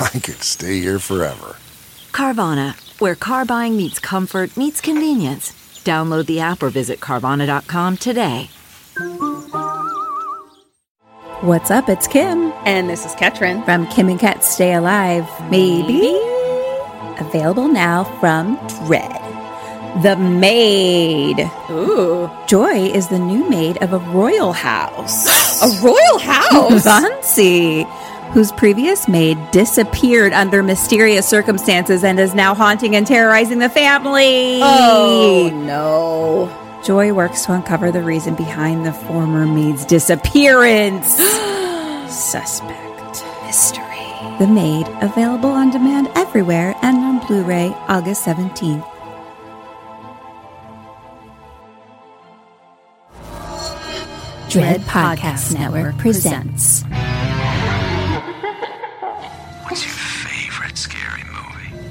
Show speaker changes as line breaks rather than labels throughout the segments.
I could stay here forever.
Carvana, where car buying meets comfort, meets convenience. Download the app or visit Carvana.com today.
What's up? It's Kim
And this is Ketrin.
from Kim and Kat Stay Alive. Maybe. Available now from Dread. The Maid.
Ooh.
Joy is the new maid of a royal house.
A royal house.
Vansi, whose previous maid disappeared under mysterious circumstances and is now haunting and terrorizing the family.
oh no.
Joy works to uncover the reason behind the former maid's disappearance. Suspect. Mystery. The Maid, available on demand everywhere and on Blu ray August 17th. Dread Podcast Network presents.
What's your favorite scary movie?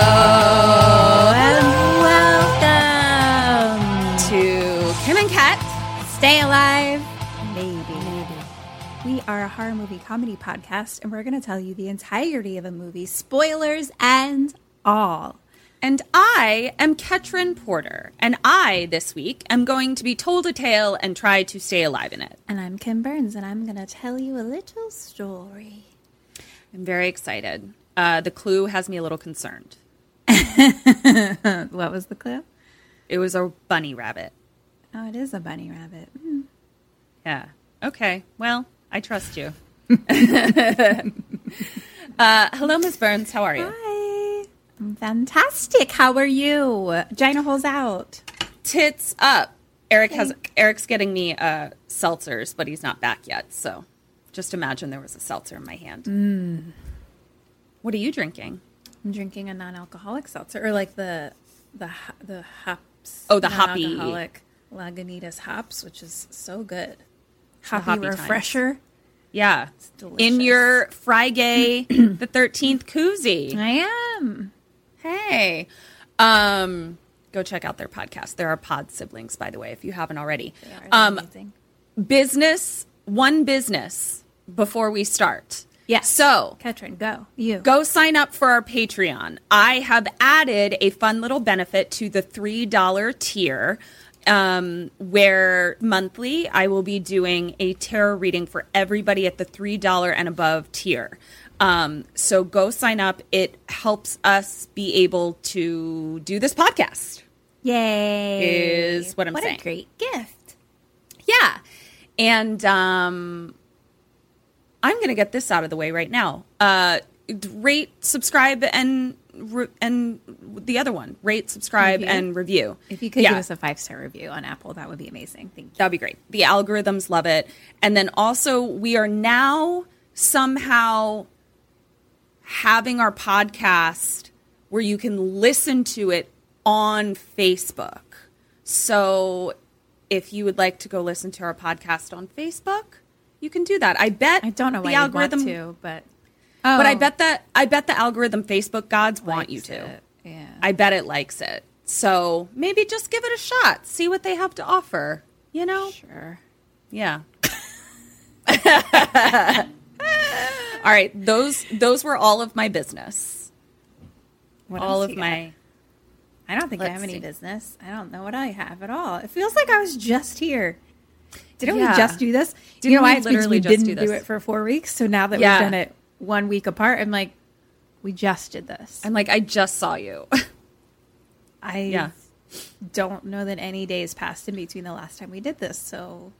Hello and welcome
To Kim and Kat.
Stay Alive. Maybe. We are a horror movie comedy podcast, and we're going to tell you the entirety of a movie, spoilers and all.
And I am Ketrin Porter. And I, this week, am going to be told a tale and try to stay alive in it.
And I'm Kim Burns, and I'm going to tell you a little story.
I'm very excited. Uh, the clue has me a little concerned.
What was the clue?
It was a bunny rabbit.
Oh, it is a bunny rabbit. Hmm.
Yeah. Okay. Well, I trust you. uh, hello, Miss Burns. How are you?
Hi. I'm fantastic. How are you? Gina holes out.
Tits up. Eric has Eric's getting me uh, seltzers, but he's not back yet. So, just imagine there was a seltzer in my hand. Mm. What are you drinking?
I'm drinking a non-alcoholic seltzer, or like the the ho- the hops.
Oh, the hoppy.
non-alcoholic Lagunitas hops, which is so good. Hoppy,
hoppy times.
refresher.
Yeah, in
delicious.
your Friday the thirteenth koozie.
I am.
Hey, um, go check out their podcast. There are pod siblings, by the way, if you haven't already. Um,
Amazing.
business, one business before we start.
Yes.
So
Ketrin, go you
go sign up for our Patreon. I have added a fun little benefit to the $3 tier. Um, where monthly I will be doing a tarot reading for everybody at the $3 and above tier. Um, so go sign up. It helps us be able to do this podcast.
Yay!
Is what I'm
what
saying.
a great gift.
Yeah. And um, I'm going to get this out of the way right now. Uh, d- rate, subscribe, and re- and the other one. Rate, subscribe, and review.
If you could
Yeah.
give us a five star review on Apple, that would be amazing. Thank you.
That'd be great. The algorithms love it. And then also, we are now somehow having our podcast where you can listen to it on Facebook. So if you would like to go listen to our podcast on Facebook, you can do that. I bet
I don't know why
the
you
algorithm
want to, Oh. but
But I bet that I bet the algorithm Facebook gods want you to.
Yeah.
I bet it likes it. So maybe just give it a shot. See what they have to offer. You know?
Sure.
Yeah. all right. Those those were all of my business.
What
all
else
of
you got?
my
I don't think I
Let's
have any
see.
business. I don't know what I have at all. It feels like I was just here. Didn't
Yeah.
we just do this?
Didn't
you know
we
why? It's because
literally
we
just
didn't
do
do,
this?
it for four weeks. So now that
Yeah.
we've done it one week apart, I'm like, we just did this.
I'm like, I just saw you.
I
yeah.
don't know that any days passed in between the last time we did this. So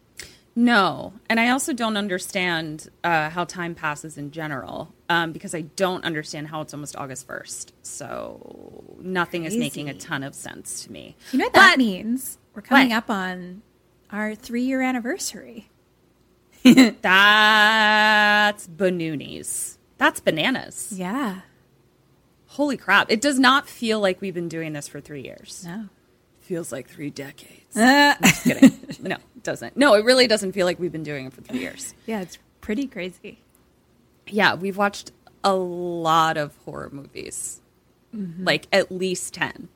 No, and I also don't understand uh, how time passes in general um, because I don't understand how it's almost August first. So nothing is making a
Crazy.
ton of sense to me.
you know what that
But-
means? We're coming
What?
up on our three year anniversary.
That's bananas. That's bananas.
Yeah.
Holy crap! It does not feel like we've been doing this for three years.
No.
feels like three decades. I'm just kidding. No, it doesn't. No, it really doesn't feel like we've been doing it for three years.
Yeah, it's pretty crazy.
Yeah, we've watched a lot of horror movies, like at least 10.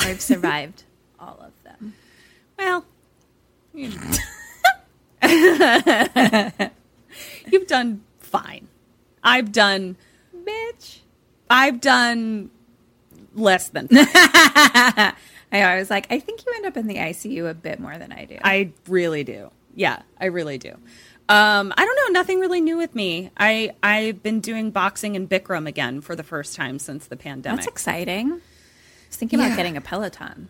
I've survived all of them.
Well, you have done fine. I've done,
Bitch.
I've done less than fine.
I know. I was like, I think you end up in the ICU a bit more than I do.
I really do. Yeah, I really do. Um, I don't know. Nothing really new with me. I I've been doing boxing and Bikram again for the first time since the pandemic.
That's exciting. I was thinking
Yeah.
about getting a Peloton.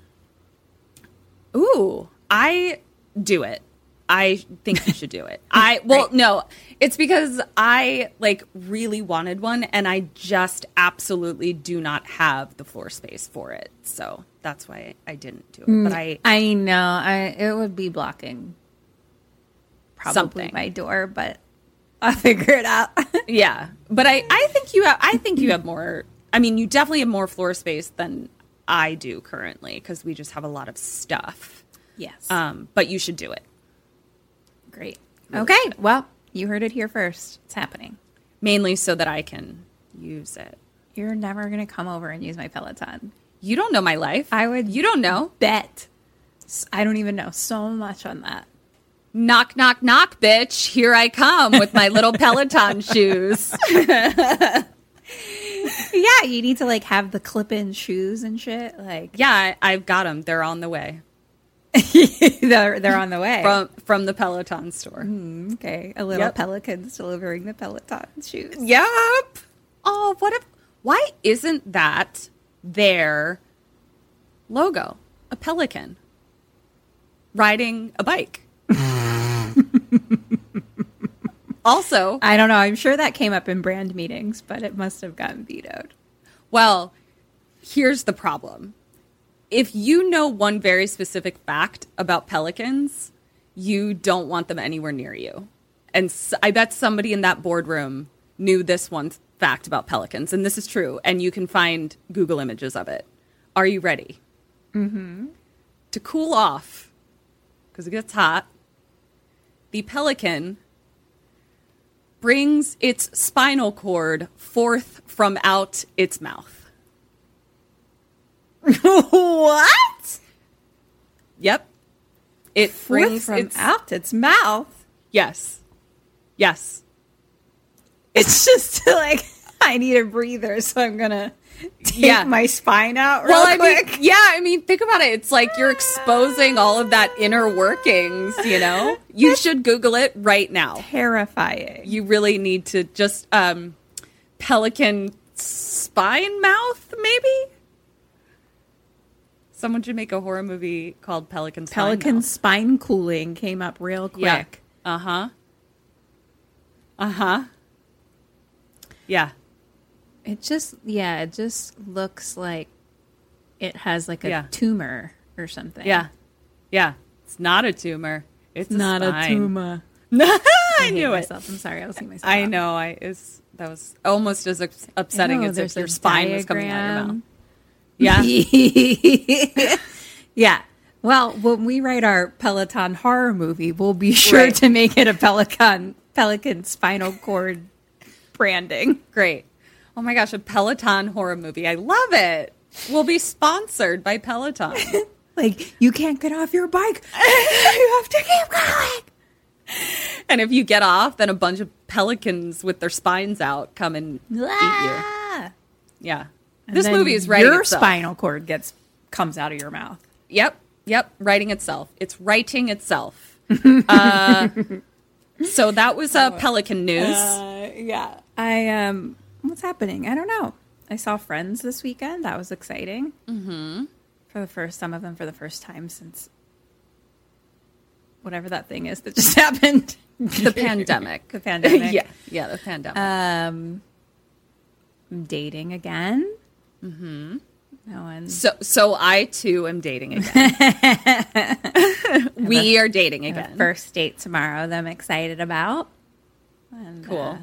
Ooh, I do it. I think you should do it. I well, no, it's because I like really wanted one, and I just absolutely do not have the floor space for it. So that's why I didn't do it. But I
Mm, I know. I it would be blocking probably
Something.
my door, but I'll figure it out.
Yeah, but I, I think you have I think you have more. I mean, you definitely have more floor space than I do currently because we just have a lot of stuff.
yes.
Um, but you should do it.
Great. Okay. Well, you heard it here first. It's happening.
mainly so that I can use it.
You're never gonna come over and use my Peloton.
You don't know my life.
I would-
You don't know.
Bet. S- I don't even know so much on that.
Knock, knock, knock, bitch. Here I come with my little Peloton shoes.
Yeah, you need to like have the clip-in shoes and shit. Like
Yeah, I, I've got them. They're on the way
they're they're on the way.
from from the Peloton store.
Okay, a little
Yep.
pelican's delivering the Peloton shoes.
Yep. Oh, what if? Why isn't that their logo? A pelican riding a bike. also,
I don't know. I'm sure that came up in brand meetings, but it must have gotten vetoed.
well, here's the problem. If you know one very specific fact about pelicans, you don't want them anywhere near you. And s I I bet somebody in that boardroom knew this one fact about pelicans, and this is true. And you can find Google images of it. Are you ready? Mm-hmm. To cool off, because it gets hot, the pelican brings its spinal cord forth from out its mouth.
what?
Yep. It
Brings
brings
from
its
out its mouth.
Yes. Yes.
It's just like I need a breather, so I'm gonna take
Yeah.
my spine out real
well,
quick.
I mean, yeah, I mean, think about it. It's like you're exposing all of that inner workings, you know? You should Google it right now.
Terrifying.
You really need to just, um, pelican spine mouth, maybe? Someone should make a horror movie called Pelican Spine
Pelican
Mouth.
spine cooling came up real quick.
Yeah. Uh huh. Uh huh. Yeah.
It just, yeah, it just looks like it has like a
Yeah.
tumor or something.
Yeah. Yeah. It's not a tumor. It's
not a tumor.
No, I
I hate
knew it.
myself. I'm sorry. I was seeing myself.
I
out.
know. I is that was almost as ups- upsetting
know,
as
there's
if
a
your spine was coming out of your mouth.
diagram.
Yeah.
yeah. Well, when we write our Peloton horror movie, we'll be sure
Right.
to make it a pelican pelican spinal cord branding.
Great. Oh my gosh, a Peloton horror movie. I love it. We'll be sponsored by Peloton.
Like, you can't get off your bike. you have to keep going.
and if you get off, then a bunch of pelicans with their spines out come and eat you.
Ah.
Yeah.
And
this
then
movie is writing
Your
itself.
spinal cord gets comes out of your mouth.
Yep. Yep. Writing itself. It's writing itself. uh, so that was uh, Pelican news. Uh,
Yeah. I um what's happening? I don't know. I saw friends this weekend. That was exciting. Mm-hmm. For the first some of them for the first time since whatever that thing is that just happened.
the pandemic.
The pandemic.
yeah. Yeah. The pandemic.
Um I'm dating again. Mm-hmm. No one
so, so I too am dating again. we are dating
the
again.
first date tomorrow that I'm excited about. uh,
Cool.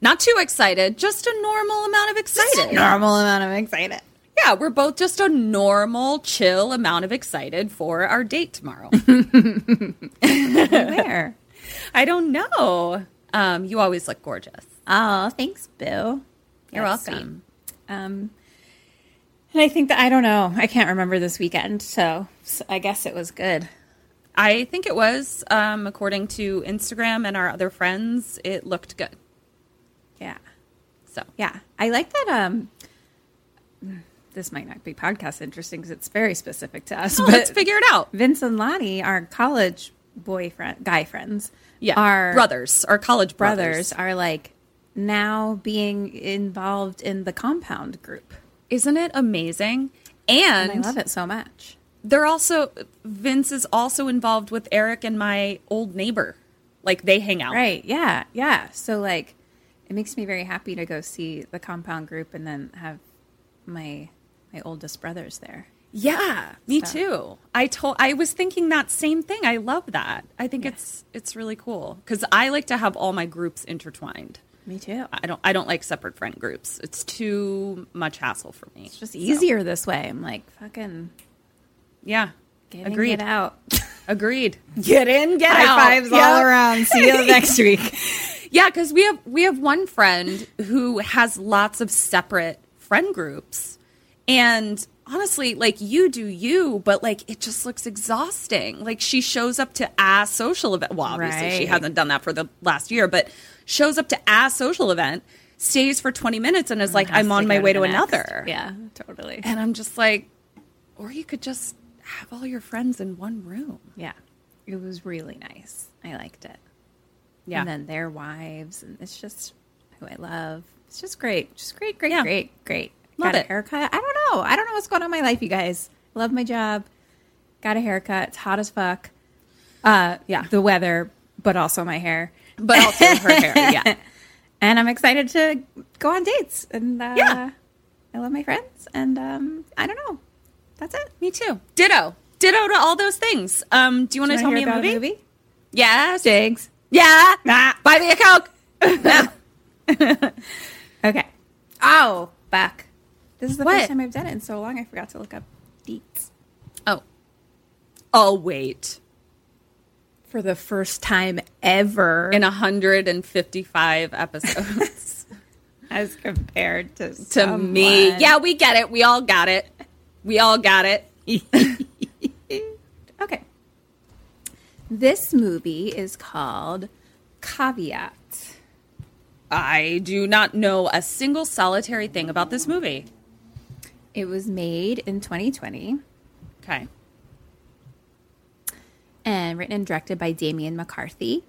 Not too excited, just a normal amount of excited.
Normal amount of excited.
yeah, we're both just a normal, chill amount of excited for our date tomorrow.
Where?
I don't know. Um, you always look gorgeous.
oh, thanks, Boo.
You're
That's sweet.
welcome.
Um, and I think that I don't know. I can't remember this weekend, so, so I guess it was good.
I think it was, um, according to Instagram and our other friends, it looked good.
Yeah,
So
yeah. I like that. Um, this might not be podcast interesting because it's very specific to us.
Well,
but
let's figure it out.
Vince and Lottie, our college boyfriend, guy friends,
Yeah,
are
brothers, our college brothers.
brothers are like now being involved in the compound group.
Isn't it amazing? And,
And I love it so much.
they're also Vince is also involved with Eric and my old neighbor. Like they hang out.
Right. Yeah. Yeah. So like, it makes me very happy to go see the compound group and then have my my oldest brothers there.
Yeah, me too. I told I was thinking that same thing. I love that. I think it's it's really cool cuz I like to have all my groups intertwined.
Me too.
I don't I don't like separate friend groups. It's too much hassle for me.
It's just easier this way. I'm like fucking
Yeah.
getting
Agreed.
it out.
Agreed. Get in, get out. Yeah.
around. See you next week.
Yeah, because we have we have one friend who has lots of separate friend groups, and honestly, like you do you, but like it just looks exhausting. Like she shows up to a social event. Well, obviously she
Right.
hasn't done that for the last year, but shows up to a social event, stays for twenty minutes, and is like, "I'm on my way to, another."
Yeah, totally.
and I'm just like, or you could just have all your friends in one room.
Yeah, it was really nice. I liked it.
Yeah.
and then their wives, and it's just who I love. It's just great, just great, great,
Yeah.
great, great.
Love
got
it.
a haircut. I don't know. I don't know what's going on in my life, you guys. Love my job. Got a haircut. It's hot as fuck. Uh, yeah, the weather, but also my hair,
But also her hair. Yeah.
and I'm excited to go on dates. And uh,
Yeah.
I love my friends, and um, I don't know. That's it.
Me too. Ditto. Ditto to all those things. Um, do you want to
Wanna
tell
hear
me a
about
movie? Yes. Jigs. Yeah.
Ah.
Buy me a Coke.
Okay. Oh, back. This is the
What?
first time I've done it in so long. I forgot to look up dates
Oh. Oh, wait.
for the first time ever.
In 155 episodes.
as compared to
to me. Yeah, we get it. We all got it. We all got it.
Okay. This movie is called Caveat.
I do not know a single solitary thing about this movie.
It was made in 2020
Okay.
and written and directed by Damien McCarthy.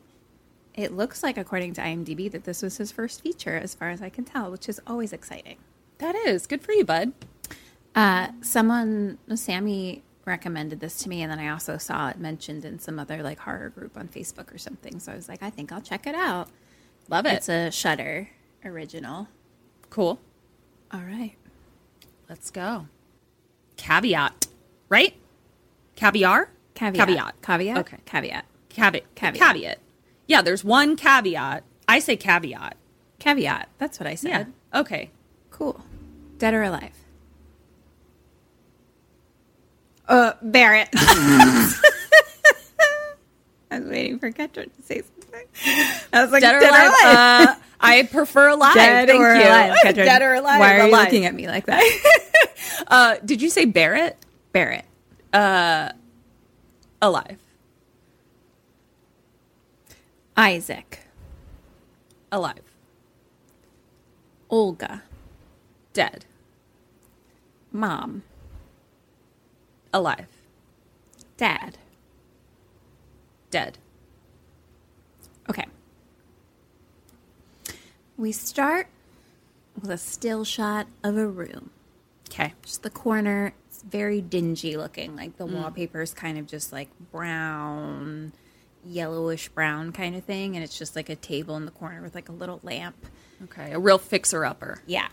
It looks like, according to IMDb, that this was his first feature, as far as I can tell, which is always exciting.
That is good for you, bud.
Uh, someone, Sammy recommended this to me, and then I also saw it mentioned in some other like horror group on Facebook or something. So I was like, I think I'll check it out.
Love it.
It's a Shutter original.
cool.
All right.
Let's go. Caveat, right? Caviar?
Caveat.
Caveat.
Caveat.
Okay.
Caveat.
Caveat.
Caveat.
Caveat. Yeah, there's one caveat. I say caveat.
Caveat. That's what I said.
Yeah. Okay.
Cool. Dead or alive? Uh, Barrett. I was waiting for Ketchum to say something. I was like,
Dead or alive? uh, I prefer alive.
Dead
Thank
or
you.
alive, Catherine?
Dead or alive.
Why are you
alive.
looking at me like that?
Uh, did you say Barrett?
Barrett. Uh,
Alive.
Isaac.
Alive.
Olga.
Dead.
Mom.
Alive.
Dad.
Dead.
Okay. We start with a still shot of a room.
Okay. Mm.
Just the corner. It's very dingy looking. Like the wallpaper is kind of just like brown, yellowish brown kind of thing. And it's just like a table in the corner with like a little lamp.
Okay. A real fixer upper.
Yeah.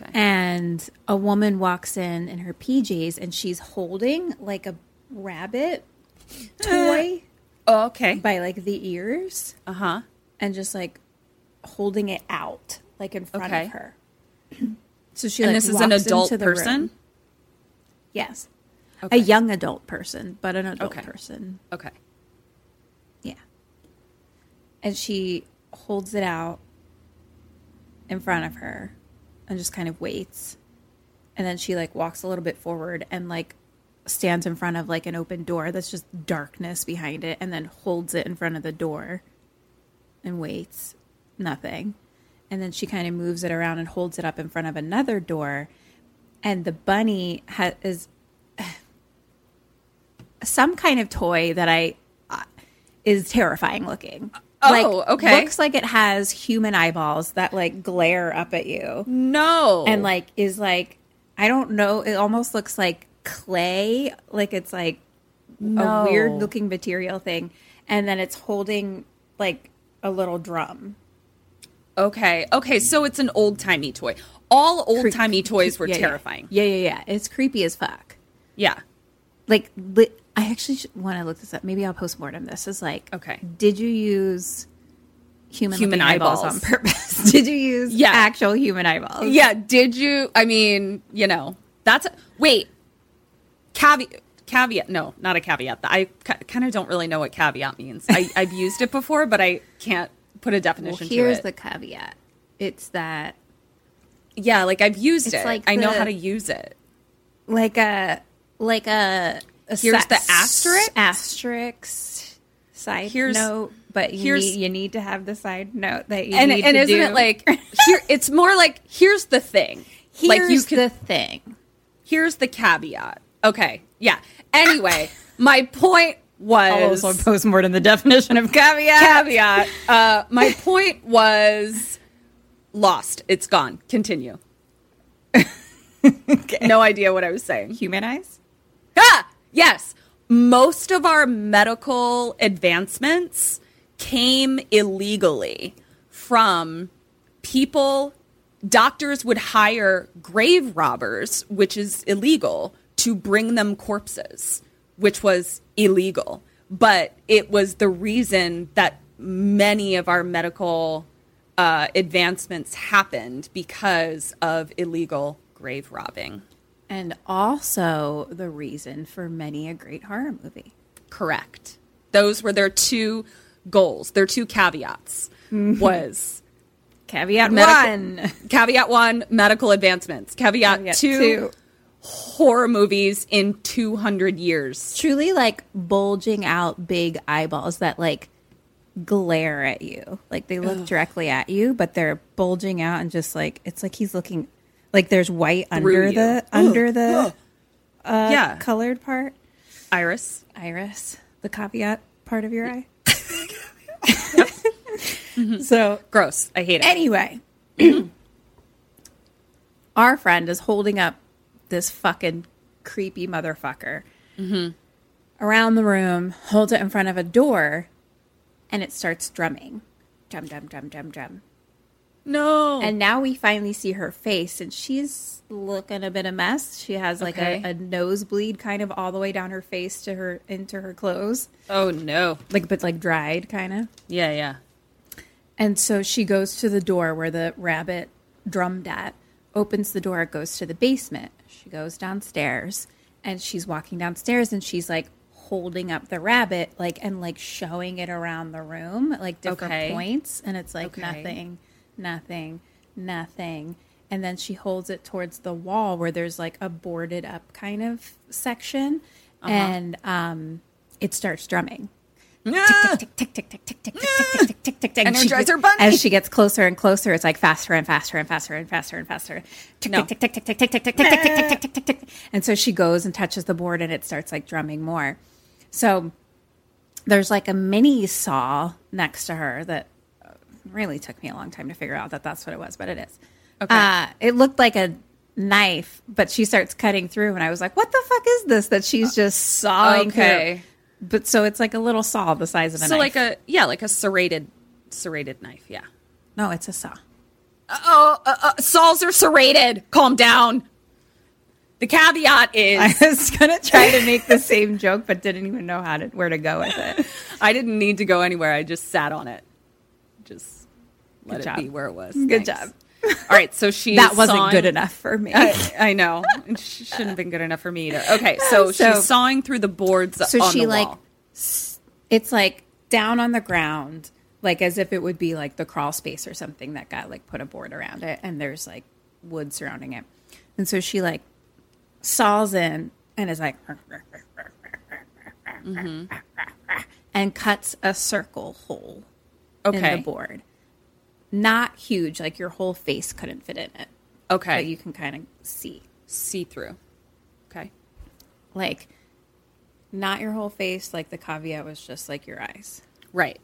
Okay.
And a woman walks in in her PJs and she's holding like a rabbit toy
Oh, okay.
by like the ears
Uh huh.
and just like holding it out like in front
Okay.
of her. So she
And
like,
this is an
walks
adult
into the
person.
room. Yes. A young adult person, but an adult
Okay.
person.
Okay.
Yeah. And she holds it out in front of her and just kind of waits. And then she like walks a little bit forward and like stands in front of like an open door that's just darkness behind it and then holds it in front of the door and waits. Nothing. And then she kind of moves it around and holds it up in front of another door. And the bunny ha- is some kind of toy that I uh, is terrifying looking.
Oh,
like,
okay.
Looks like it has human eyeballs that like glare up at you
No.
and like is like I don't know. It almost looks like clay, like it's like a weird
No.
looking material thing, and then it's holding like a little drum.
Okay. Okay. So it's an old timey toy. All old timey toys were
Yeah, yeah.
terrifying.
Yeah. yeah, yeah, It's creepy as fuck.
Yeah.
Like li- I actually want to look this up. Maybe I'll postmortem this. Is like
Okay.
Did you use? Human,
Human
human eyeballs.
eyeballs.
on purpose. Did you use
Yeah.
actual human eyeballs?
Yeah. Did you? I mean, you know, that's wait. Caveat. Caveat. No, not a caveat. I kind of don't really know what caveat means. I, I've used it before, but I can't put a
Well,
definition
here's
to
the
it.
caveat. It's that
yeah, like I've used
It's
it.
like
I know
the-
how to use it.
like a like a, a
Here's the
sa-
asterisk?
asterisk side
Here's-
note but you
here's-
need, you need to have the side note that you
And
need
and
to
isn't
do.
it like here? It's more like here's the thing.
here's
like you could
the thing
here's the caveat. Okay. Yeah. Anyway, my point was
postmortem the definition of caveat
caveat. Uh, my point was lost. It's gone. Continue. No idea what I was saying.
humanize
Ah, yes. Most of our medical advancements came illegally from people. Doctors would hire grave robbers, which is illegal, to bring them corpses, which was illegal. But it was the reason that many of our medical uh, advancements happened because of illegal grave robbing.
and also the reason for many a great horror movie
correct. Those were their two goals. Their two caveats
Mm-hmm.
was
caveat
medical- Caveat one, medical advancements. Caveat,
Caveat
two,
two.
horror movies in two hundred years.
truly like bulging out big eyeballs that like glare at you. Like they look directly at you, but they're bulging out and just like it's like he's looking like there's white under
you.
the under the uh,
yeah,
colored part,
Iris.
iris, the caveat part of your eye. So
Gross. I hate it.
anyway, our friend is holding up this fucking creepy motherfucker
Mm-hmm.
around the room, holds it in front of a door, and it starts drumming. Drum, drum, drum, drum, drum.
no.
And now we finally see her face, and she's looking a bit of mess. She has like
Okay.
a, a nosebleed kind of all the way down her face to her into her clothes,
oh no.
like but like dried kind of.
Yeah, yeah.
And so she goes to the door where the rabbit drummed at, opens the door, goes to the basement. She goes downstairs and she's walking downstairs and she's like holding up the rabbit, like, and like showing it around the room, at, like different
Okay.
points. And it's like
Okay.
nothing. nothing, nothing. And then she holds it towards the wall where there's like a boarded up kind of section.
Uh-huh.
And um, it starts drumming. Tick, tick, tick, tick, tick, tick, tick, tick, tick, tick, tick, tick, tick.
And
she-
drives her bunny.
As she gets closer and closer, it's like faster and faster and faster and faster and faster. Tick,
No.
tick, tick, tick, tick, tick, tick, tick, tick, tick, tick, tick, tick, tick, tick, tick. And so she goes and touches the board and it starts like drumming more. So there's like a mini saw next to her that uh, really took me a long time to figure out that that's what it was, but it is. Okay. Uh, it looked like a knife, but she starts cutting through, and I was like, "What the fuck is this?" That she's just sawing
okay.
through. But so it's like a little saw the size of a
So
knife.
like a yeah, like a serrated serrated knife. Yeah.
no, it's a saw.
Oh, uh, uh, saws are serrated. Calm down. The caveat
I
is
was gonna try to make the same joke, but didn't even know how to where to go with it.
I didn't need to go anywhere. I just sat on it. Just let
Good
it
job.
be where it was.
Good
Thanks.
job.
All right, so she
That wasn't
sawing-
good enough for me.
I, I know. It sh- shouldn't have been good enough for me either. Okay, so,
So-
she's sawing through the boards
so
on
she
the
like
wall.
s- it's like down on the ground like as if it would be like the crawl space or something that got like put a board around it and there's like wood surrounding it and so she like saws in and is like
Mm-hmm.
and cuts a circle hole in
Okay.
the board not huge like your whole face couldn't fit in it
Okay.
but you can kind of see
see through. Okay.
like not your whole face like the caveat was just like your eyes
Right.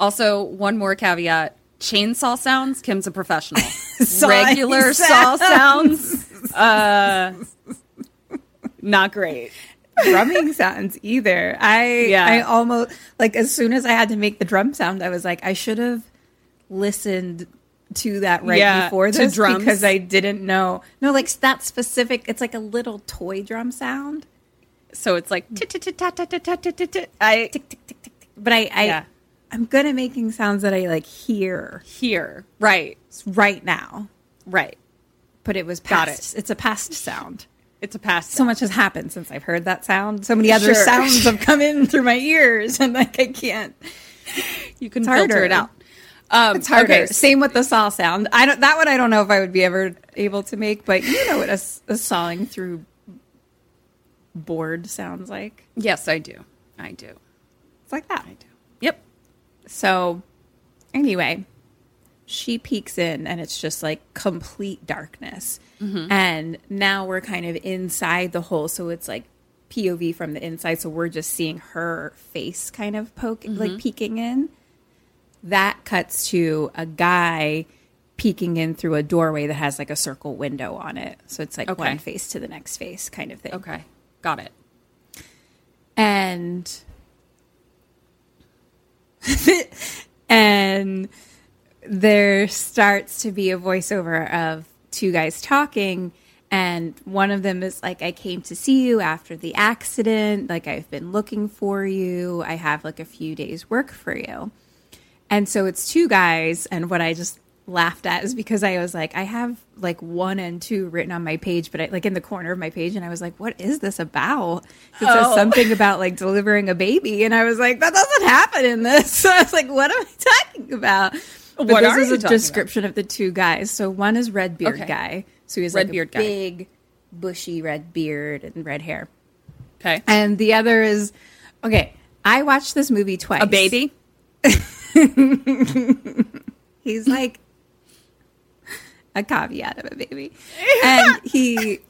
Also, one more caveat chainsaw sounds, Kim's a professional. Regular saw sounds, uh, not great.
drumming sounds either. I
Yeah.
I almost like as soon as I had to make the drum sound, I was like, I should have listened to that right
Yeah,
before
to
this
drums.
because I didn't know. No, like that specific. It's like a little toy drum sound,
So it's like, tit, tit, tit, tat, tat, tat, tat, tit, tit, tit. I
but I I
Yeah.
I'm good at making sounds that I like hear
hear. Right.
right now.
Right.
But it was
Got
past. It's a past sound.
It's a past.
So much has happened since I've heard that sound. So many other
Sure.
sounds have come in through my ears, and like I can't.
you can
it's
filter
harder.
it out. Um,
It's harder.
okay,
Same with the saw sound. I don't. That one I don't know if I would be ever able to make, but you know what a, s- a sawing through board sounds like.
Yes, I do. I do.
It's like that.
I do. Yep.
So, anyway, she peeks in, and it's just like complete darkness.
Mm-hmm.
And now we're kind of inside the hole, so it's like POV from the inside. So we're just seeing her face kind of poke,
Mm-hmm.
like peeking in. that cuts to a guy peeking in through a doorway that has like a circle window on it. So it's like
Okay.
one face to the next face kind of thing.
Okay. Got it.
And and there starts to be a voiceover of two guys talking and one of them is like i came to see you after the accident like i've been looking for you i have like a few days work for you and so it's two guys and what i just laughed at is because i was like i have like one and two written on my page but I, like in the corner of my page and i was like what is this about it says something about like delivering a baby and i was like that doesn't happen in this so i was like what am i talking about but
What
this
are
is
you
a
talking about?
description of the two guys so one is red beard
Okay.
guy so he's like
Redbeard
a
guy.
big bushy red beard and red hair
Okay.
and the other is okay i watched this movie twice
A baby.
He's like a caveat of a baby. And he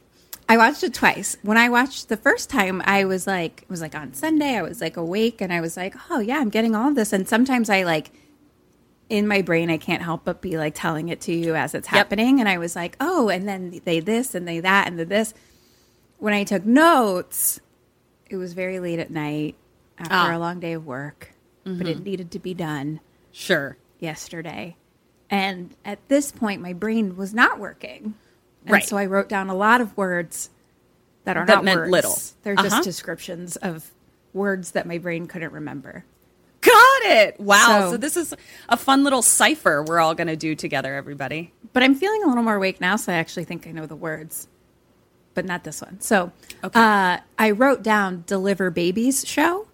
I watched it twice. When I watched the first time, I was like it was like on Sunday, I was like awake and I was like, "Oh yeah, I'm getting all of this." And sometimes I like in my brain I can't help but be like telling it to you as it's happening and I was like, "Oh, and then they this and they that and the this." When I took notes, it was very late at night after
Ah. Mm-hmm.
a long day of work, but it needed to be done
Sure.
yesterday. And at this point, my brain was not working. And
Right.
so I wrote down a lot of words that are
That
not
meant
words.
little.
They're
Uh-huh.
just descriptions of words that my brain couldn't remember.
Got it. Wow. So,
So-
this is a fun little cipher we're all going to do together, everybody.
But I'm feeling a little more awake now, so I actually think I know the words, but not this one. So
Okay.
uh, I wrote down Deliver Babies show.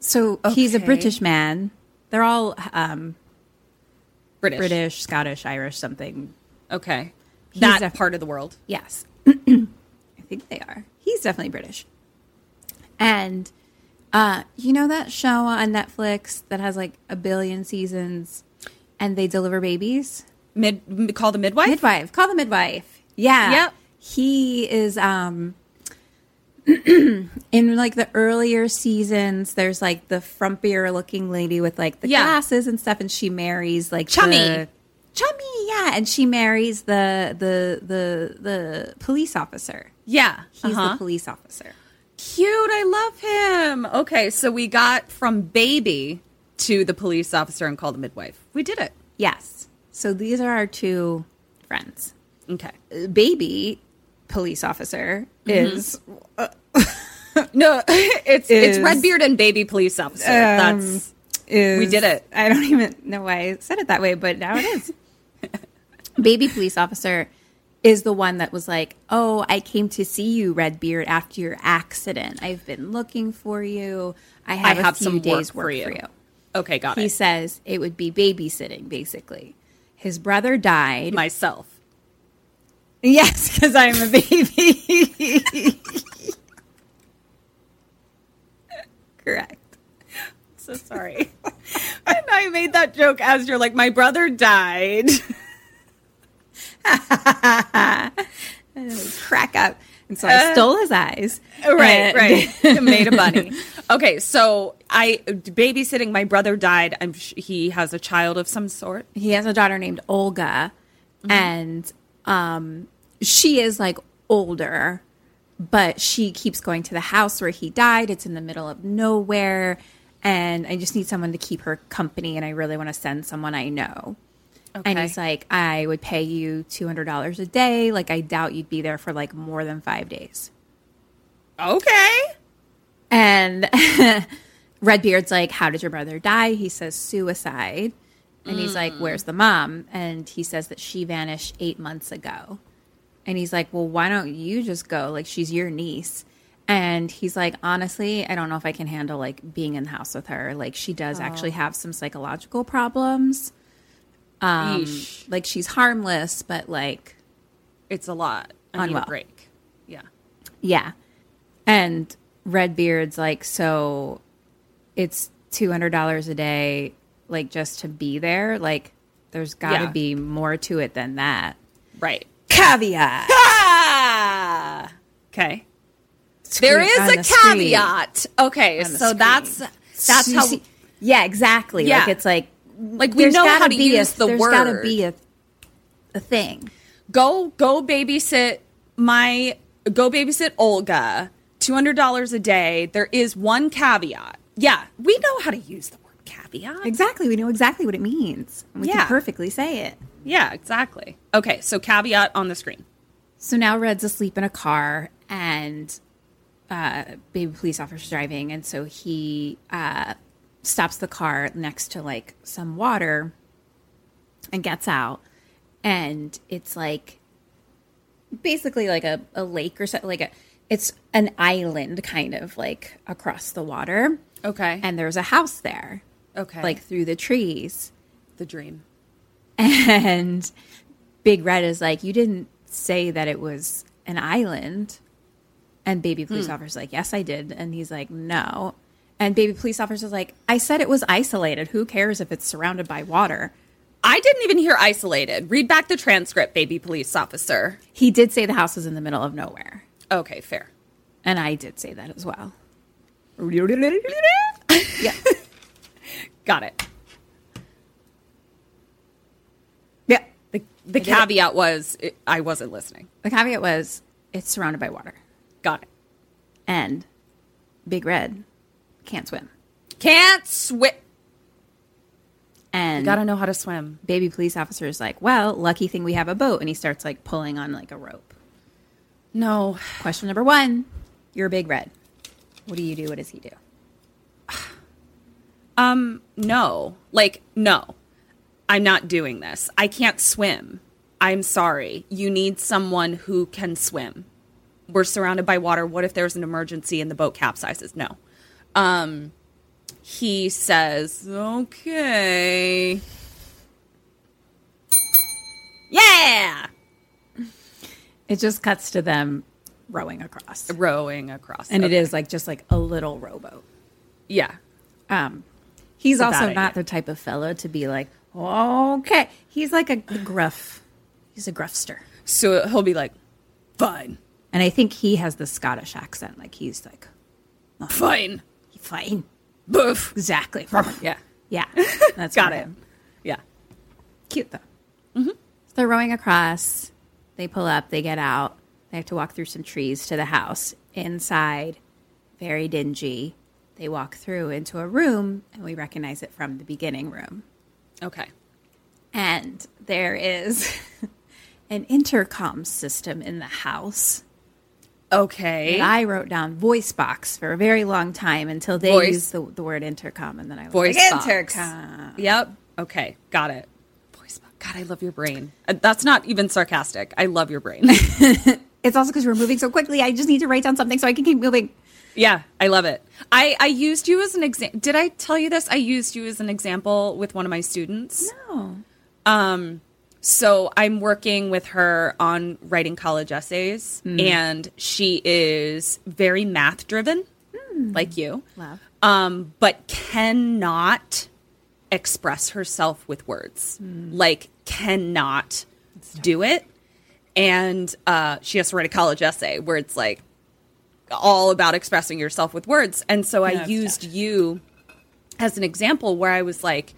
So he's a
Okay.
British man. They're all um,
British.
British, Scottish, Irish, something.
Okay. that
a-
part of the world.
Yes. I think they are. He's definitely British. And uh, you know that show on Netflix that has like a billion seasons and they deliver babies?
Mid m- call the midwife?
Midwife. Call the midwife. Yeah.
Yep.
He is um in like the earlier seasons, there's like the frumpier looking lady with like the
Yeah.
glasses and stuff, and she marries like
Chummy.
the- chummy, yeah, and she marries the the the the police officer.
Yeah.
He's
Uh-huh.
the police officer.
Cute. I love him. Okay, so we got from baby to the police officer and call the midwife. We did it.
Yes. So these are our two friends.
Okay.
Uh, Baby police officer
Mm-hmm.
is
No, it's it's
Is- Um,
Redbeard and baby police officer. That's
is
We did it.
I don't even know why I said it that way, but now it is. Baby police officer is the one that was like, "Oh, I came to see you, Redbeard, after your accident. I've been looking for you. I
I
have, a
have
few
some
days
work, for, you.
for you."
Okay, got
He
it.
says it would be babysitting, basically. His brother died.
Myself.
Yes, because I'm a baby. Correct.
So sorry. and I made that joke as you're like, my brother died.
Crack up. And so I stole his eyes.
right,
And-
right. made a bunny. Okay, so I babysitting. My brother died. I'm. sh- He has a child of some sort.
He has a daughter named Olga, and um, she is like older, but she keeps going to the house where he died. It's in the middle of nowhere, and I just need someone to keep her company, and I really want to send someone I know. And he's like, I would pay you $200 a day. Like, I doubt you'd be there for like more than five days.
Okay.
And Redbeard's like, How did your brother die? He says, Suicide. And he's like, Where's the mom? And he says that she vanished eight months ago. And he's like, Well, why don't you just go? Like, she's your niece. And he's like, Honestly, I don't know if I can handle like being in the house with her. Like, she does actually have some psychological problems. Um,
Yeesh.
like, she's harmless, but like,
It's a lot. I need
Unwell.
a break. Yeah.
Yeah. And Redbeard's like, so it's $200 a day, like just to be there. Like, there's got to
Yeah.
be more to it than that.
Right.
Caveat.
Ah. Okay. There is a caveat. Okay,
the
so
screen.
that's that's how.
yeah, exactly. Like,
Yeah.
it's like,
Like we
there's
know
gotta
how to
be
use
a,
the
there's
word.
gotta be a, a thing.
go go babysit my go babysit Olga. Two hundred dollars a day. There is one caveat. Yeah, we know how to use the word caveat.
Exactly. We know exactly what it means. And we
Yeah.
can perfectly say it.
Yeah, exactly. Okay, so caveat on the screen.
So now Red's asleep in a car and uh, baby police officer's driving. And so he uh, stops the car next to like some water and gets out. And it's like basically like a, a lake or something, like a, it's an island kind of like across the water.
Okay.
And there's a house there,
okay.
like through the trees.
the dream.
And Big Red is like, You didn't say that it was an island. And Baby
Hmm.
Police Officer's like, Yes, I did. And he's like, No. And Baby Police Officer's like, I said it was isolated. Who cares if it's surrounded by water?
I didn't even hear isolated. Read back the transcript, baby police officer.
He did say the house was in the middle of nowhere.
Okay, fair.
And I did say that as well.
Got it.
Yeah.
The, the caveat was it, I wasn't listening.
The caveat was it's surrounded by water.
Got it.
And Big Red can't swim.
Can't swim.
And
Gotta know how to swim.
baby police officer is like, "Well, lucky thing we have a boat," and he starts like pulling on like a rope.
No.
Question number one: You're a big red. What do you do? What does he do?
Um, no. Like, no. I'm not doing this. I can't swim. I'm sorry. You need someone who can swim. We're surrounded by water. What if there's an emergency and the boat capsizes? No. Um, he says, okay. Yeah.
It just cuts to them rowing across.
Rowing across.
And it is like just like a little rowboat.
Yeah.
Um, he's
a bad
also
idea.
not the type of fellow to be like, okay. He's like a gruff. He's a gruffster.
So he'll be like, fine,
And I think he has the Scottish accent. Like he's like,
fine,
fine.
boof.
Exactly.
Yeah.
Yeah. That's
Got
what I
it.
am.
Yeah.
Cute though. Mm-hmm. They're rowing across. They pull up. They get out. They have to walk through some trees to the house. Inside, very dingy. They walk through into a room, and we recognize it from the beginning room.
Okay.
And there is an intercom system in the house.
Okay.
And I wrote down voice box for a very long time until they
Voice-
used the, the word intercom, and then I was
Voice
like,
box.
intercom.
Yep. Okay. Got it. Voice box. God, I love your brain. Uh, That's not even sarcastic. I love your brain.
It's also because we're moving so quickly. I just need to write down something so I can keep moving.
yeah, I love it. I, I used you as an example. Did I tell you this? I used you as an example with one of my students.
Oh,
Um, so I'm working with her on writing college essays, and she is very math driven, like you.
Love.
Um, but cannot express herself with words. Like cannot do it. And uh, she has to write a college essay where it's like all about expressing yourself with words. And so I used you as an example where I was like,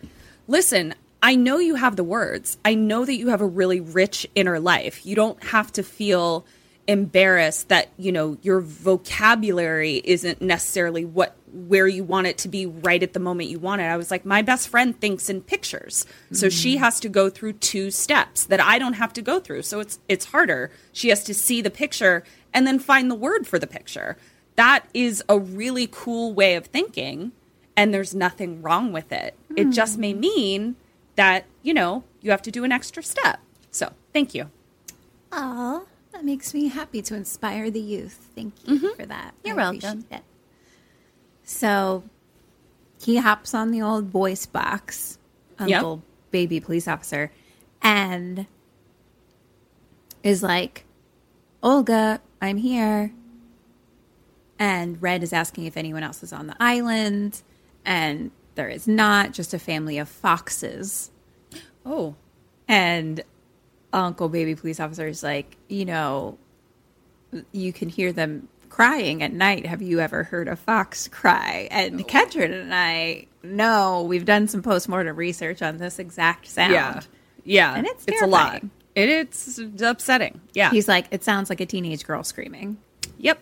listen, I know you have the words. I know that you have a really rich inner life. You don't have to feel embarrassed that, you know, your vocabulary isn't necessarily what where you want it to be right at the moment you want it. I was like, my best friend thinks in pictures. So she has to go through two steps that I don't have to go through. So it's it's harder. She has to see the picture and then find the word for the picture. That is a really cool way of thinking and there's nothing wrong with it. It just may mean that, you know, you have to do an extra step. So, thank you.
Aw, that makes me happy to inspire the youth. Thank you for that.
You're
I appreciate
welcome.
it. So he hops on the old voice box,
Yep.
Uncle Baby Police Officer, and is like, Olga, I'm here. And Red is asking if anyone else is on the island. And there is not, just a family of foxes.
Oh,
And Uncle Baby Police Officer is like, you know, you can hear them crying at night. Have you ever heard a fox cry? And Ketrin and I know we've done some postmortem research on this exact sound.
yeah. Yeah.
And it's
a lot.
terrifying.
It, it's upsetting. Yeah.
He's like, it sounds like a teenage girl screaming.
yep.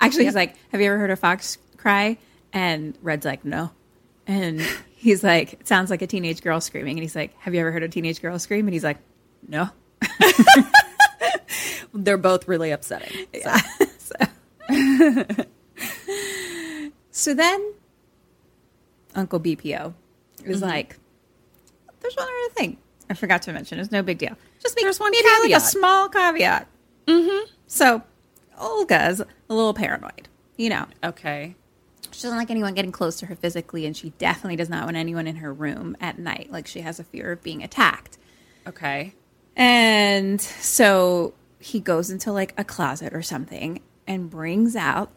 Actually, he's like, have you ever heard a fox cry? And Red's like, no. And he's like, it sounds like a teenage girl screaming. And he's like, have you ever heard a teenage girl scream? And he's like, no.
They're both really upsetting.
So then Uncle BPO is
Mm-hmm.
like, there's one other thing I forgot to mention. It's no big deal. Just make,
There's one
make it like a
caveat.
small caveat. Mm-hmm. So Olga's a little paranoid, you know.
Okay.
She doesn't like anyone getting close to her physically, and she definitely does not want anyone in her room at night. Like she has a fear of being attacked.
Okay.
And so he goes into like a closet or something and brings out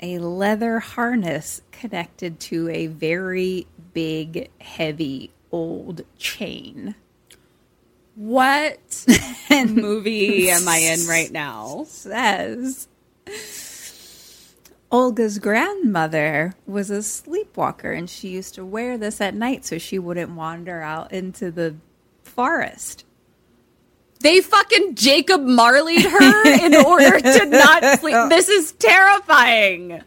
a leather harness connected to a very big, heavy old chain.
What movie am I in right now?
Says Olga's grandmother was a sleepwalker and she used to wear this at night so she wouldn't wander out into the forest.
They fucking Jacob Marleyed her in order to not sleep. This is terrifying.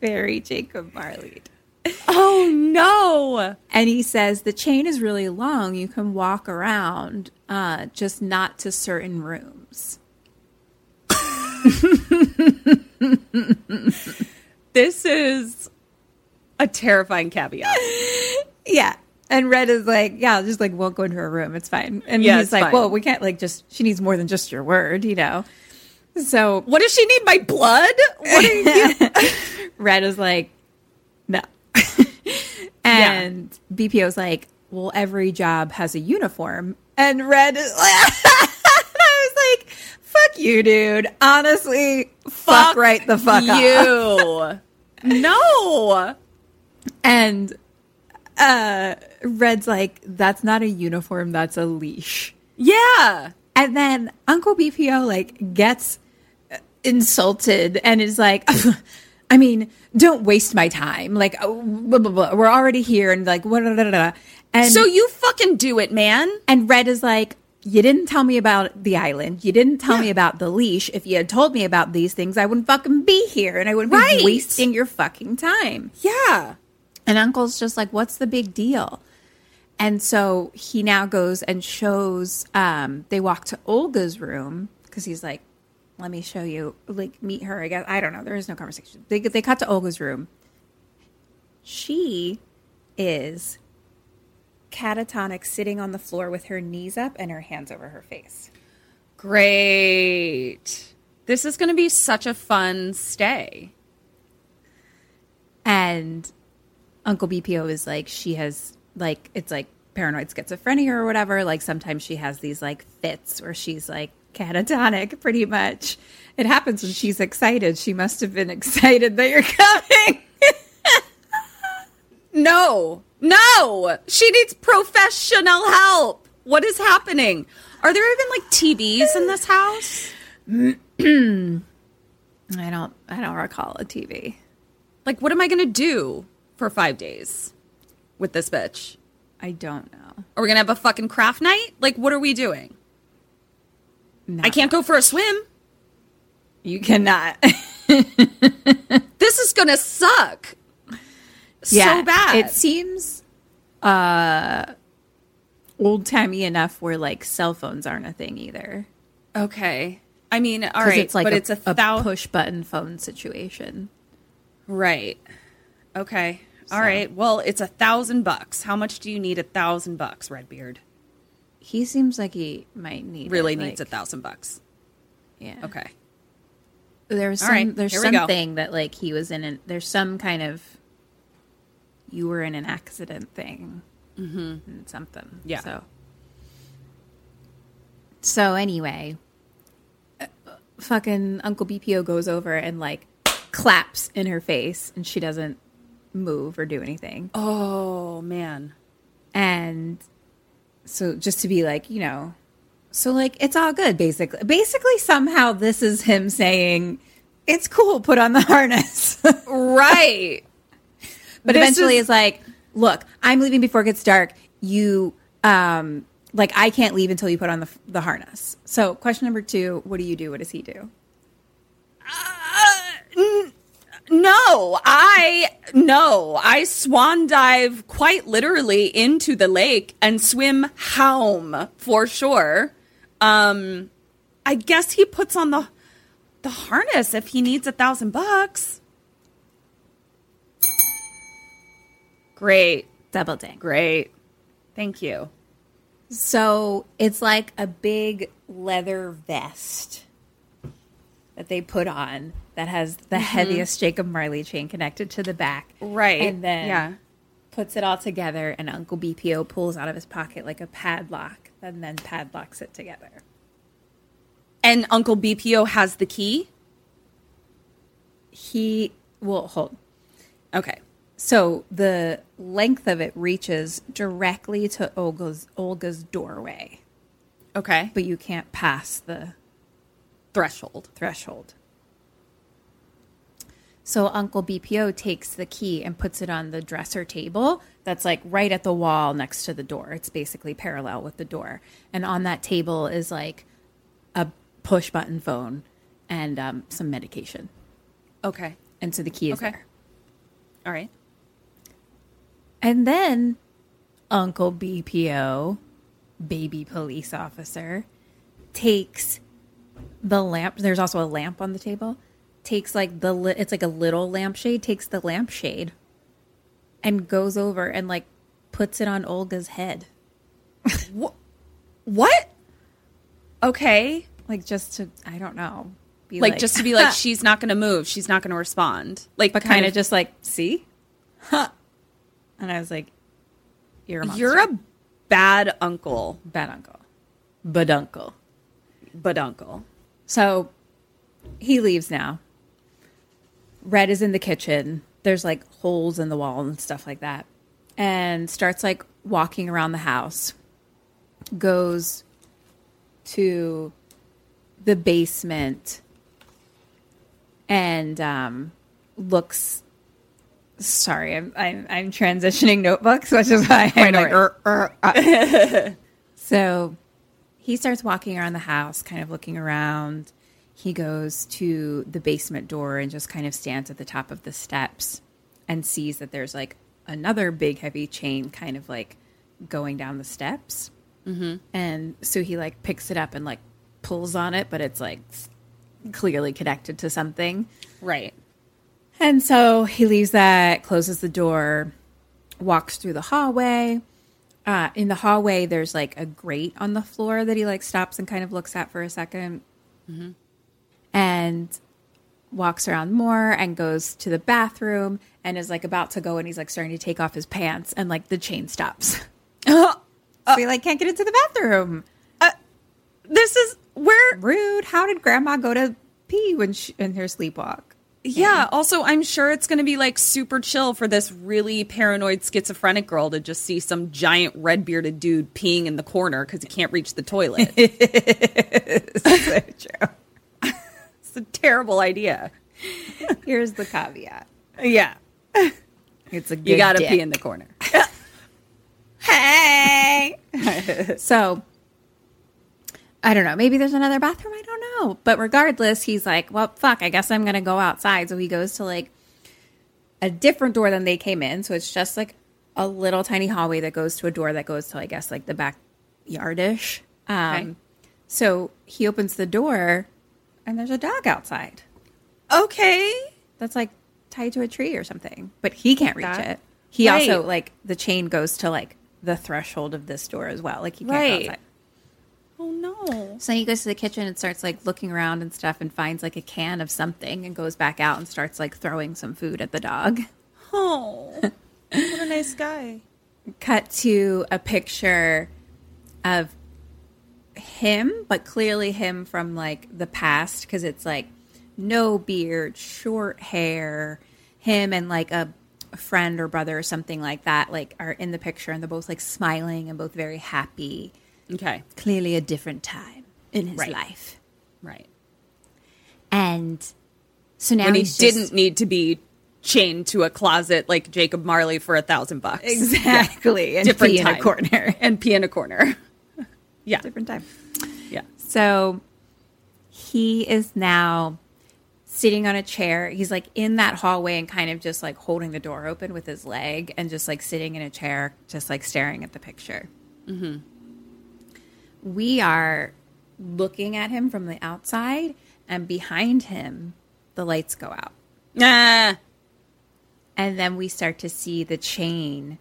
Very Jacob Marley.
Oh no.
And he says the chain is really long. You can walk around, uh, just not to certain rooms.
This is a terrifying caveat.
Yeah. And Red is like, yeah, just like won't go into her room. It's fine. And
Yeah,
he's
it's
like,
fine.
well, we can't like just. She needs more than just your word, you know. So
What does she need? My blood? What are you?
Red is like, no. and BPO's like, well, every job has a uniform. and red is I was like, fuck you, dude. Honestly, fuck, right the fuck up.
you. no.
And uh, Red's like, that's not a uniform, that's a leash.
Yeah.
And then Uncle BPO like gets insulted and is like, I mean, don't waste my time. Like, oh, blah, blah, blah. we're already here, and like, blah, blah, blah, blah. and
So you fucking do it, man.
and Red is like, you didn't tell me about the island. You didn't tell me about the leash. If you had told me about these things, I wouldn't fucking be here, and I wouldn't
Right.
be wasting your fucking time.
Yeah.
And Uncle's just like, what's the big deal? And so he now goes and shows, um, they walk to Olga's room because he's like, let me show you, like, meet her. I guess, I don't know. There is no conversation. They, they cut to Olga's room. She is catatonic, sitting on the floor with her knees up and her hands over her face.
Great. This is going to be such a fun stay.
And Uncle BPO is like, she has like it's like paranoid schizophrenia or whatever. Like sometimes she has these like fits where she's like catatonic, pretty much. It happens when she's excited. She must have been excited that you're coming.
No. No. She needs professional help. What is happening? Are there even like TVs in this house?
I don't I don't recall a TV.
Like, what am I going to do for five days with this bitch?
I don't know.
Are we going to have a fucking craft night? Like, what are we doing? I can't go for a swim.
You cannot.
This is going to suck. so bad.
It seems uh old timey enough where like cell phones aren't a thing either.
Okay. I mean, all
'Cause
right,
it's like
but
a,
it's a,
a
thou-
push button phone situation.
Right. Okay. All right. Well, it's a thousand bucks. How much do you need a thousand bucks, Redbeard?
He seems like he might need
Really
it,
needs a
like-
thousand bucks.
Yeah.
Okay.
There's
All
some.
right,
There's
here we go.
something that like he was in. An, there's some kind of. You were in an accident thing. Mm-hmm. And something.
Yeah.
So. So anyway. uh, Fucking Uncle BPO goes over and like claps in her face, and she doesn't move or do anything.
Oh man.
and so just to be like you know so like it's all good basically basically somehow this is him saying it's cool put on the harness but
Right. This
eventually
is-
it's like look i'm leaving before it gets dark you um like i can't leave until you put on the, the harness so question number two what do you do what does he do
No, I no, I swan dive quite literally into the lake and swim home for sure. Um, I guess he puts on the the harness if he needs a thousand bucks. Great,
double dang
great, thank you.
So it's like a big leather vest that they put on that has the heaviest Jacob Marley chain connected to the back.
Mm-hmm. Right,
And then
yeah.
puts it all together and Uncle BPO pulls out of his pocket like a padlock and then padlocks it together.
And Uncle BPO has the key.
He will hold.
Okay,
So the length of it reaches directly to Olga's Olga's doorway,
okay.
but you can't pass the
Threshold.
threshold. So Uncle BPO takes the key and puts it on the dresser table that's like right at the wall next to the door. It's basically parallel with the door. And on that table is like a push button phone and um, some medication.
Okay,
And so the key is
Okay.
there.
all right.
And then Uncle BPO, baby police officer, takes the lamp. There's also a lamp on the table. Takes like the li- it's like a little lampshade. Takes the lampshade and goes over and like puts it on Olga's head,
What? Okay.
like just to I don't know, be
like, just to be like she's not going to move she's not going to respond like
but kind of just like see, huh? And I was like, you're a monster.
you're a bad uncle
bad uncle. Baduncle.
But uncle.
So he leaves now. Red is in the kitchen. There's like holes in the wall and stuff like that. And starts like walking around the house. Goes to the basement and um, looks. Sorry, I'm, I'm I'm transitioning notebooks, which is why I'm like, so he starts walking around the house, kind of looking around. He goes to the basement door and just kind of stands at the top of the steps and sees that there's like another big heavy chain kind of like going down the steps. Mm-hmm. And so he like picks it up and like pulls on it, but it's like s- clearly connected to something.
Right.
And so he leaves that, closes the door, walks through the hallway. Uh, in the hallway, there's like a grate on the floor that he like stops and kind of looks at for a 2nd
Mm-hmm.
and walks around more and goes to the bathroom and is like about to go and he's like starting to take off his pants and like the chain stops.
Uh,
so he like can't get into the bathroom.
This is where
Rude. How did grandma go to pee when she, in her sleepwalk?
Yeah. Also, I'm sure it's going to be like super chill for this really paranoid schizophrenic girl to just see some giant red bearded dude peeing in the corner because he can't reach the toilet. so true. it's a terrible idea.
Here's the caveat.
Yeah.
It's a good
You got to
dick.
pee in the corner.
Hey. so I don't know. Maybe there's another bathroom. I don't know. But regardless, he's like, well, fuck, I guess I'm going to go outside. So he goes to like a different door than they came in. So it's just like a little tiny hallway that goes to a door that goes to, I guess, like the backyardish. Um,
Okay.
So he opens the door and there's a dog outside
Okay.
that's like tied to a tree or something, but he can't reach
That-
it. He
Right.
also like the chain goes to like the threshold of this door as well. Like he can't go
Right.
outside.
Oh, no.
So then he goes to the kitchen and starts like looking around and stuff and finds like a can of something and goes back out and starts like throwing some food at the dog.
Oh. What a nice guy.
Cut to a picture of him, but clearly him from like the past because it's like no beard, short hair. Him and like a friend or brother or something like that, like are in the picture and they're both like smiling and both very happy.
Okay.
Clearly a different time in his
Right.
life.
Right.
And so now
And he
he's just-
didn't need to be chained to a closet like Jacob Marley for a thousand bucks.
exactly and
Different
pee in a
time.
corner.
And pee in a corner. yeah.
Different time.
Yeah.
So he is now sitting on a chair. He's like in that hallway and kind of just like holding the door open with his leg and just like sitting in a chair, just like staring at the picture.
Mm-hmm.
We are looking at him from the outside, and behind him, the lights go out.
Ah.
And then we start to see the chain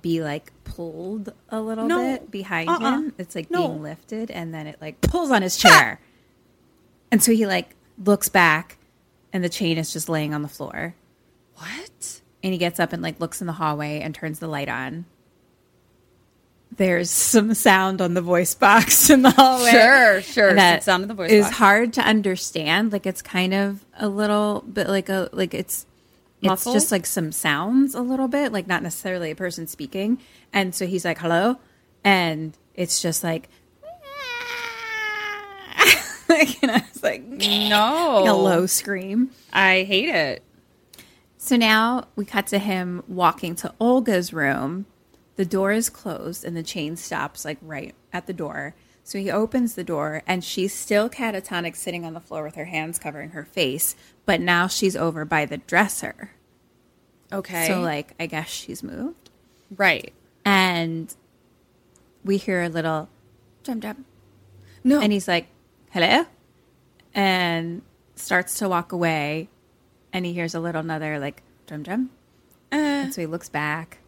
be like pulled a little
No.
bit behind
Uh-uh.
him. It's like
No.
being lifted and then it like pulls on his chair. and so he like looks back and the chain is just laying on the floor.
What?
And he gets up and like looks in the hallway and turns the light on. There's some sound on the voice box in the hallway.
Sure, sure. Some
That
sound in the voice
is
box.
hard to understand. Like it's kind of a little bit like a like it's
Muffled?
it's just like some sounds a little bit, like not necessarily a person speaking. And so he's like, "Hello," and it's just like, like and I was like,
No.
like a low scream.
I hate it.
So now we cut to him walking to Olga's room. The door is closed and the chain stops like right at the door. So he opens the door and she's still catatonic sitting on the floor with her hands covering her face, but now she's over by the dresser.
Okay.
So like I guess she's moved.
right.
And we hear a little drum drum
No.
and he's like, "Hello," and starts to walk away, and he hears a little another like drum drum,
Uh.
and so he looks back.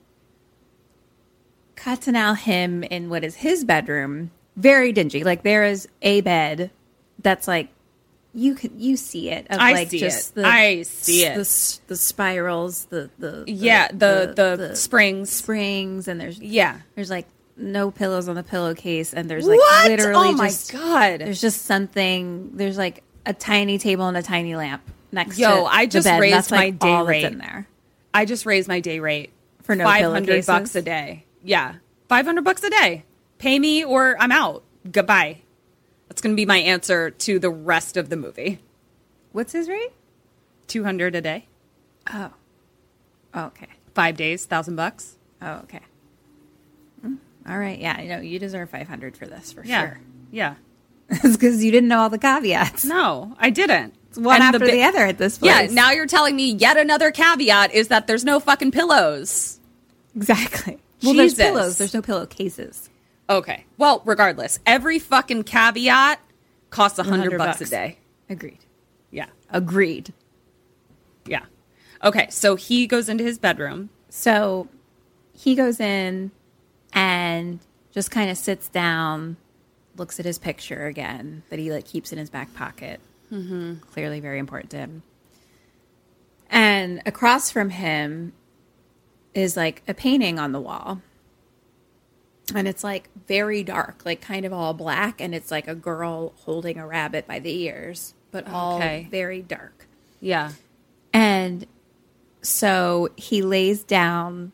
Cuts and now him in what is his bedroom, very dingy. Like there is a bed that's like you can you see it. Of,
I
like,
see
just
it.
The,
I see it.
The, s- the spirals, the the
yeah, the the, springs.
springs, and there's
yeah.
there's like no pillows on the pillowcase, and there's like
What?
literally
oh my
just
god.
there's just something. There's like a tiny table and a tiny lamp next.
Yo,
to
I
the
just
bed, and
raised
that's, like,
my day
all that's
rate.
in there.
I just raised my day rate
For no
500 bucks
pillowcases?
a day. Yeah. 500 bucks a day. Pay me or I'm out. Goodbye. That's going to be my answer to the rest of the movie.
What's his rate?
200 a day.
Oh, okay.
5 days, 1000 bucks.
Oh, okay. Mm, All right. Yeah, you know you deserve five hundred for this for
Yeah.
sure.
Yeah.
it's because you didn't know all the caveats.
No, I didn't.
One
And
after the,
bi-
other at this
Yeah,
place.
now you're telling me yet another caveat is that there's no fucking pillows.
exactly. Well,
Jesus.
there's pillows. There's no pillowcases.
Okay. Well, regardless, every fucking caveat costs a hundred bucks a
bucks.
day.
Agreed.
Yeah.
Agreed.
Yeah. Okay. So he goes into his bedroom.
So he goes in and just kind of sits down, looks at his picture again that he like keeps in his back pocket. Clearly, very important to him. And across from him is like a painting on the wall. And it's like very dark, like kind of all black. And it's like a girl holding a rabbit by the ears, but all
Okay.
very dark.
Yeah.
And so he lays down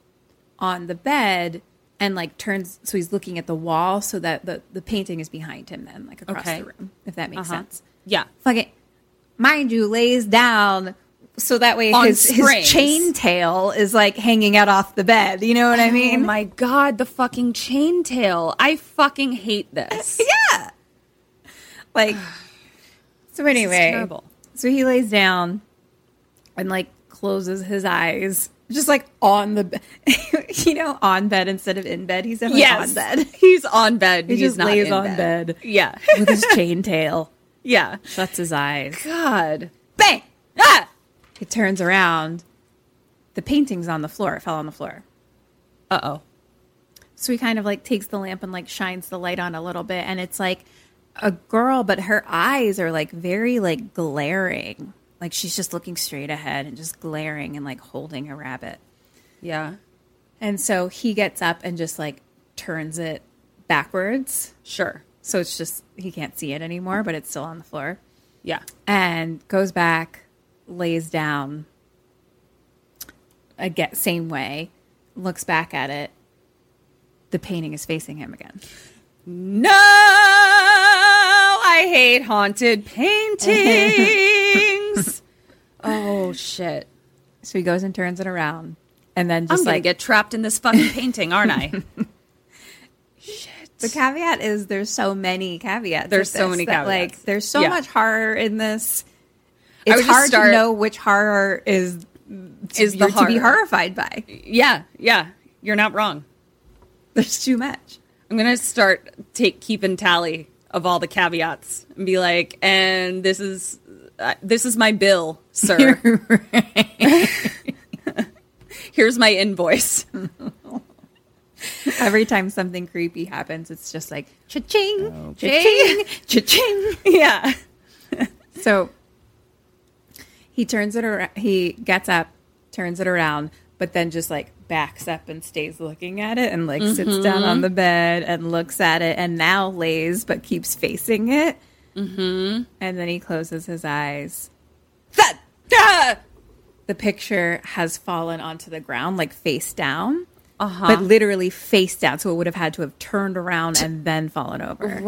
on the bed and like turns so he's looking at the wall so that the, the painting is behind him then, like across
Okay. Uh-huh.
the room, if that makes sense.
Yeah.
Fucking mind you, lays down so that way
On
his, his
springs.
chain tail is like hanging out off the bed. You know what I
Oh
mean?
my god, the fucking chain tail. I fucking hate this.
yeah. Like so anyway.
terrible.
So he lays down and like closes his eyes, just like on the, be- you know, on bed instead of in bed. He's definitely on bed.
He's on bed.
He
He's
just
not
lays
in
on bed.
Yeah.
with his chain tail.
yeah.
Shuts his eyes.
God.
Bang! Ah! He turns around. The painting's on the floor. It fell on the floor.
Uh oh.
So he kind of like takes the lamp and like shines the light on a little bit, and it's like a girl, but her eyes are like very like glaring. Like she's just looking straight ahead and just glaring and like holding a rabbit.
Yeah.
And so he gets up and just like turns it backwards.
Sure.
So it's just, he can't see it anymore, but it's still on the floor.
Yeah.
And goes back, lays down again, same way, looks back at it. The painting is facing him again.
No, I hate haunted paintings. oh shit!
So he goes and turns it around. And then
I'm
just
gonna
like
get trapped in this fucking painting, aren't I?
the caveat is there's so many caveats.
There's
with
so
this
many
that,
caveats.
Like there's so
Yeah.
much horror in this.
I would
It's
just
hard
start-
to know which horror is to,
Is the
you're to be
horror.
horrified by.
yeah, yeah. You're not wrong.
There's too much.
I'm gonna start take keep and tally of all the caveats and be like, and this is uh, this is my bill, sir. Here's my invoice.
Every time something creepy happens, it's just like cha-ching, cha-ching, Oh. cha-ching.
Yeah.
So he turns it around. He gets up, turns it around, but then just like backs up and stays looking at it and like sits down on the bed and looks at it and now lays but keeps facing it. Mm-hmm. And then he closes his eyes. Thud! Ah! The picture has fallen onto the ground, like face down. Uh-huh. But literally face down, so it would have had to have turned around and then fallen over.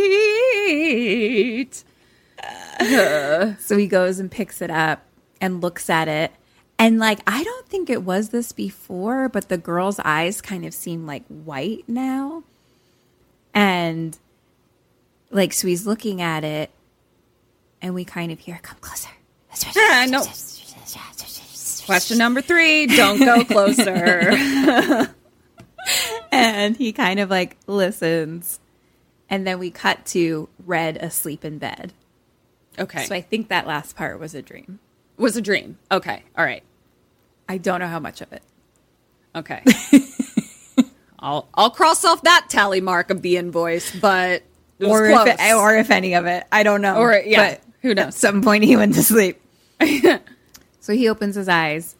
Right.
So he goes and picks it up and looks at it. And like, I don't think it was this before, but the girl's eyes kind of seem like white now. And like, so he's looking at it and we kind of hear, come closer.
Ah, no. Question number three. Don't go closer.
And he kind of like listens. And then we cut to Red asleep in bed.
okay.
So I think that last part was a dream.
was a dream. Okay. All right.
I don't know how much of it.
Okay. I'll I'll cross off that tally mark of the invoice, but it was
or
close.
if it, or if any of it. I don't know.
Or, yeah, who knows?
At some point, he went to sleep. so he opens his eyes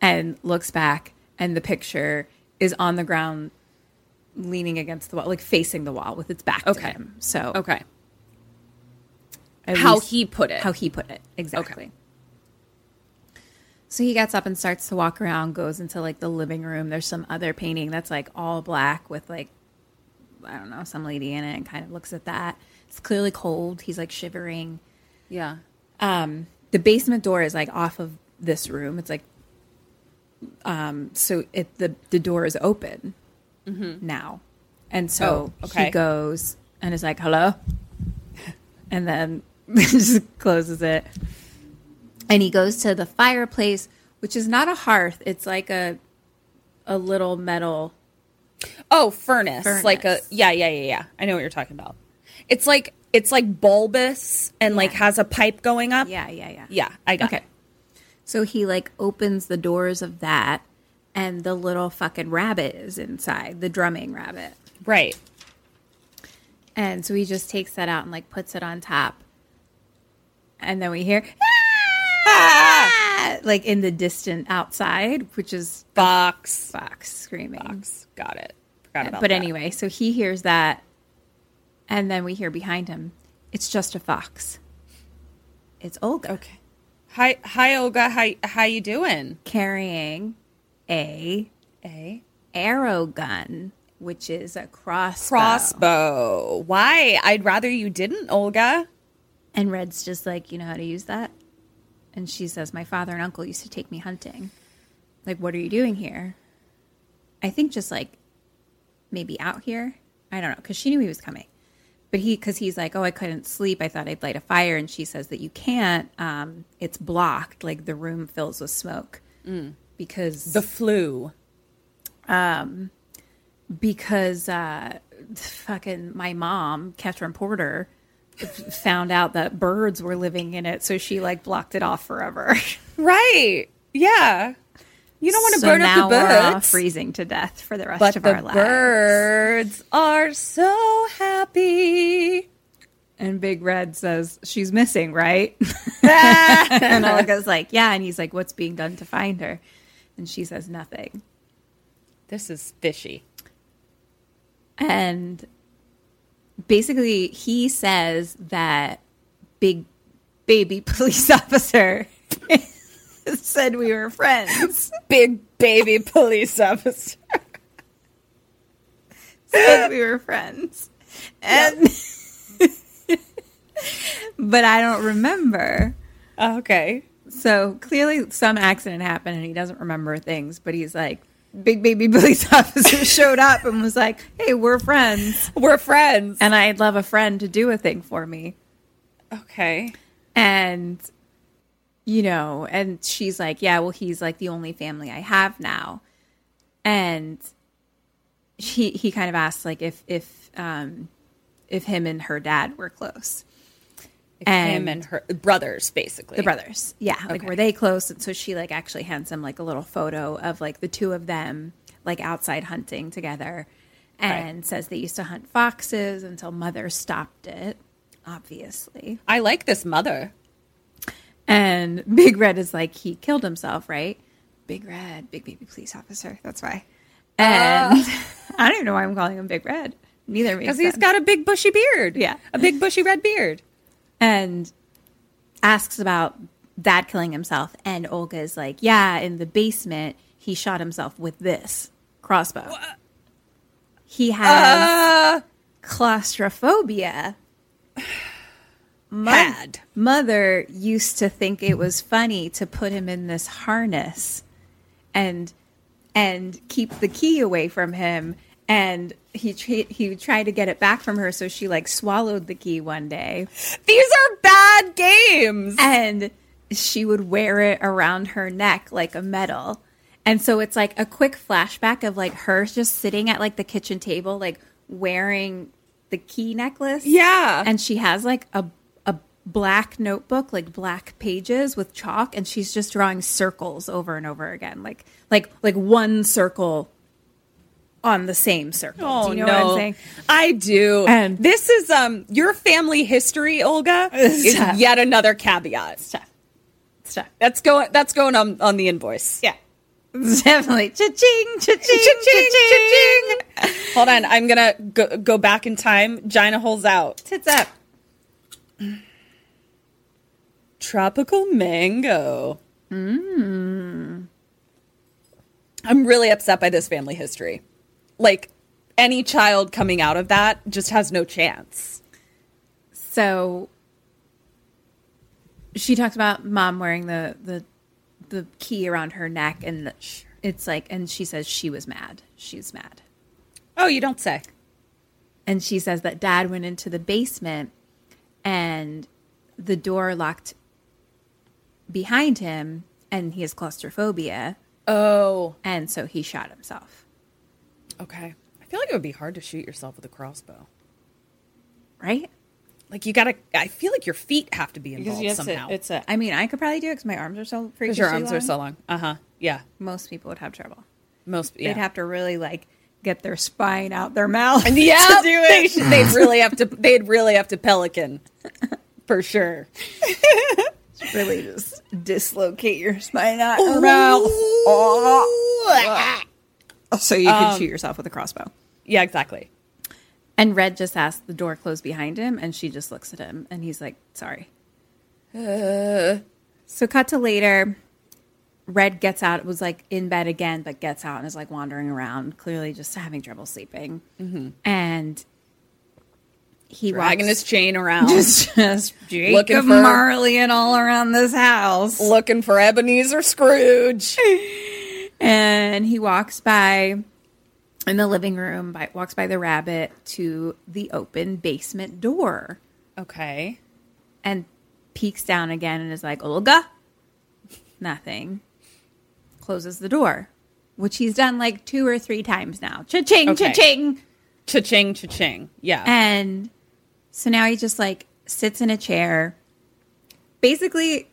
and looks back, and the picture is on the ground, leaning against the wall, like facing the wall with its back
Okay.
to him. So
Okay.
at
How
least-
he put it.
how he put it exactly. So he gets up and starts to walk around, goes into like the living room. There's some other painting that's like all black with like I don't know some lady in it, and kind of looks at that. It's clearly cold. He's like shivering.
Yeah.
the basement door is like off of this room. It's like, um, so it the the door is open now, and so
Oh, okay.
he goes and is like, "Hello," and then just closes it. And he goes to the fireplace, which is not a hearth. It's like a a little metal.
Oh, furnace. Like a
Furnace.
yeah, yeah, yeah, yeah. I know what you're talking about. It's like it's like bulbous and like has a pipe going up.
Yeah, yeah, yeah,
Yeah, I got
Okay.
it.
So he like opens the doors of that, and the little fucking rabbit is inside, the drumming rabbit.
Right.
And so he just takes that out and like puts it on top. And then we hear "Ah!" like in the distant outside, which is
Box.
Fox screaming.
Box. Got it. Forgot about
But
that.
anyway, so he hears that. And then we hear behind him, it's just a fox. It's Olga
Okay. Hi hi Olga, how how you doing?
carrying a
A
arrow gun, which is a crossbow.
crossbow. Why? I'd rather you didn't, Olga.
And Red's just like, you know how to use that? And she says, My father and uncle used to take me hunting. Like, what are you doing here? I think just like maybe out here. I don't know, because she knew he was coming. But he, because he's like, Oh, I couldn't sleep. I thought I'd light a fire. And she says that you can't. Um, it's blocked. Like, the room fills with smoke. Because
The flu.
because uh, fucking my mom, Catherine Porter, f- found out that birds were living in it, so she like blocked it off forever.
Right. Yeah. You don't want to
so
burn
now
up the
we're all
birds.
freezing to death for the rest
but
of
the
our lives.
birds are so happy.
And Big Red says she's missing, right? and Olga's like, yeah. And he's like, what's being done to find her? And she says nothing.
This is fishy.
And basically, he says that big baby police officer said we were friends.
Big baby police officer.
said we were friends. And but I don't remember.
Okay.
Oh, So clearly, some accident happened, and he doesn't remember things. But he's like, big baby police officer showed up and was like, "Hey, we're friends,
We're friends.
and I'd love a friend to do a thing for me."
Okay.
and you know and she's like yeah well he's like the only family i have now and he he kind of asks like if if um if him and her dad were close
Him and her brothers, basically.
the brothers yeah like were they close and so she like actually hands him like a little photo of like the two of them like outside hunting together and says they used to hunt foxes until mother stopped it obviously
I like this mother.
And Big Red is like, he killed himself, right? Big Red, big baby police officer. That's why. Uh. And I don't even know why I'm calling him Big Red. Neither makes
Because
sense.
he's got a big bushy beard.
Yeah.
A big bushy red beard.
and asks about dad killing himself. And Olga's like, yeah, in the basement, he shot himself with this crossbow. He has claustrophobia.
Mad.
mother used to think it was funny to put him in this harness and and keep the key away from him and he tr- he tried to get it back from her so she like swallowed the key one day
These are bad games.
and she would wear it around her neck like a medal. And so it's like a quick flashback of like her just sitting at like the kitchen table, like wearing the key necklace.
Yeah.
And she has like a a black notebook, like black pages with chalk, and she's just drawing circles over and over again. Like like like one circle on the same circle.
Oh,
Do you know what I'm saying?
I do.
And-
this is um your family history, Olga, is
tough.
yet another caveat.
Stuff. Stuff.
That's going that's going on on the invoice.
Yeah. Definitely. Cha-ching, cha-ching,
Cha-ching,
cha-ching.
Hold on, I'm gonna go, go back in time. Gina holes out.
Tits up.
Tropical mango.
Hmm.
Mm. I'm really upset by this family history. Like any child coming out of that just has no chance.
So she talks about mom wearing the the the key around her neck and it's like and she says she was mad. She's mad.
Oh, you don't say.
And she says that dad went into the basement and the door locked behind him and he has claustrophobia
Oh,
and so he shot himself.
okay. I feel like it would be hard to shoot yourself with a crossbow.
Right?
Like you gotta. I feel like your feet have to be
Because
involved
yes, it,
somehow.
it's a
I mean, I could probably do it because my arms are so freakishly
because your arms are
long.
so long. Uh huh. Yeah.
Most people would have trouble.
Most. Yeah.
They'd have to really like get their spine out their mouth.
yeah, They should, they'd really have to. They'd really have to pelican, for sure.
really just dislocate your spine out your mouth.
Ah.
Oh. So you can
Um,
shoot yourself with a crossbow.
Yeah, exactly.
And Red just asked the door closed behind him, and she just looks at him, and he's like, "Sorry." So cut to later. Red gets out. Was like in bed again, but gets out and is like wandering around, clearly just having trouble sleeping. And he
Mm-hmm. Dragging
walks,
his chain around,
just, just Jacob
for-
Marley and all around this house.
looking for Ebenezer Scrooge.
and he walks by in the living room by walks by the rabbit to the open basement door
Okay.
and peeks down again and is like olga nothing closes the door which he's done like two or three times now cha-ching
Okay.
cha-ching
Cha-ching, cha-ching. Yeah.
and so now he just like sits in a chair basically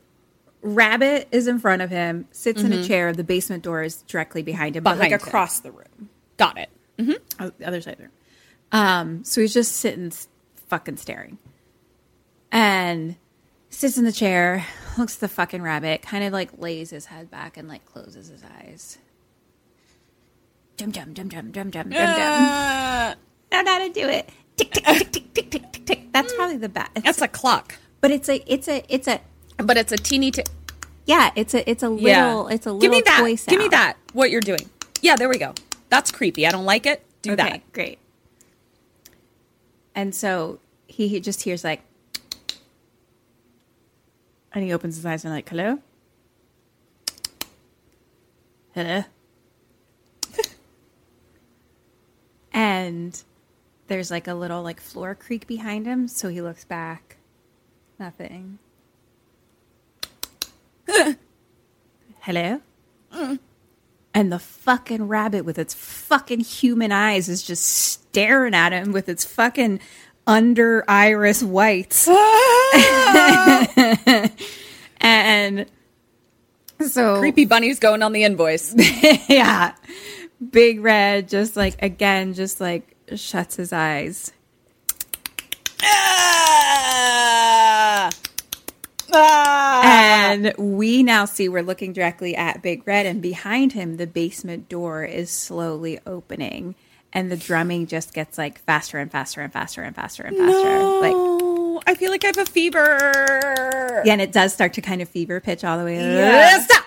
rabbit is in front of him sits in a chair the basement door is directly behind him but
Mm-hmm. Behind
like
him.
across the room
Got it.
Oh, the other side of the room. Um, so he's just sitting, s- fucking staring, and sits in the chair, looks at the fucking rabbit, kind of like lays his head back and like closes his eyes. Dum dum dum dum dum dum dum dum. Know how to do it. Tick tick tick tick tick tick tick tick. That's probably the best.
Mm. That's a clock,
but it's a it's a it's a
but it's a teeny. T-
yeah it's a it's a little it's a little
Give me that.
toy
Give me
sound.
that. What you're doing? Yeah. There we go. That's creepy. I don't like it. Do that.
Great. And so he, he just hears like, and he opens his eyes and like, hello, hello, and there's like a little like floor creak behind him. So he looks back, nothing. hello. And the fucking rabbit with its fucking human eyes is just staring at him with its fucking under iris whites. and so
Creepy bunny's going on the invoice.
yeah. Big Red just like again just like shuts his eyes.
Ah! Ah!
And we now see we're looking directly at Big Red, and behind him, the basement door is slowly opening, and the drumming just gets like faster and faster and faster and faster and faster. Like,
Oh, I feel like I have a fever.
yeah, and it does start to kind of fever pitch all the way.
Yeah.
Stop!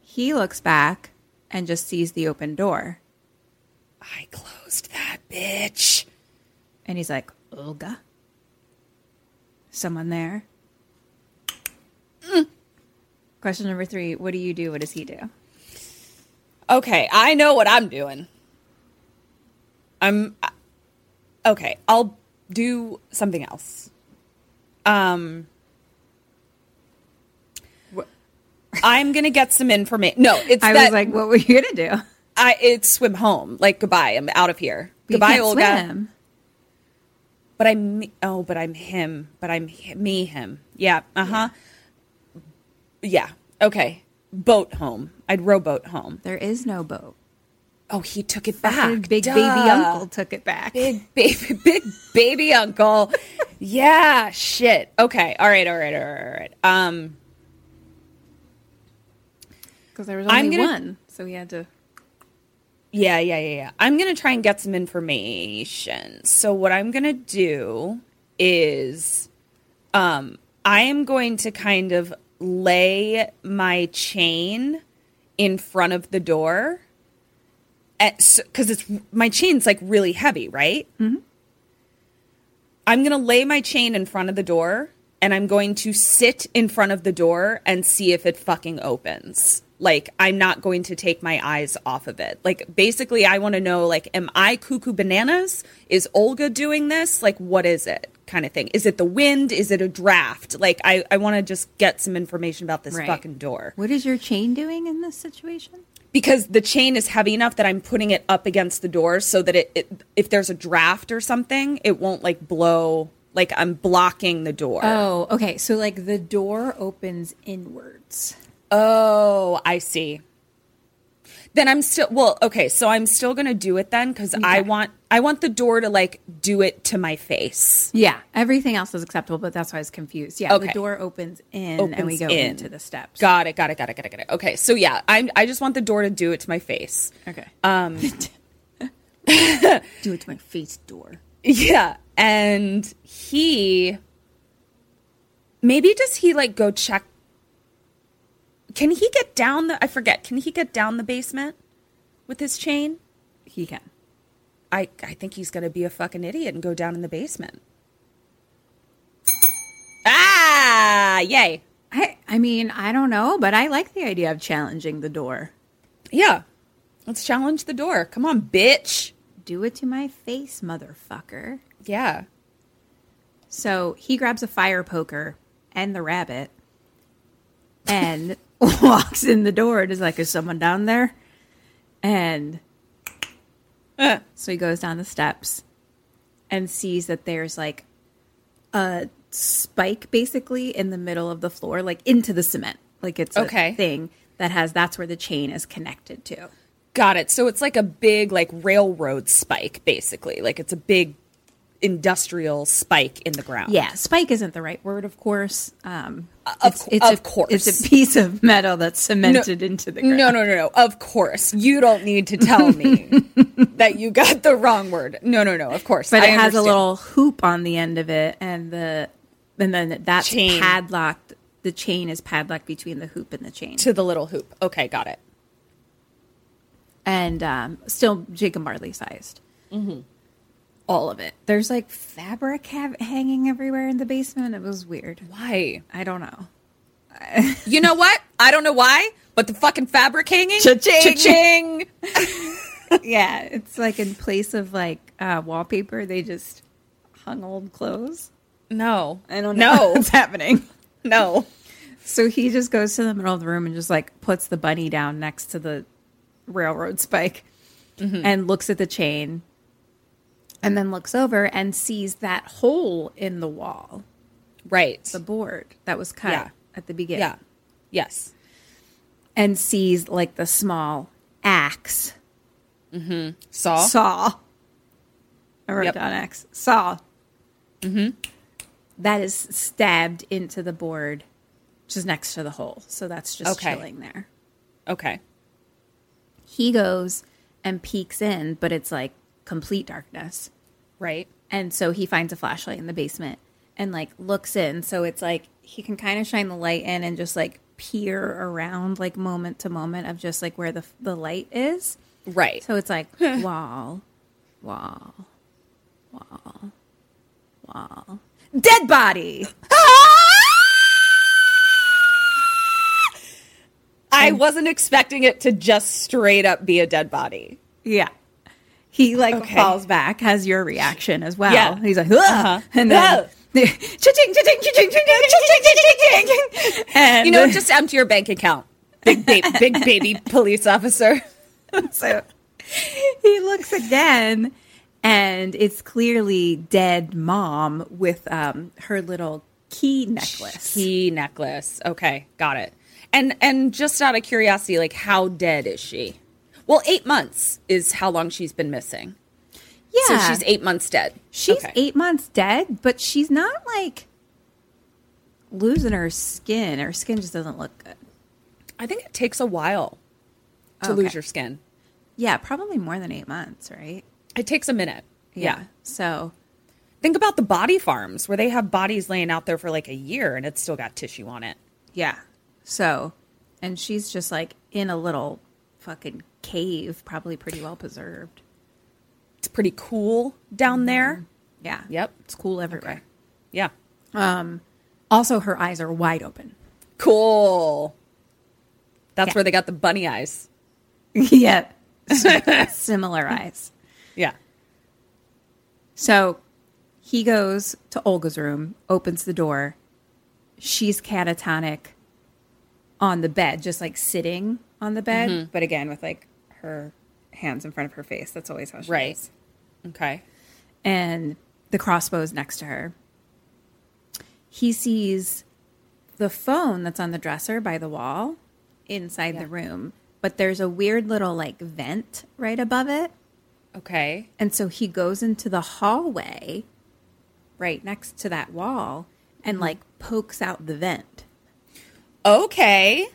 he looks back and just sees the open door,
I closed that bitch.
and he's like, Olga? Someone there? Question number three What do you do? What does he do?
Okay, I know what I'm doing. I'm I- okay. I'll do something else. Um, I'm gonna get some information. No, it's
I
that
was like, what were you gonna do?
I it's swim home. Like goodbye. I'm out of here. goodbye, Olga.
Swim.
But I'm me- oh, but I'm him. But I'm hi- me him. Yeah. Uh huh. Yeah. Okay. Boat home. I'd rowboat home.
There is no boat.
Oh, he took it
Your
back.
big
Duh.
baby uncle took it back.
Big baby. Big baby uncle. yeah. Shit. Okay. All right. All right. All right. All right. Um.
because there was
I'm
only
gonna-
one, so we had to.
Yeah, yeah, yeah, yeah. I'm going to try and get some information. So what I'm going to do is um I am going to kind of lay my chain in front of the door because it's my chain's like really heavy, right? Mm-hmm. I'm going to lay my chain in front of the door and I'm going to sit in front of the door and see if it fucking opens. Like I'm not going to take my eyes off of it. Like basically I want to know like am I cuckoo bananas? Is Olga doing this? Like what is it? kind of thing. Is it the wind? Is it a draft? Like I I want to just get some information about this
Right.
fucking door
What is your chain doing in this situation?
because the chain is heavy enough that I'm putting it up against the door so that it, it if there's a draft or something, it won't like blow. Like I'm blocking the door.
Oh, okay. So like the door opens inwards.
Oh, I see. Then I'm still well, okay, so I'm still going to do it then cuz I want I want the door to like do it to my face.
Yeah, everything else is acceptable, but that's why I was confused. Yeah,
Okay.
the door opens in, and we
Opens
go
in.
into the steps.
Got it, got it, got it, got it, got it. Okay, so yeah, I'm I just want the door to do it to my face.
Okay. Um, do it to my face door.
Yeah. And he maybe does he like go check Can he get down the I forget. Can he get down the basement with his chain?
He can.
I I think he's going to be a fucking idiot and go down in the basement. Ah, yay.
I, I mean, I don't know, but I like the idea of challenging the door.
Yeah. Let's challenge the door. Come on, bitch.
Do it to my face, motherfucker.
Yeah.
So he grabs a fire poker and the rabbit and walks in the door and is like, Is someone down there? And uh, so he goes down the steps and sees that there's like a spike basically in the middle of the floor, like into the cement. Like it's
Okay.
a thing that has that's where the chain is connected to.
Got it. So it's like a big like railroad spike basically. Like it's a big industrial spike in the ground.
Yeah, spike isn't the right word, of course. Um,
Uh, of
it's,
cou-
it's
of
a,
course.
it's a piece of metal that's cemented into the ground.
No, no, no, no. Of course. You don't need to tell me that you got the wrong word. No, no, no. Of course.
but
I
it has a
understand.
little hoop on the end of it, and the and then that's
Chain.
padlocked. The chain is padlocked between the hoop and the chain,
to the little hoop. Okay, got it.
and um, still Jacob Marley sized.
Mm-hmm.
All of it. There's like fabric ha- hanging everywhere in the basement. It was weird.
Why?
I don't know.
You know what? I don't know why, but the fucking fabric hanging.
Cha-ching.
Cha-ching.
Yeah, it's like in place of like uh, wallpaper, they just hung old clothes.
No.
I don't know
No.
what's happening.
no.
So he just goes to the middle of the room and just like puts the bunny down next to the railroad spike
Mm-hmm.
and looks at the chain and then looks over and sees that hole in the wall,
Right.
the board that was cut
Yeah.
at the beginning,
yeah. Yes.
and sees like the small axe
Saw.
saw. I wrote
Yep.
down axe saw. Mm-hmm. is stabbed into the board, which is next to the hole. So that's just
Okay.
chilling there.
Okay.
he goes and peeks in, but it's like complete darkness.
Right.
And so he finds a flashlight in the basement and like looks in. So it's like he can kind of shine the light in and just like peer around like moment to moment of just like where the the light is.
Right.
So it's like wall, wall, wall, wall. Dead body.
I wasn't expecting it to just straight up be a dead body.
Yeah. He like
Okay.
falls back, has your reaction as well.
Yeah. Uh-huh.
He's like, "Ugh," and then
Ugh.
cha-ching, cha-ching, cha-ching, cha-ching, cha-ching, cha-ching, cha-ching. and
You know, just empty your bank account. Big, ba- big baby police officer.
so he looks again, and it's clearly dead mom with um her little key necklace.
Key necklace. Okay, got it. And and just out of curiosity, like how dead is she? Well, eight months is how long she's been missing.
yeah,
So she's eight months dead.
She's
Okay.
eight months dead, but she's not like losing her skin. Her skin just doesn't look good.
I think it takes a while to
Okay.
lose your skin.
Yeah, probably more than eight months, right?
It takes a minute. yeah.
So
Think about the body farms where they have bodies laying out there for like a year and it's still got tissue on it.
Yeah. So, and she's just like in a little fucking cave, probably pretty well preserved.
It's pretty cool down there.
Yeah.
Yep.
It's cool everywhere.
Yeah.
Also, her eyes are wide open.
Cool. That's where they got the bunny eyes.
yep. Similar eyes.
Yeah.
So he goes to Olga's room, opens the door. She's catatonic on the bed, just like sitting on the bed, but again with like her hands in front of her face. That's always how she
Right.
is.
Okay.
and the crossbow is next to her. He sees the phone that's on the dresser by the wall inside the room, but there's a weird little like vent right above it.
Okay.
And so he goes into the hallway right next to that wall
Mm-hmm.
and like pokes out the vent.
Okay.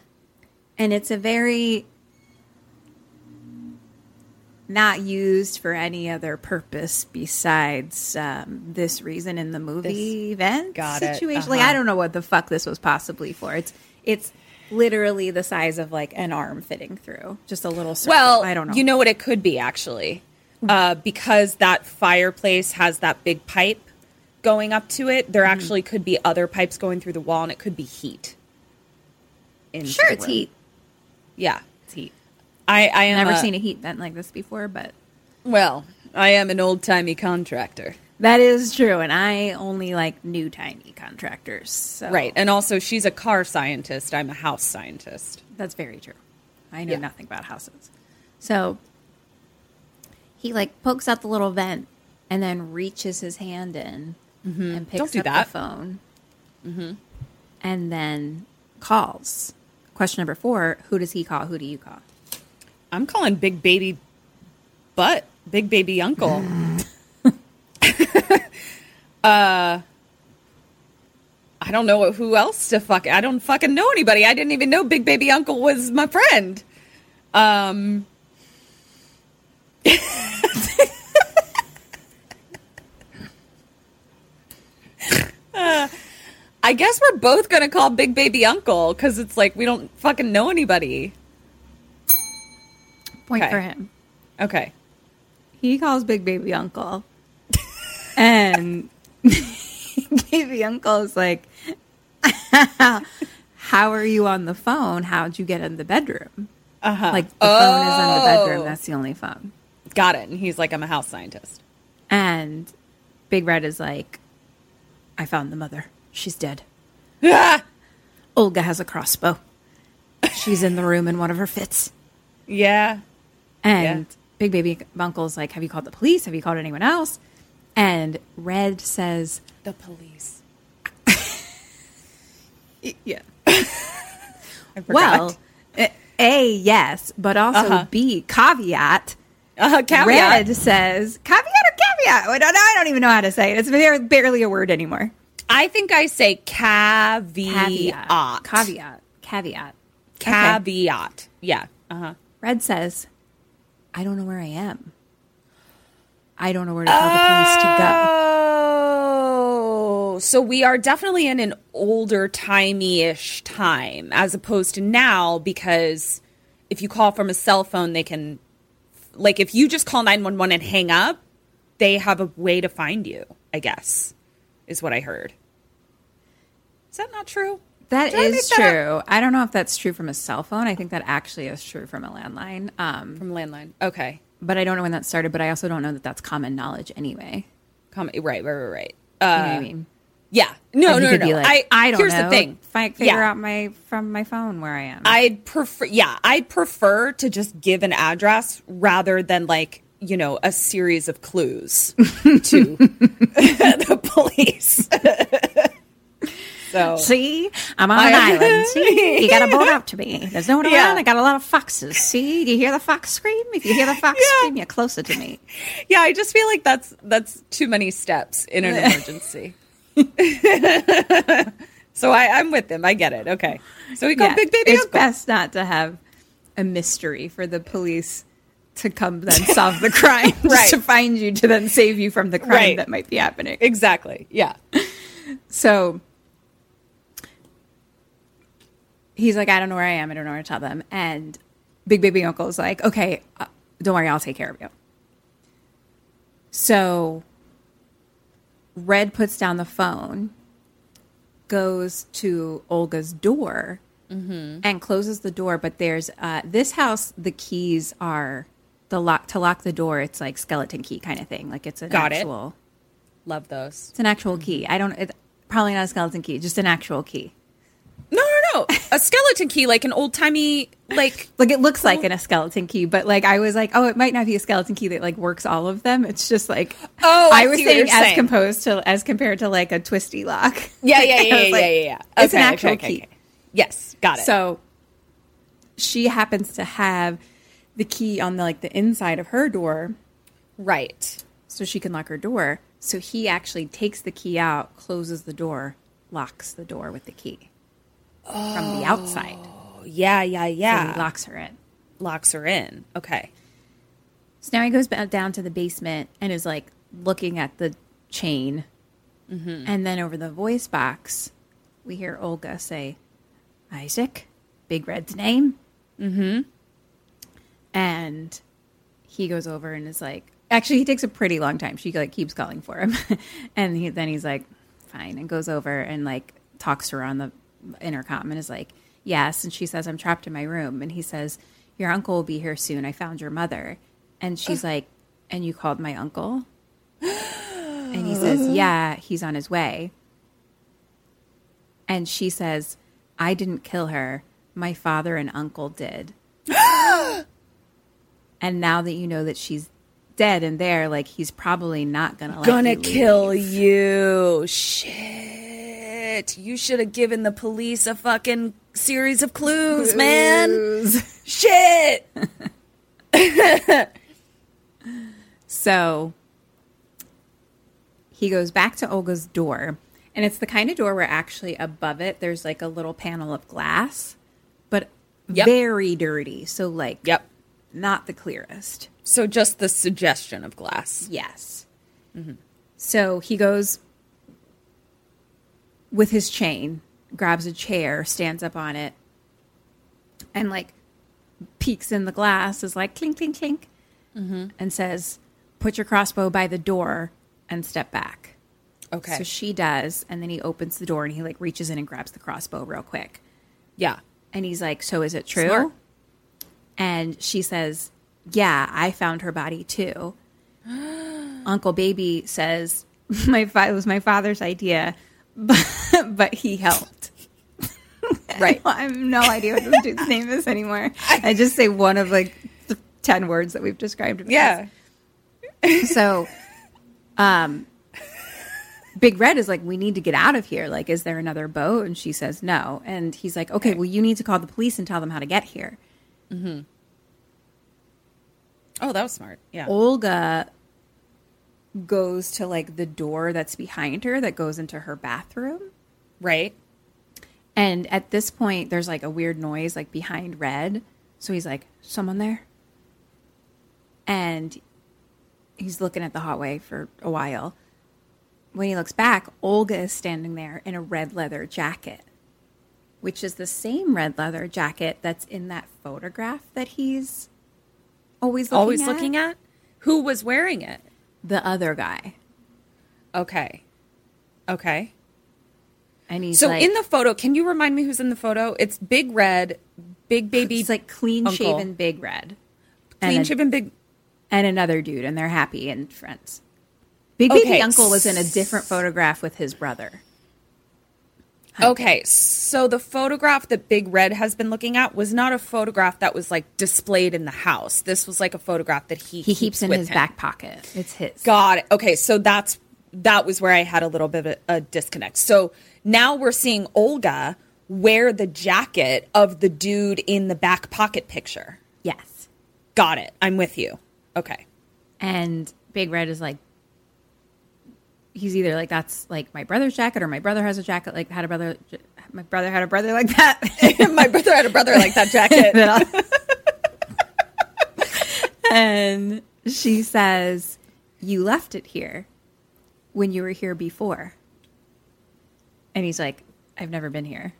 And it's a very not used for any other purpose besides um, this reason in the movie event
got it,
situation. Like I don't know what the fuck this was possibly for. It's it's literally the size of like an arm fitting through, just a little circle.
Well,
I don't know.
You know what it could be actually, uh, because that fireplace has that big pipe going up to it.
Mm-hmm.
There actually could be other pipes going through the wall, and it could be heat. into
sure
the
it's
room.
heat.
Yeah,
It's heat. Uh,
I, I am
Never
a-
seen a heat vent like this before, but
Well, I am an old timey contractor,
that is true. And I only like new tiny contractors, so
right? And also, she's a car scientist. I'm a house scientist.
That's very true. I know nothing about houses. So he like pokes out the little vent and then reaches his hand in and picks
Mm-hmm. Don't do
up
that. Mm-hmm.
the phone. And then calls. Question number four Who does he call? Who do you call?
I'm calling Big Baby Butt, Big Baby Uncle. uh, Uh, I don't know who else to fuck. I don't fucking know anybody. I didn't even know Big Baby Uncle was my friend. Um, Uh, I guess we're both gonna call Big Baby Uncle because it's like we don't fucking know anybody.
Point
Okay.
for him.
Okay.
He calls Big Baby Uncle. and Baby Uncle is like, How are you on the phone? How'd you get in the bedroom? Uh-huh. Like the phone is in the bedroom. That's the only phone.
Got it. And he's like, I'm a house scientist.
And Big Red is like, I found the mother. She's dead. Olga has a crossbow. She's in the room in one of her fits.
Yeah.
And Big Baby Uncle's like, Have you called the police? Have you called anyone else? And Red says,
The police.
Yeah.
I forgot.
Well, a- A, yes, but also B, caveat.
uh, caveat.
Red says, caveat or caveat? I don't know. I don't even know how to say it. It's bar- barely a word anymore.
I think I say caveat.
Caveat. Caveat.
Caveat. Yeah. Uh-huh.
Red says, I don't know where I am. I don't know where to tell the police to go.
Oh, so we are definitely in an older timey ish time as opposed to now because if you call from a cell phone, they can, like, if you just call 911 and hang up, they have a way to find you, I guess, is what I heard. Is that not true?
That
Did I
is
make that up?
true. I don't know if that's true from a cell phone. I think that actually is true from a landline. Um,
From landline. Okay.
but I don't know when that started, but I also don't know that that's common knowledge anyway.
Com- right, right, right, right.
You
Uh,
know what I mean?
Yeah. No,
And
no,
he
no.
could be
no.
like,
I,
don't
here's
know.
the thing.
Fi-
Yeah.
figure out my from my phone where I am.
I'd prefer, yeah, I'd prefer to just give an address rather than like, you know, a series of clues to the police. so,
See, I'm on an
I-
island. See, you got to boat up to me. There's no one
Yeah.
around. I got a lot of foxes. See, do you hear the fox scream? If you hear the fox
Yeah.
scream, you're closer to me.
yeah, I just feel like that's that's too many steps in an emergency. So I, I'm with him. I get it. Okay. So we call
Yeah,
Big Baby
It's
Uncle.
best not to have a mystery for the police to come then solve the crime, just
Right.
to find you to then save you from the crime
Right.
that might be happening.
Exactly. Yeah.
So he's like, I don't know where I am. I don't know where to tell them. And Big Baby Uncle's like, okay, uh, don't worry, I'll take care of you. So Red puts down the phone, goes to Olga's door,
Mm-hmm.
and closes the door. But there's uh, this house, the keys are the lock to lock the door. It's like skeleton key kind of thing. Like it's an
Got it. Mm-hmm.
actual.
Love those.
It's an actual key. I don't. It, probably not a skeleton key. Just an actual key.
No, no, no. A skeleton key, like an old timey, like
Like it looks like in a skeleton key, but like I was like, oh, it might not be a skeleton key that like works all of them. It's just like
Oh, I
was
see what
saying
you're
as
saying.
composed to as compared to like a twisty lock.
yeah, yeah, yeah,
I was
yeah,
like,
yeah, yeah, yeah.
It's an
Okay,
actual
okay, okay,
key.
okay. Yes, got it.
So she happens to have the key on the like the inside of her door,
right.
so she can lock her door. So he actually takes the key out, closes the door, locks the door with the key from the outside.
Yeah, yeah,
Yeah,
yeah.
he locks her in.
locks her in. Okay.
So now he goes ba- down to the basement and is like looking at the chain. And then over the voice box, we hear Olga say, Isaac, Big Red's name. Mm hmm. And he goes over and is like, actually, he takes a pretty long time. She like keeps calling for him. and he, then he's like, fine. And goes over and like talks to her on the intercom and is like, yes. And she says, I'm trapped in my room. And he says, your uncle will be here soon. I found your mother. And she's like, and you called my uncle? And he says, Yeah, he's on his way. And she says, I didn't kill her. My father and uncle did. and now that you know that she's dead and there, like he's probably not gonna let
Gonna
you leave.
kill you. Shit. You should have given the police a fucking series of clues, man. Shit.
So he goes back to Olga's door, and it's the kind of door where actually above it there's like a little panel of glass, but
Yep.
very dirty. So like
Yep.
not the clearest.
So just the suggestion of glass.
Yes. Mm-hmm. So he goes with his chain, grabs a chair, stands up on it, and like peeks in the glass, is like clink, clink, clink,
Mm-hmm.
and says, Put your crossbow by the door and step back.
Okay.
So she does. And then he opens the door and he like reaches in and grabs the crossbow real quick.
yeah.
And he's like, So is it true?
Smart.
And she says, Yeah, I found her body too. Uncle Baby says, my fa- It was my father's idea, but, but he helped.
Right.
I have no idea what this dude's name is anymore. I just say one of like the 10 words that we've described. him
Yeah.
as. So, um, Big Red is like, we need to get out of here. Like, is there another boat? And she says no. And he's like, okay, well, you need to call the police and tell them how to get here.
Oh, that was smart. Yeah.
Olga goes to like the door that's behind her that goes into her bathroom.
Right.
And at this point, there's like a weird noise like behind Red. So he's like, someone there? And he's looking at the hallway for a while. When he looks back, Olga is standing there in a red leather jacket, which is the same red leather jacket that's in that photograph that he's always looking
Always
at.
looking at who was wearing it.
the other guy.
Okay. Okay.
And he's
So
like,
in the photo, can you remind me who's in the photo? It's Big Red, Big Baby,
he's like clean shaven
Uncle.
big red. and
clean
a-
shaven Big.
and another dude, and they're happy and friends. Big
Okay.
Baby Uncle was in a different photograph with his brother.
Okay, so the photograph that Big Red has been looking at was not a photograph that was like displayed in the house. This was like a photograph that he
He keeps in
with
his
him.
back pocket. It's his.
Got it. Okay, so that's that was where I had a little bit of a disconnect. So now we're seeing Olga wear the jacket of the dude in the back pocket picture.
Yes.
Got it. I'm with you. Okay.
And Big Red is like, he's either like, that's like my brother's jacket, or my brother has a jacket, like had a brother, my brother had a brother like that.
My brother had a brother like that jacket.
and she says, You left it here when you were here before. And he's like, I've never been here.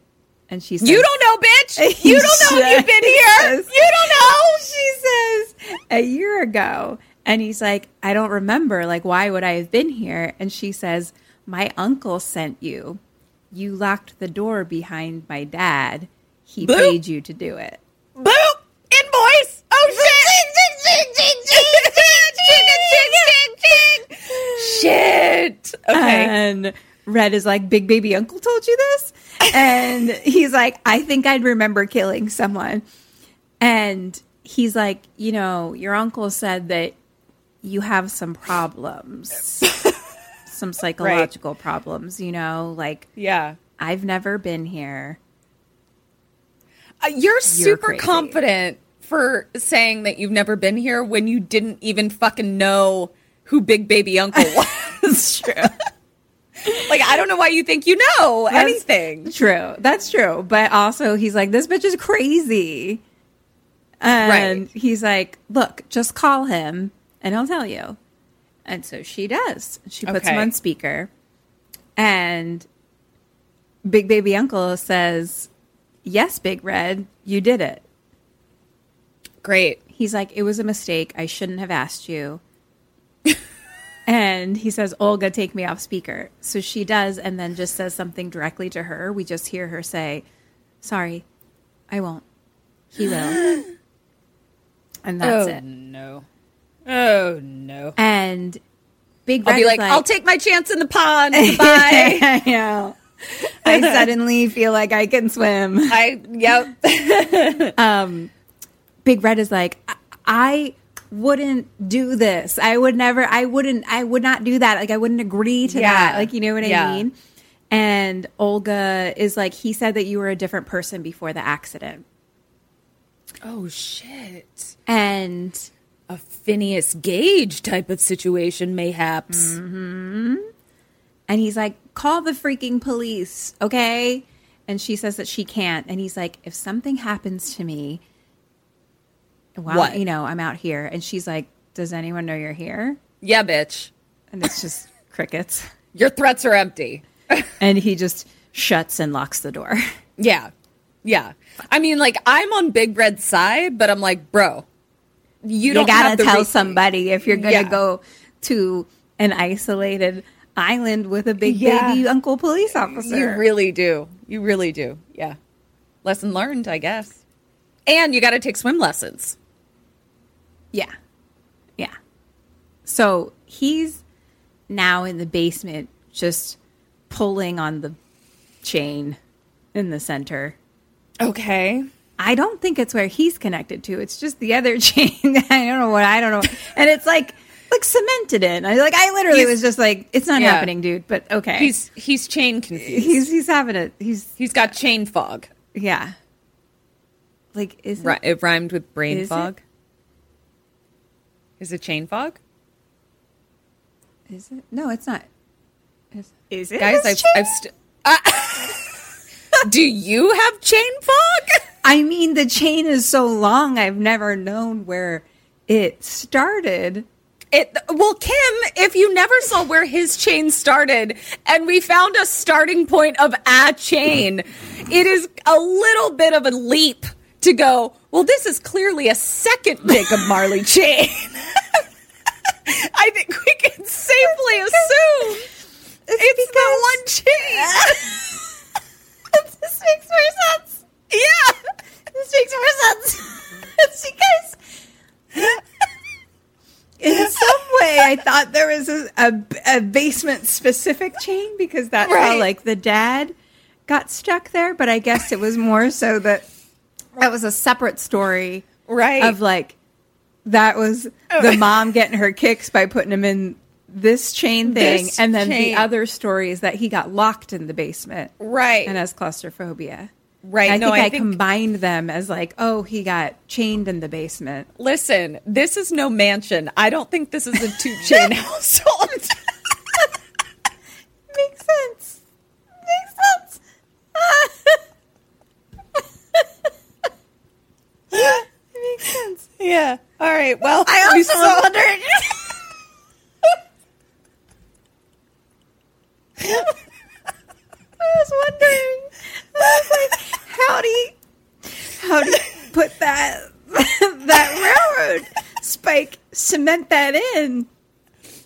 And she says,
You don't know, bitch. You don't know if you've been here.
Yes.
You don't know.
She says, A year ago. And he's like, I don't remember. Like, why would I have been here? And she says, My uncle sent you. You locked the door behind my dad. He
Boop.
paid you to do it.
Boop! Invoice! Oh shit! Shit! Okay.
And Red is like, Big baby uncle told you this? And he's like, I think I'd remember killing someone. And he's like, You know, your uncle said that you have some problems, some psychological problems, you know, like,
yeah.
I've never been here.
Uh, you're super
crazy.
confident for saying that you've never been here when you didn't even fucking know who Big Baby Uncle was. true. like I don't know why you think you know anything.
True. That's true. But also, he's like, this bitch is crazy. And
Right.
he's like, look, just call him and he'll tell you. And so she does. She puts him
Okay.
on speaker. And Big Baby Uncle says, yes, Big Red, you did it.
Great.
He's like, it was a mistake. I shouldn't have asked you. and he says, Olga, take me off speaker. So she does, and then just says something directly to her. We just hear her say, Sorry, I won't. He will. and that's it.
no. Oh no.
And Big Red
I'll be
is
like, I'll take my chance in the pond. Bye.
I know. I suddenly feel like I can swim.
I yep.
Big Red is like, I, I wouldn't do this. I would never, I wouldn't, I would not do that. Like, I wouldn't agree to
Yeah.
that. Like, you know what
Yeah.
I mean? And Olga is like, he said that you were a different person before the accident.
Oh shit.
And
A Phineas Gage type of situation, mayhaps.
and he's like, call the freaking police, okay? And she says that she can't. And he's like, if something happens to me, well,
What?
you know, I'm out here. And she's like, does anyone know you're here?
Yeah, bitch.
And it's just crickets.
Your threats are empty.
and he just shuts and locks the door.
Yeah. Yeah. I mean, like, I'm on Big Red's side, but I'm like, bro, you,
You,
don't have
gotta
the
tell
re-
somebody if you're gonna
Yeah.
go to an isolated island with a big
Yeah.
baby uncle police officer.
You really do. You really do. Yeah. Lesson learned, I guess. And you got to take swim lessons.
yeah, yeah. So he's now in the basement, just pulling on the chain in the center.
Okay.
I don't think it's where he's connected to. It's just the other chain. I don't know what I don't know. And it's like like cemented in. I like I literally
He's-
was just like, it's not
Yeah.
happening, dude. But okay,
He's he's chain confused.
he's he's having it. He's
He's got chain fog.
yeah. Like is
Ri-
it,
It rhymed with brain
Is it?
fog. Is it chain fog?
is it? No, it's not. Is, is it?
Guys,
It's
I've,
chain-
I've st- uh, do you have chain fog?
I mean, the chain is so long. I've never known where it started.
It well, Kim, if you never saw where his chain started, and we found a starting point of a chain, it is a little bit of a leap to go. Well, this is clearly a second Jacob Marley chain. I think we can safely assume it's, the one chain. this makes more sense. Yeah, this makes more sense. it's because.
in some way i thought there was a, a, basement specific chain because that's how
Right.
like the dad got stuck there but i guess it was more so that that was a separate story
Right.
of like that was
Oh.
the mom getting her kicks by putting him in this chain thing
This
and then
chain.
the other story is that he got locked in the basement
Right.
and has claustrophobia
Right.
i
No,
think
I
i,
think-
combined them as like oh he got chained in the basement
Listen, this is no mansion. I don't think this is a two chain household.
Makes sense. Makes sense.
Yeah. All right. Well,
I
we
also was
saw-
wondering.
I was wondering. I was like, how do you, how do you put that that railroad spike cement that in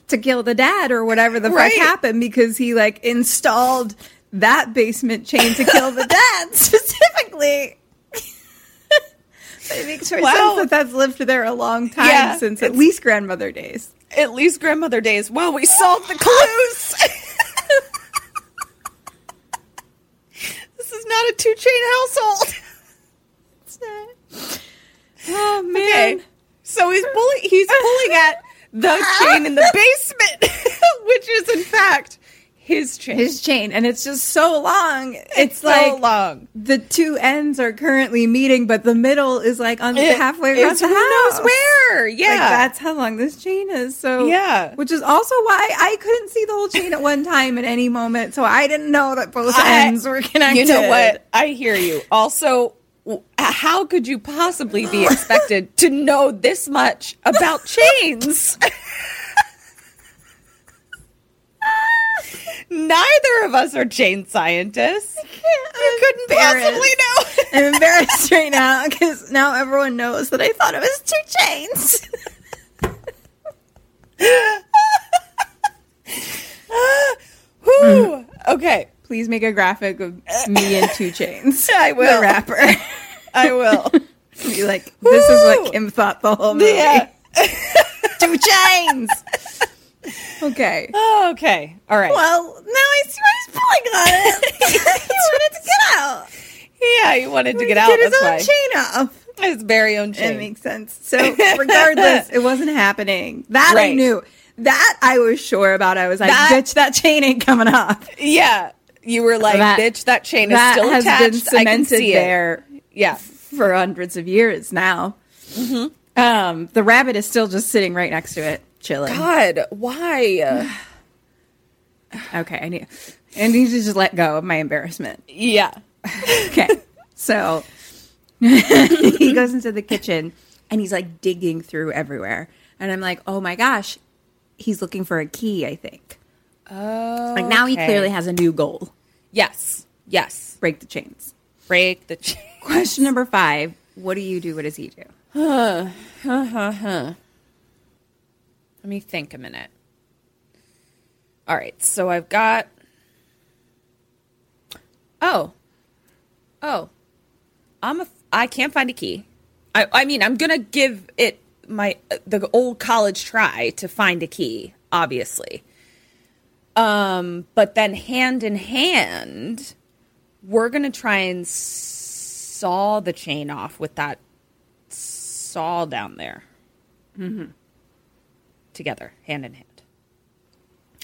to kill the dad or whatever the
Right.
fuck happened because he like installed that basement chain to kill the dad specifically. But it makes her
Wow.
sense that that's lived there a long time
Yeah,
since at least grandmother days.
At least grandmother days. Well, we solved the clues. this is not a two chain household.
Oh
Okay.
man.
So he's pulling. He's pulling at the chain in the basement, which is in fact his chain.
His chain, and it's just so long. It's,
so
like
long.
the two ends are currently meeting, but the middle is like on
It-
halfway
it's
across the
who knows
house.
where. Yeah.
Like, that's how long this chain is. So
Yeah.
which is also why I couldn't see the whole chain at one time in any moment. So I didn't know that both
I-
ends were connected.
You know what? I hear you. Also, w- how could you possibly be expected to know this much about chains? Neither of us are chain scientists. You couldn't possibly
embarrassed.
know.
I'm embarrassed right now because now everyone knows that I thought it was two chains.
Whew. Okay,
Please make a graphic of me and two chains.
I will.
The rapper.
I will.
Be like, this is
Woo!
what Kim thought the whole movie.
Yeah.
Two chains. okay.
okay. All right.
Well, now I see why he's pulling on it. he wanted to get out.
yeah, you wanted to get
He
out.
Get his
That's
own
why.
chain off.
His very own
It
chain.
makes sense. So, regardless, it wasn't happening. That I
Right.
knew. That I was sure about. I was like,
That-
bitch, that chain ain't coming off.
Yeah. You were like,
That-
bitch, that chain is
that
still
has
attached.
been
I can
cemented
see it."
there
Yeah.
for hundreds of years now.
Mm-hmm.
Um, the rabbit is still just sitting right next to it, chilling.
God, why?
Okay, I need, I need to just let go of my embarrassment.
yeah.
Okay. so he goes into the kitchen and he's like digging through everywhere. And I'm like, oh my gosh, he's looking for a key, I think. Oh. Like now he clearly has a new goal
Yes. Yes.
break the chains.
Break the chain.
Question number five What do you do? What does he do?
Let me think a minute. All right. So I've got. Oh. Oh. I'm a. f- I can't find a key. I, I mean, I'm going to give it my uh, the old college try to find a key, obviously. Um, but then hand in hand, we're going to try and saw the chain off with that saw down there
Mm-hmm.
together, hand in hand.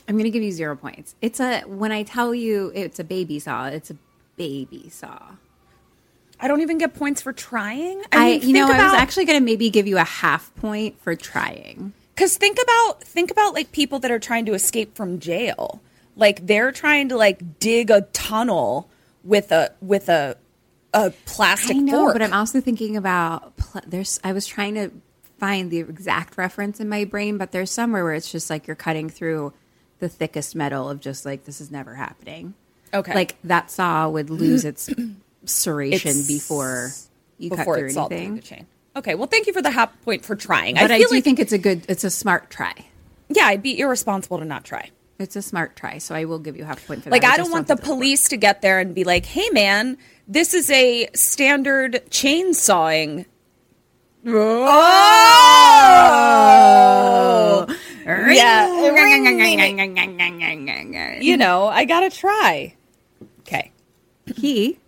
I'm going to give you zero points. It's a, when I tell you it's a baby saw, it's a baby saw.
I don't even get points for trying. I,
I,
mean,
you know,
think
I was
about,
actually going to maybe give you a half point for trying.
because think about think about like people that are trying to escape from jail. Like they're trying to like dig a tunnel with a with a a plastic
I know,
fork.
but I'm also thinking about pl- there's. I was trying to find the exact reference in my brain, but there's somewhere where it's just like you're cutting through the thickest metal of just like this is never happening.
Okay.
like that saw would lose its serration
It's-
before you
before
cut through
it's all through
anything.
the chain. Okay, well, thank you for the half point for trying.
But I,
I
do
feel like
think it's a good. It's a smart try.
yeah, I'd be irresponsible to not try.
It's a smart try, so I will give you half a point for
Like
that.
I don't
just
want the
think it'll work.
police to get there and be like, "Hey, man, this is a standard chainsawing." Oh, yeah. you know, I gotta try. Okay.
He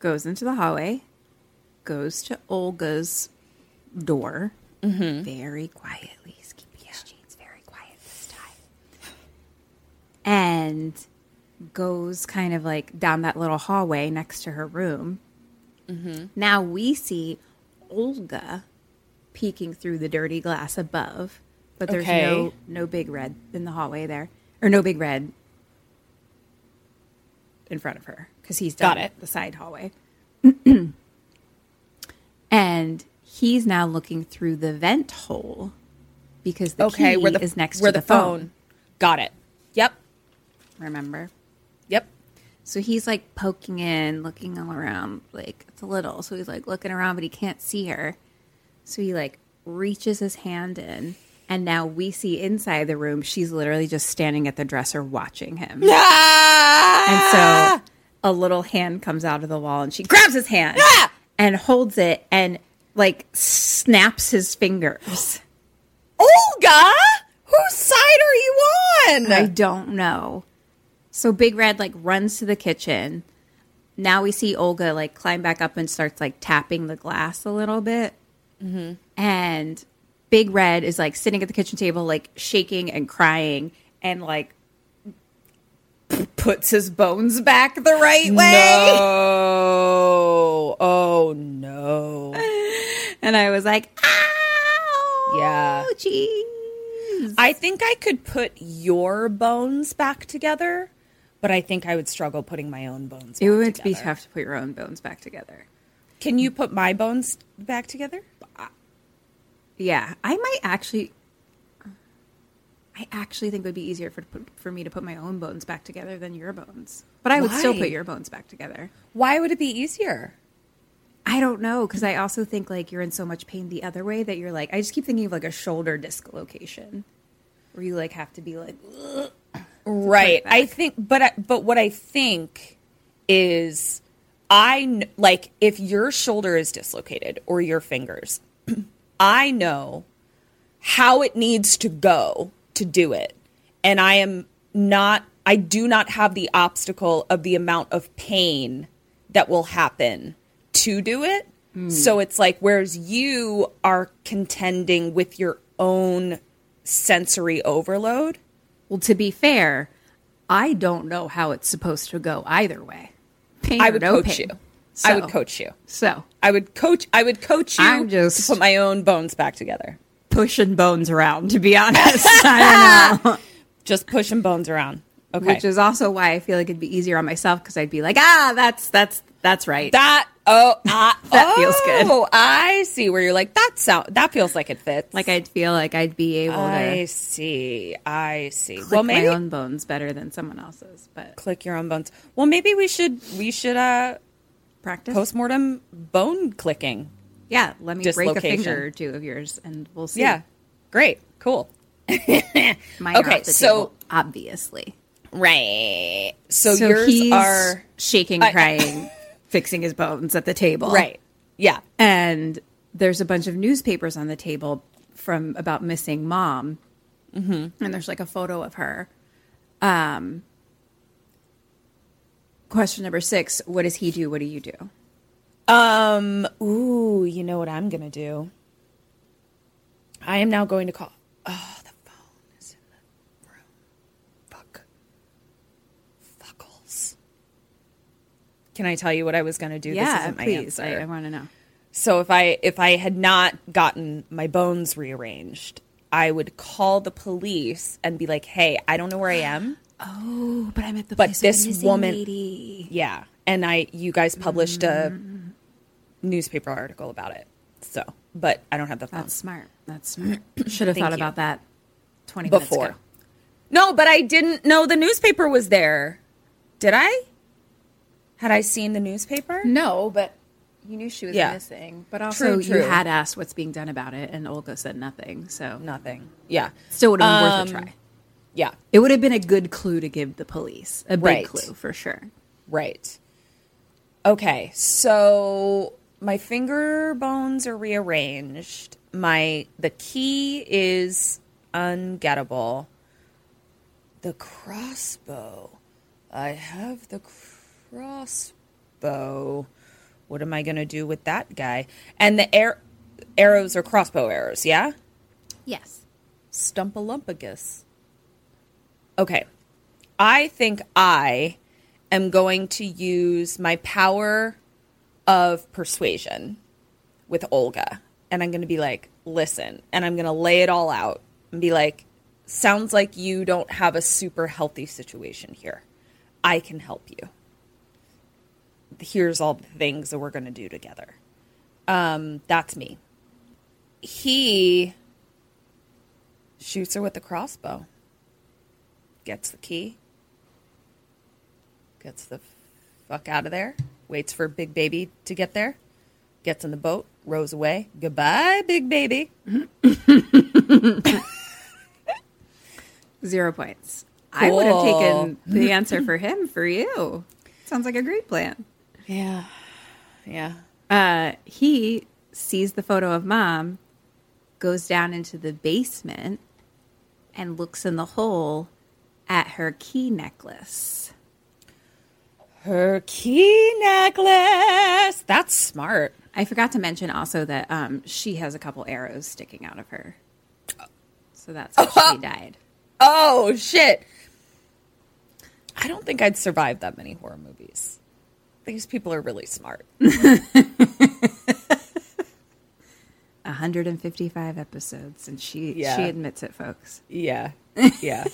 goes into the hallway, goes to Olga's door very quietly. He's keeping his jeans very quiet this time. And goes kind of like down that little hallway next to her room. Now we see Olga peeking through the dirty glass above, but there's
Okay.
no no big red in the hallway there, or no big red in front of her because he's
Got
down
it.
the side hallway. and he's now looking through the vent hole because the
okay,
key
where the
is next
where
to
the, phone. Got it. Yep.
Remember?
Yep.
So he's like poking in, looking all around, like it's a little. So he's like looking around, but he can't see her. So he like reaches his hand in, and now we see inside the room. She's literally just standing at the dresser watching him. And so a little hand comes out of the wall, and she grabs his hand and holds it and like snaps his fingers.
Olga, whose side are you on?
I don't know. So Big Red like runs to the kitchen. Now we see Olga like climb back up and starts like tapping the glass a little bit. And Big Red is like sitting at the kitchen table, like shaking and crying and like p- puts his bones back the right way.
No. Oh no.
And I was like, ow.
Yeah.
Jeez.
I think I could put your bones back together, but I think I would struggle putting my own bones.
It
back
would be
together.
tough to put your own bones back together.
Can you put my bones back together?
Yeah, I might actually. I actually think it would be easier for to put- for me to put my own bones back together than your bones, but I would still
Why?
put your bones back together.
Why would it be easier?
I don't know because I also think like you're in so much pain the other way that you're like I just keep thinking of like a shoulder dislocation, where you like have to be like
right i think but I, but what i think is i kn- like if your shoulder is dislocated or your fingers i know how it needs to go to do it and i am not i do not have the obstacle of the amount of pain that will happen to do it
Hmm.
so it's like whereas you are contending with your own sensory overload
well. To be fair, I don't know how it's supposed to go either way. Pain
I
or
would
no
coach
pain.
you. I
So-
would coach you.
So
I would coach. I would coach you
I'm just-
to put my own bones back together.
pushing bones around, to be honest. I don't know.
Just pushing bones around. Okay.
which is also why I feel like it'd be easier on myself because I'd be like, ah, that's that's that's right.
that. Oh, ah,
That feels good.
Oh, I see where you're like that. Sound that feels like it fits.
like I'd feel like I'd be able
I
to
see. I see.
click
Well, Uh, maybe
my own bones better than someone else's, but
click your own bones. Well, maybe we should. We should uh
practice.
postmortem bone clicking.
yeah, let me break a
Dislocation.
finger or two of yours, and we'll see.
Yeah. Great. Cool.
Mine are
Okay,
off the
so-
table, obviously,
Right. So,
so
yours
he's
are
shaking,
I-
crying, fixing his bones at the table,
right. Yeah.
and there's a bunch of newspapers on the table from about missing mom
Mm-hmm.
and there's like a photo of her um question number six what does he do what do you do
Um. Ooh, you know what I'm gonna do? I am now going to call. Oh, the phone is in the room. Fuck. Fuckles. Can I tell you what I was gonna do? this isn't my
please i,
answer.
I want to know
So if I if I had not gotten my bones rearranged, I would call the police and be like, "Hey, I don't know where I am."
oh but i'm at the
But
place
this
of missing
woman-
lady. Mm.
Yeah, and I you guys published a newspaper article about it. So, but I don't have the phone.
that's smart that's smart should have thought
you.
about that 20 minutes
before.
ago
No, but I didn't know the newspaper was there. Did I? Had I seen the newspaper?
no but you knew she was
Yeah.
missing but also you
true.
had asked what's being done about it and olga said nothing so
Nothing. Yeah.
still would have been
Um,
worth a try
Yeah.
It would have been a good clue to give the police. A big
Right.
clue for sure.
Right. Okay. So my finger bones are rearranged. My the key is ungettable. The crossbow. I have the crossbow. What am I going to do with that guy? And the air arrows are crossbow arrows, yeah?
Yes.
Stumpalumpagus. Okay. I think I am going to use my power of persuasion with Olga. And I'm going to be like, listen. And I'm going to lay it all out and be like, sounds like you don't have a super healthy situation here. I can help you. Here's all the things that we're going to do together. Um, that's me. he shoots her with the crossbow. Gets the key. Gets the fuck out of there. Waits for Big Baby to get there. Gets in the boat. Rows away. Goodbye, Big Baby.
Zero points. I would have taken the answer for him for you. Sounds like a great plan.
Yeah. Yeah.
Uh, he sees the photo of mom, goes down into the basement, and looks in the hole at her key necklace.
Her key necklace. That's smart.
I forgot to mention also that um, she has a couple arrows sticking out of her. So that's how she died.
Oh shit. I don't think I'd survive that many horror movies. These people are really smart.
155 episodes, and she
Yeah.
she admits it, folks.
Yeah. Yeah.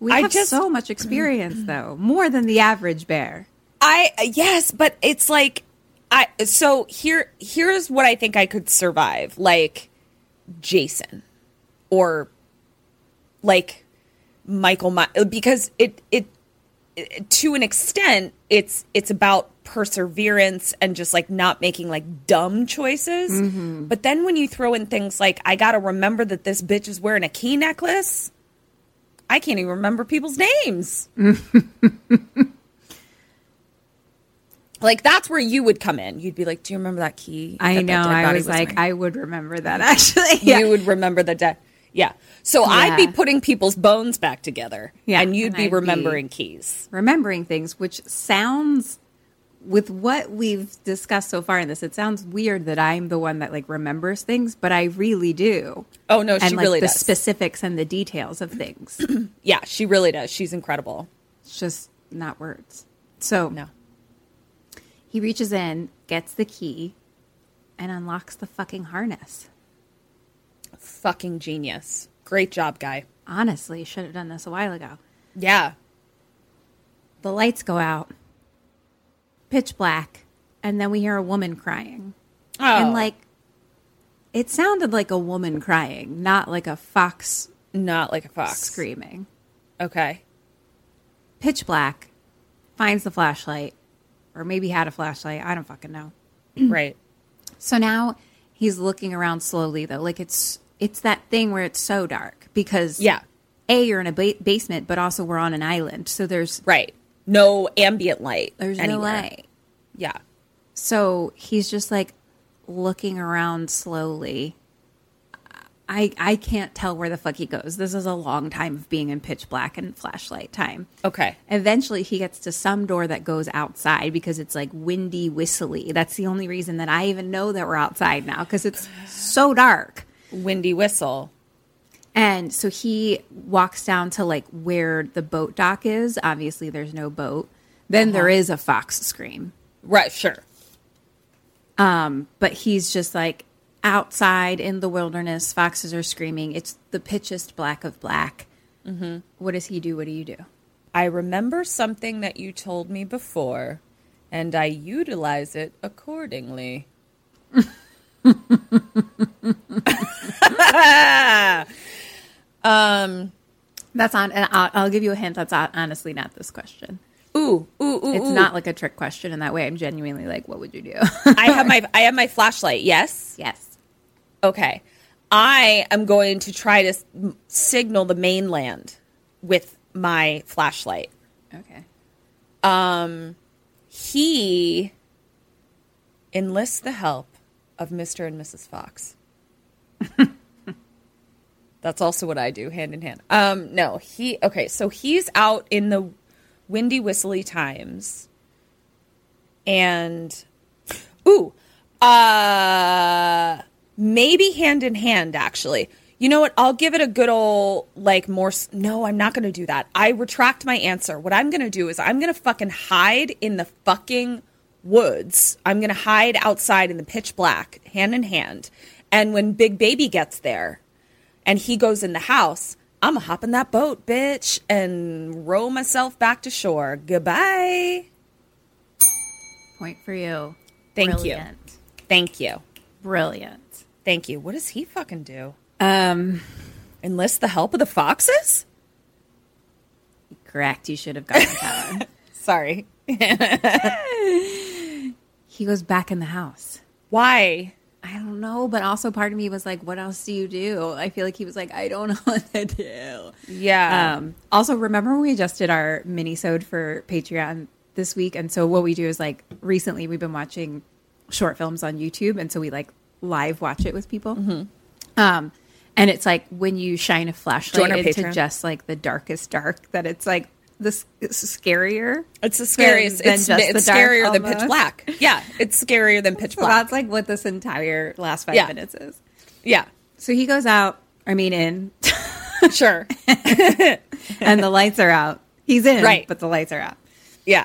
We
I
have
just-
so much experience, though, more than the average bear.
I yes, but it's like I so here here's what I think I could survive, like Jason or like Michael My- because it it it- to an extent it's it's about perseverance and just like not making like dumb choices.
Mm-hmm.
But then when you throw in things like I got to remember that this bitch is wearing a key necklace, I can't even remember people's names. Like that's where you would come in. You'd be like, "Do you remember that key?"
I
that
know.
that dead
I
body
was like,
wearing?"
I would remember that actually. Yeah.
you would remember the dead. Yeah. So I'd be
Yeah.
putting people's bones back together,
Yeah,
and you'd
and
be
I'd be-
remembering keys.
remembering things, which sounds with what we've discussed so far in this, it sounds weird that I'm the one that like remembers things, but I really do.
Oh, no, she
and, like,
really
the
does.
specifics and the details of things.
Yeah, she really does. She's incredible.
it's just not words. So
No.
he reaches in, gets the key, and unlocks the fucking harness.
Fucking genius. Great job, guy.
Honestly, should have done this a while ago.
Yeah.
The lights go out, pitch black, and then we hear a woman crying.
Oh.
And like, it sounded like a woman crying, not like a fox
not like a fox.
screaming.
Okay.
Pitch black, finds the flashlight, or maybe had a flashlight. I don't fucking know.
right.
So now he's looking around slowly though, like it's it's that thing where it's so dark because
Yeah.
a you're in a ba- basement, but also we're on an island, so there's
Right. No ambient light.
there's
anywhere.
no light.
Yeah.
So he's just like looking around slowly. I I can't tell where the fuck he goes. This is a long time of being in pitch black and flashlight time.
Okay.
Eventually he gets to some door that goes outside because it's like windy whistly. That's the only reason that I even know that we're outside now cuz it's so dark.
Windy whistle.
And so he walks down to like where the boat dock is. Obviously there's no boat. Then there is a fox scream.
Right. Sure.
but he's just like outside in the wilderness. Foxes are screaming. It's the pitchest black of black. What does he do? What do you do?
I remember something that you told me before, and I utilize it accordingly.
That's on. And I'll, I'll give you a hint. That's on, honestly not this question.
Ooh, ooh, ooh!
It's
ooh.
not like a trick question in that way. I'm genuinely like, what would you do?
I have my I have my flashlight. Yes.
yes.
Okay. I am going to try to s- m- signal the mainland with my flashlight.
Okay.
Um, He enlists the help of Mr. and Mrs. Fox. That's also what I do, hand in hand. Um, no, he okay. So he's out in the windy, whistly times, and ooh, uh, maybe hand in hand. Actually, you know what? I'll give it a good old like more. s- No, I'm not going to do that. I retract my answer. What I'm going to do is I'm going to fucking hide in the fucking woods. I'm going to hide outside in the pitch black, hand in hand. And when Big Baby gets there, and he goes in the house. I'm going to hop in that boat, bitch, and row myself back to shore. Goodbye.
Point for you.
Thank you.
Brilliant.
Thank you.
Brilliant.
Thank you. What does he fucking do? Um, enlist the help of the foxes?
Correct. You should have gotten that one.
Sorry.
He goes back in the house.
Why?
I don't know, but also part of me was like, what else do you do? I feel like he was like, I don't know what to do.
Yeah.
Um, also, remember when we adjusted our mini-sode for Patreon this week? And so what we do is like recently we've been watching short films on YouTube, and so we like live watch it with people.
Mm-hmm.
Um, and it's like when you shine a flashlight
Join our
into
Patreon.
just like the darkest dark, that it's like this it's scarier.
it's the scariest.
than
it's
just
it's
the dark
scarier than
almost.
pitch black. Yeah. It's scarier than pitch
So
black.
that's like what this entire last five
Yeah.
minutes is.
yeah.
So he goes out, I mean in,
Sure.
and the lights are out. He's in,
Right.
but the lights are out.
yeah.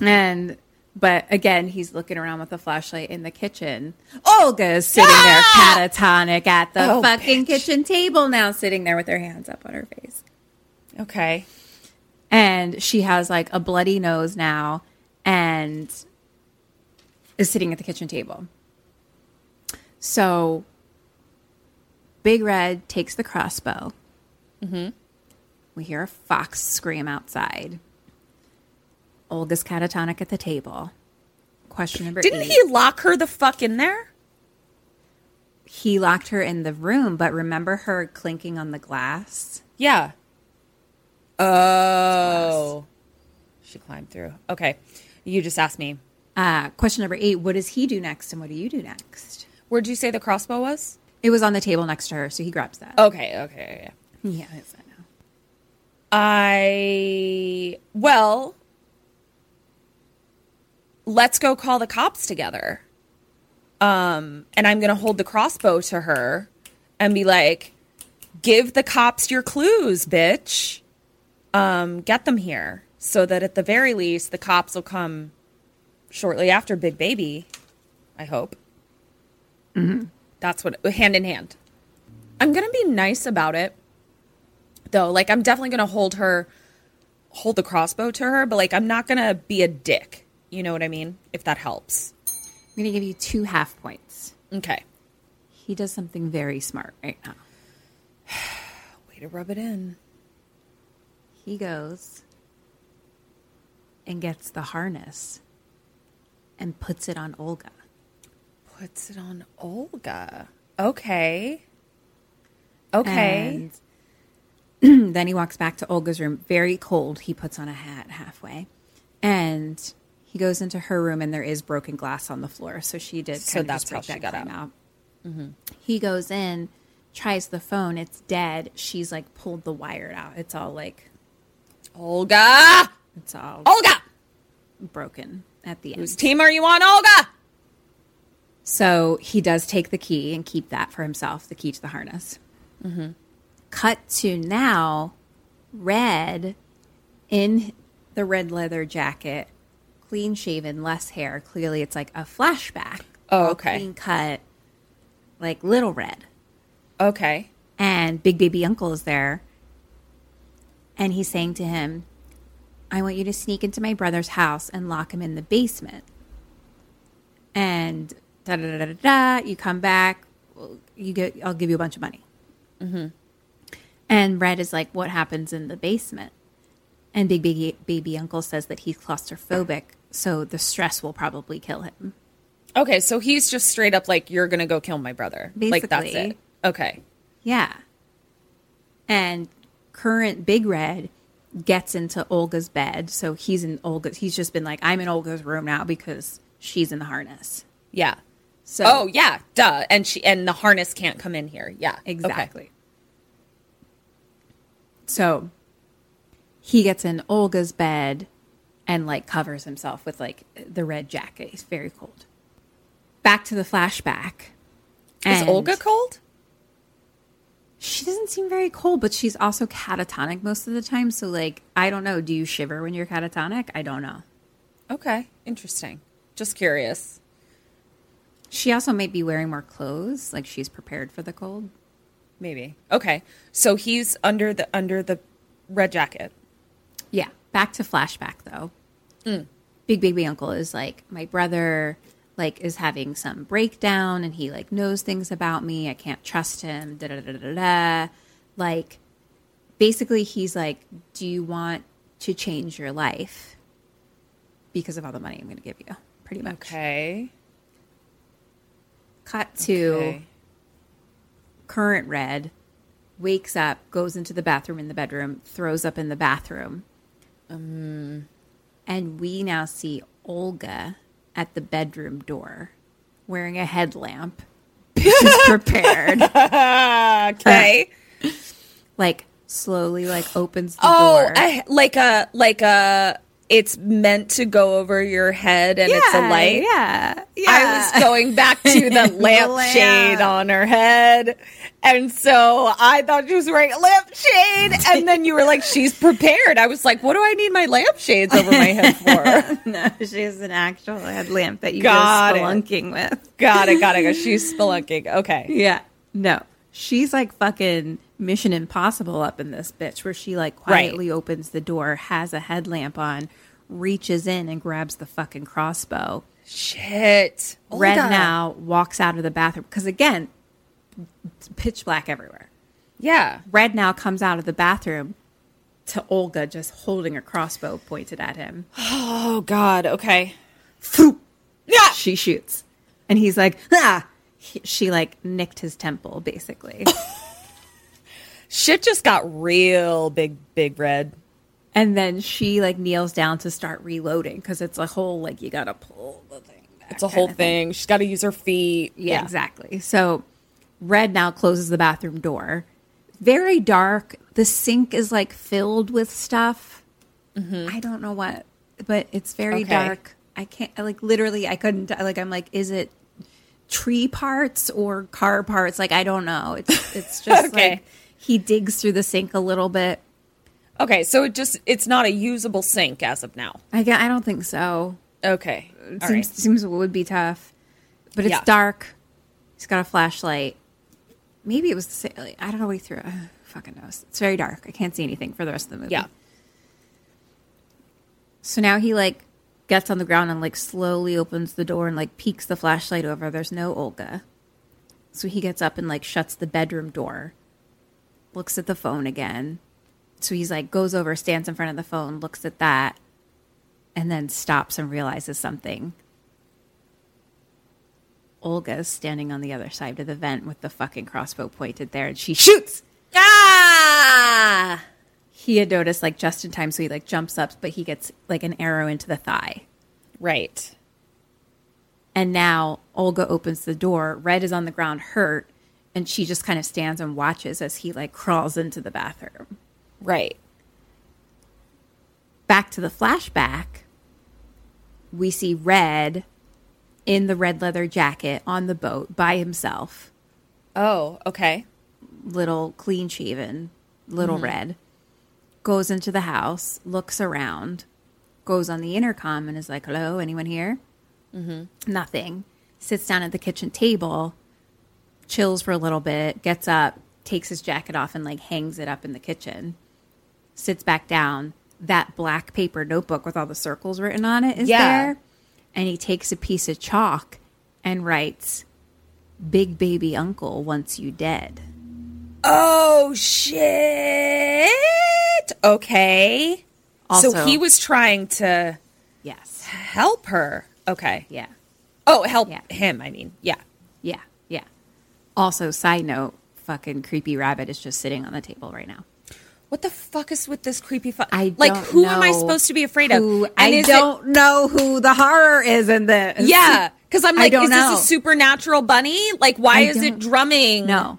And but again, he's looking around with a flashlight in the kitchen. Olga is sitting there catatonic at the
Ah! Oh,
fucking
bitch.
kitchen table now, sitting there with her hands up on her face.
Okay.
And she has like a bloody nose now and is sitting at the kitchen table. So Big Red takes the crossbow. We hear a fox scream outside. Olga's catatonic at the table. Question number
Didn't
eight.
he lock her the fuck in there?
He locked her in the room, but remember her clinking on the glass?
Yeah. Oh. She climbed through. Okay. You just asked me.
Uh, question number eight What does he do next and what do you do next?
Where'd you say the crossbow was?
It was on the table next to her, so he grabs that.
Okay. Okay. Yeah.
Yeah, it's- I know.
I well, let's go call the cops together. Um, and I'm gonna hold the crossbow to her and be like, "Give the cops your clues, bitch. Um, get them here so that at the very least the cops will come shortly after Big Baby. I hope. That's what hand in hand. I'm gonna be nice about it though. Like I'm definitely gonna hold her hold the crossbow to her, but like I'm not gonna be a dick. You know what I mean? If that helps.
I'm going to give you two half points.
Okay.
He does something very smart right now.
Way to rub it in.
He goes and gets the harness and puts it on Olga.
Puts it on Olga. Okay. Okay.
And then he walks back to Olga's room, very cold. He puts on a hat halfway and he goes into her room, and there is broken glass on the floor. So she did.
So
kind of
that's
just
how
break
she
that
got
claim
out. Mm-hmm.
He goes in, tries the phone. It's dead. She's like pulled the wire out. It's all like
Olga!
it's all
Olga!
broken at the end.
Whose team are you on, Olga?
So he does take the key and keep that for himself, the key to the harness.
Mm-hmm.
Cut to now, Red in the red leather jacket, clean shaven, less hair. Clearly, it's like a flashback.
Oh,
All
okay.
Clean cut, like little red.
Okay.
And Big Baby Uncle is there. And he's saying to him, I want you to sneak into my brother's house and lock him in the basement. And da da da da da. da, You come back, you get. I'll give you a bunch of money. And Red is like, "What happens in the basement?" And Big Baby Baby Uncle says that he's claustrophobic, so the stress will probably kill him.
Okay, so he's just straight up like, you're gonna go kill my brother. Like that's it.
Basically.
Okay.
Yeah. And current Big Red gets into Olga's bed. So he's in Olga's. He's just been like, I'm in Olga's room now because she's in the harness.
Yeah.
So
Oh yeah, duh. And she and the harness can't come in here. Yeah. Okay.
exactly. So he gets in Olga's bed and like covers himself with like the red jacket. He's very cold. Back to the flashback.
Is
And-
Olga cold?
she doesn't seem very cold, but she's also catatonic most of the time. So, like, I don't know. Do you shiver when you're catatonic? I don't know.
Okay, interesting. Just curious.
She also might be wearing more clothes. Like, she's prepared for the cold.
Maybe. Okay. So he's under the under the red jacket.
Yeah. Back to flashback, though. Big Baby Uncle is like, my brother, like is having some breakdown and he like knows things about me. I can't trust him. Da da da da da. Like basically he's like, "Do you want to change your life because of all the money I'm going to give you?" Pretty much.
Okay.
Cut to
Okay.
current red wakes up, goes into the bathroom in the bedroom, throws up in the bathroom.
Mm-hmm.
And we now see Olga at the bedroom door wearing a headlamp. She's prepared.
Okay.
Like slowly like opens the
Oh,
door.
I, like a like a. It's meant to go over your head, and it's a
Yeah,
light.
Yeah. Yeah.
I was going back to the lampshade on her head. And so I thought she was wearing a lampshade. And then you were like, she's prepared. I was like, what do I need my lampshades over my head for?
she has an actual headlamp that you
Got
go
it.
spelunking with.
got it, got it. got it. She's spelunking. Okay.
Yeah. No. She's like fucking Mission Impossible up in this bitch where she like
Right.
quietly opens the door, has a headlamp on, reaches in and grabs the fucking crossbow.
Shit.
Red
Olga.
now walks out of the bathroom because again, it's pitch black everywhere.
Yeah.
Red now comes out of the bathroom to Olga just holding a crossbow pointed at him.
Oh, God. Okay.
She shoots. And he's like, ah! He- she like nicked his temple basically.
Shit just got real big, big red.
And then she like kneels down to start reloading because it's a whole like you gotta pull the thing. Back
It's a whole thing. She's got to use her feet.
Yeah, exactly. So Red now closes the bathroom door. Very dark. The sink is like filled with stuff. I don't know what, but it's very
Mm-hmm. Okay.
dark. I can't I, like literally. I couldn't like. I'm like, is it tree parts or car parts? Like I don't know. It's it's just
Okay.
like he digs through the sink a little bit.
Okay. So it just, it's not a usable sink as of now.
I gue- I don't think so.
Okay. All
seems
right.
seems it would be tough, but it's
Yeah.
dark. He's got a flashlight. Maybe it was the same. Like, I don't know what he threw. Uh, fucking knows. It's very dark. I can't see anything for the rest of the movie.
Yeah.
So now he like gets on the ground and like slowly opens the door and like peeks the flashlight over. There's no Olga. So he gets up and like shuts the bedroom door. Looks at the phone again. So he's like goes over, stands in front of the phone, looks at that, and then stops and realizes something. Olga's standing on the other side of the vent with the fucking crossbow pointed there and she shoots.
Ah!
He had noticed like just in time, so he like jumps up, but he gets like an arrow into the thigh.
Right.
And now Olga opens the door. Red is on the ground, hurt, and she just kind of stands and watches as he like crawls into the bathroom.
Right.
Back to the flashback, we see Red in the red leather jacket on the boat by himself,
Oh, okay.
little clean shaven, little red, goes into the house, looks around, goes on the intercom and is like, hello, anyone here? Nothing. Sits down at the kitchen table, chills for a little bit, gets up, takes his jacket off and like hangs it up in the kitchen, sits back down. That black paper notebook with all the circles written on it is
Yeah.
there. And he takes a piece of chalk and writes, Big baby uncle once you dead.
Oh shit. Okay. so
Also-
he was trying to
Yes.
help her. Okay.
Yeah.
Oh, help
Yeah.
him, I mean. Yeah.
Yeah. Yeah. Also, side note, fucking creepy rabbit is just sitting on the table right now.
What the fuck is with this creepy fu-
I
Like
don't
who am I
know
supposed to be afraid
who-
of?
I
is it-
don't know who the horror is in this.
Yeah, cuz I'm
I
like
don't
is
know.
this a supernatural bunny? Like why
I
is it
don't-
drumming?
No.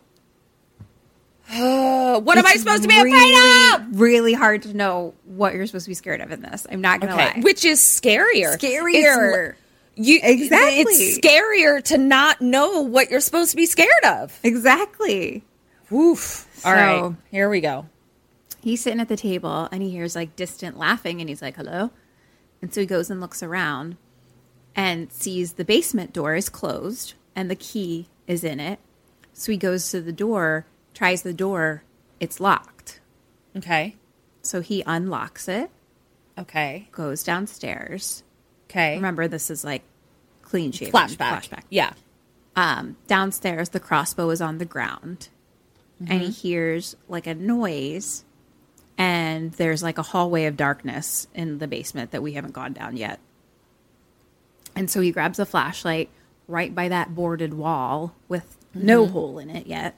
Uh, what am I
It's
supposed to be afraid of?
Really hard to know what you're supposed to be scared of in this. I'm not gonna
Okay.
lie.
Which is scarier. It's
Scarier.
li- you
Exactly.
It's scarier to not know what you're supposed to be scared of.
exactly.
Oof. All right,
So-
Here we go.
He's sitting at the table and he hears like distant laughing and he's like, hello. And so he goes and looks around and sees the basement door is closed and the key is in it. So he goes to the door, tries the door, it's locked.
Okay.
So he unlocks it,
Okay.
goes downstairs.
Okay.
Remember, this is like
clean shaven.
Flashback.
Flashback.
Yeah.
Um, downstairs, the crossbow is on the ground, and he hears like a noise, and there's like a hallway of darkness in the basement that we haven't gone down yet. And so he grabs a flashlight right by that boarded wall with no hole in it yet,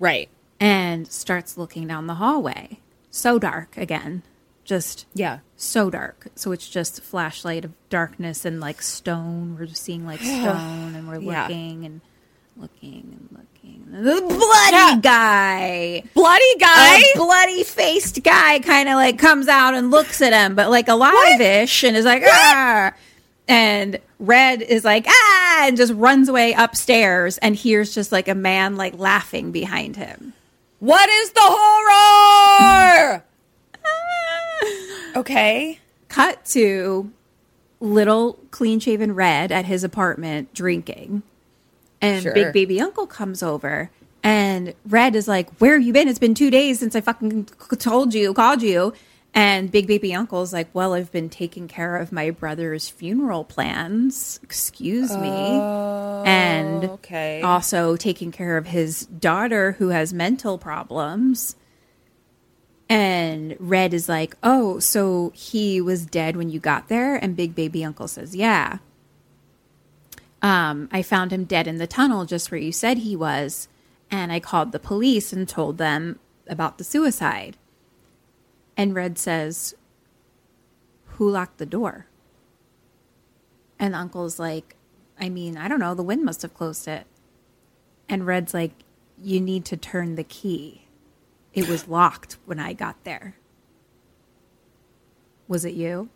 Right.
and starts looking down the hallway. So dark again, just
Yeah.
so dark. So it's just flashlight of darkness and like stone. We're just seeing like stone and we're
Yeah.
looking and looking and looking. And The bloody guy,
Bloody guy.
a bloody faced guy, kind of like comes out and looks at him, but like alive-ish, and is like ah. And Red is like ah, and just runs away upstairs and hears just like a man like laughing behind him.
what is the horror? okay.
cut to little clean shaven red at his apartment drinking and
Sure.
big baby uncle comes over and red is like where have you been it's been two days since i fucking c- told you called you and big baby uncle's like well i've been taking care of my brother's funeral plans excuse me and
Oh, okay.
also taking care of his daughter who has mental problems and Red is like, "Oh, so he was dead when you got there?" And Big Baby Uncle says, "Yeah. Um, I found him dead in the tunnel just where you said he was, and I called the police and told them about the suicide." And Red says, "Who locked the door?" And the Uncle's like, "I mean, I don't know, the wind must have closed it." And Red's like, "You need to turn the key." It was locked when I got there. Was it you?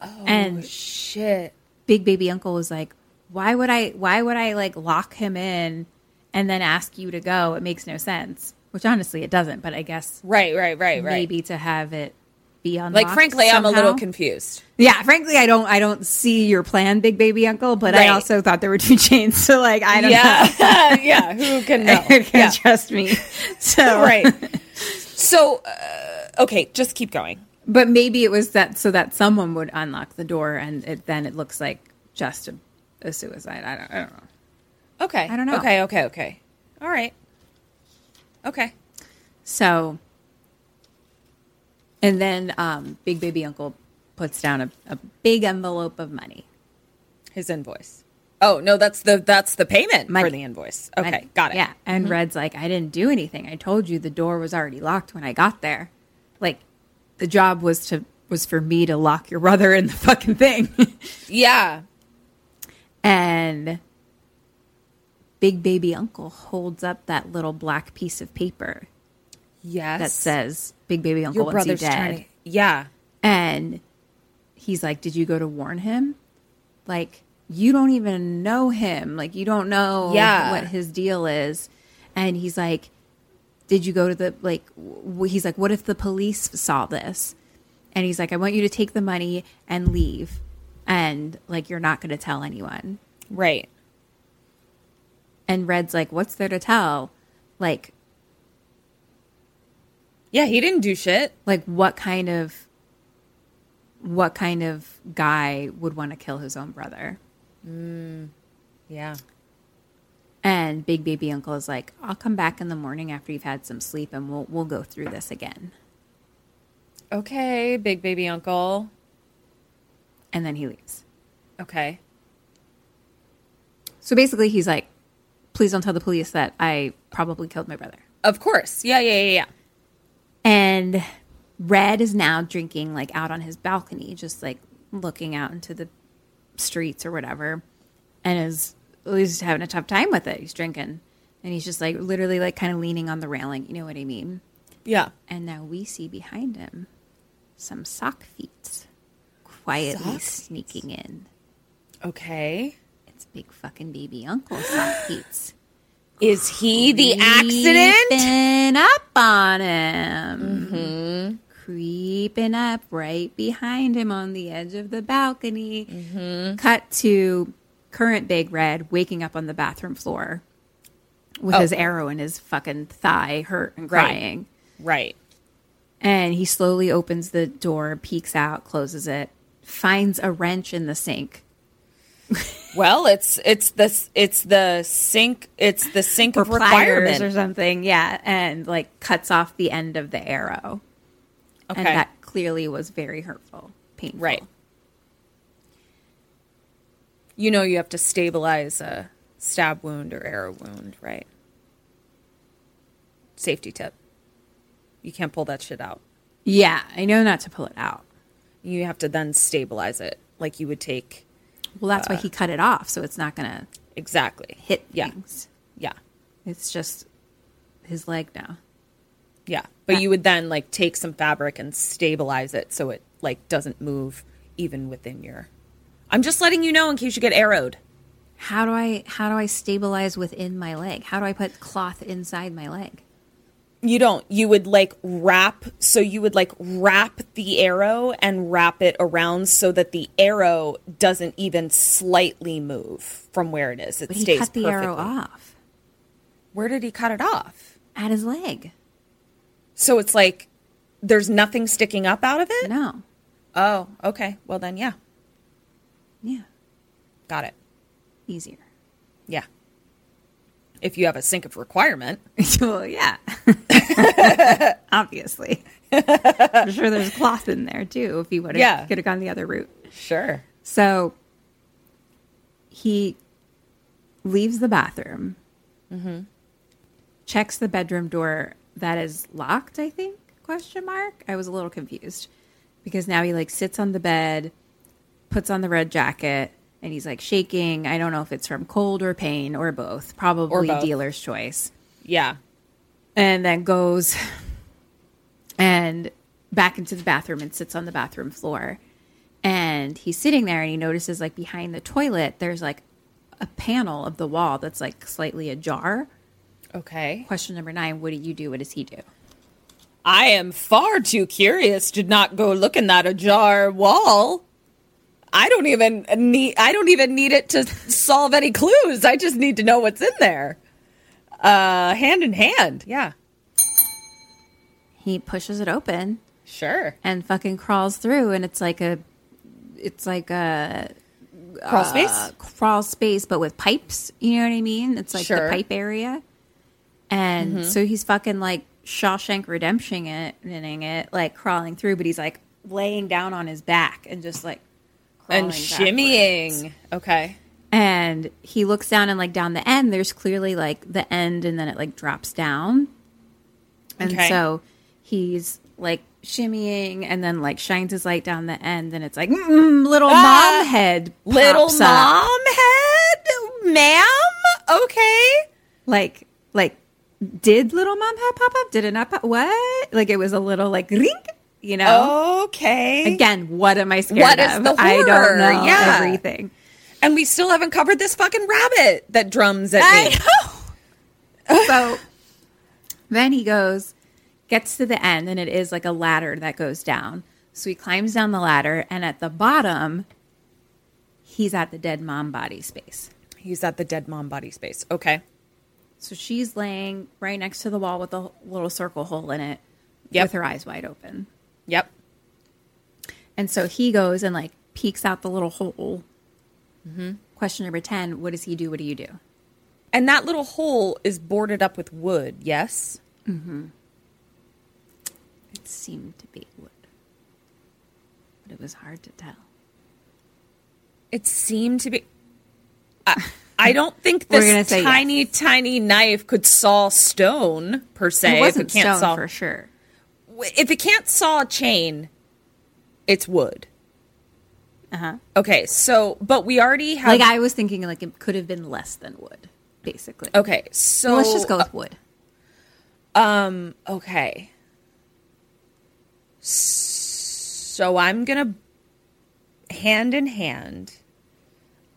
Oh, and
Shit.
Big Baby Uncle was like, "Why would I? Why would I like lock him in and then ask you to go? It makes no sense." Which honestly, it doesn't. But I guess
Right, right, right, right.
maybe to have it be unlocked.
Like, frankly, I'm a little
somehow.
confused.
Yeah, frankly, I don't. I don't see your plan, Big Baby Uncle. But I
Right.
also thought there were two chains, so like I don't know.
Yeah. yeah. Who can know? Yeah.
Trust me. So
right. So, uh, okay, just keep going.
But maybe it was that so that someone would unlock the door, and it, then it looks like just a, a suicide. I don't, I don't know.
Okay.
I don't know.
Okay, okay, okay. All right. Okay.
So, and then um, Big Baby Uncle puts down a, a big envelope of money.
His invoice. Oh, no, that's the that's the payment
Money.
for the invoice. Okay,
Money.
got it. Mm-hmm.
Yeah, and Red's like, I didn't do anything. I told you the door was already locked when I got there. Like, the job was to was for me to lock your brother in the fucking thing.
Yeah.
And Big Baby Uncle holds up that little black piece of paper
Yes.
that says Big Baby Uncle
your
wants you
brother's
dead.
trying to Yeah.
And he's like, Did you go to warn him? Like, you don't even know him. Like, you don't know
Yeah.
what his deal is. And he's like, Did you go to the, like, w- he's like, What if the police saw this? And he's like, I want you to take the money and leave. And, like, you're not going to tell anyone.
Right.
And Red's like, what's there to tell? Like,
Yeah, he didn't do shit.
like what kind of what kind of guy would want to kill his own brother?
Yeah.
And Big Baby Uncle is like, I'll come back in the morning after you've had some sleep and we'll we'll go through this again.
Okay, big baby uncle.
And then he leaves.
Okay.
So basically he's like, please don't tell the police that I probably killed my brother.
Of course. Yeah, yeah, yeah, yeah.
And Red is now drinking like out on his balcony, just like looking out into the streets or whatever, and is he's having a tough time with it. He's drinking, and he's just like literally like kind of leaning on the railing. You know what I mean?
Yeah.
And now we see behind him some sock feet quietly sneaking in.
Okay.
It's big fucking baby uncle sock feet.
Is he the accident?
creeping up on him,
Mm-hmm.
creeping up right behind him on the edge of the balcony.
Mm-hmm.
Cut to current Big Red waking up on the bathroom floor with his arrow in his fucking thigh, hurt and
Oh. Right.
crying.
Right.
And he slowly opens the door, peeks out, closes it, finds a wrench in the sink.
Well, it's it's the it's the sink it's the sink
or
of
pliers or
requirement.
something. Yeah, and like cuts off the end of the arrow,
Okay,
and that clearly was very hurtful, painful.
right. You know you have to stabilize a stab wound or arrow wound, right? Safety tip: you can't pull that shit out.
Yeah, I know not to pull it out.
You have to then stabilize it, like you would take
Well, that's why he cut it off, so it's not going to
exactly
hit
Uh, Yeah,
things.
yeah,
It's just his leg now.
yeah. But you would then like take some fabric and stabilize it so it like doesn't move even within your. I'm just letting you know in case you get arrowed.
How do I how do I stabilize within my leg? How do I put cloth inside my leg?
You don't. You would like wrap. So you would like wrap the arrow and wrap it around so that the arrow doesn't even slightly move from where it is. It
But he
stays
cut the
perfectly.
arrow off
Where did he cut it off?
at his leg.
So it's like there's nothing sticking up out of it.
No.
Oh, okay. Well then, yeah,
Yeah.
got it.
Easier.
Yeah. If you have a sink of requirement,
well, yeah. Obviously. I'm sure there's cloth in there too if he would have
Yeah.
could have gone the other route.
sure.
So he leaves the bathroom,
Mm-hmm.
checks the bedroom door that is locked. I think question mark. I was a little confused because now he like sits on the bed, puts on the red jacket, and he's like shaking. I don't know if it's from cold or pain or both. Probably
both.
dealer's choice
Yeah.
and then goes and back into the bathroom and sits on the bathroom floor. And he's sitting there and he notices like behind the toilet there's like a panel of the wall that's like slightly ajar.
Okay.
Question number 9, what do you do? What does he do?
I am far too curious to not go looking at a jar wall. I don't even need I don't even need it to solve any clues. I just need to know what's in there. Uh hand in hand. Yeah.
He pushes it open
Sure.
and fucking crawls through and it's like a it's like a uh,
Crawl space?
crawl space but with pipes, you know what I mean? It's like the
Sure. Mm-hmm.
pipe area. And so he's fucking like Shawshank redemption it, inning it, like crawling through, but he's like laying down on his back and just like crawling
and
backwards.
shimmying. Okay.
And he looks down and like down the end, there's clearly like the end and then it like drops down. And
Okay.
so he's like shimmying and then like shines his light down the end and it's like mm, little mom head
Ah, Little
pops up.
mom head, ma'am. Okay.
like like did little mom have pop up did it not pop what like it was a little like rink you know
Okay.
again what am i scared
What is
of
the
i don't
horror?
know
Yeah.
everything
And we still haven't covered this fucking rabbit that drums at me.
so then he goes gets to the end and it is like a ladder that goes down so he climbs down the ladder and at the bottom he's at the dead mom body space
He's at the dead mom body space. Okay.
so she's laying right next to the wall with a little circle hole in it
Yep.
with her eyes wide open
Yep.
And so he goes and like peeks out the little hole.
Mm-hmm.
Question number 10 What does he do? What do you do?
And that little hole is boarded up with wood, yes?
It seemed to be wood, but it was hard to tell.
It seemed to be. I, I don't think
We're
this
gonna say
tiny, tiny knife could saw stone, per se.
it wasn't
if it can't
stone
saw,
for sure.
If it can't saw a chain, it's wood. Uh huh. Okay, so, but we already have.
Uh-huh. Like I was thinking, like it could have been less than wood, basically.
okay, so.
So uh, let's just go with wood.
Um, okay. So I'm gonna hand in hand,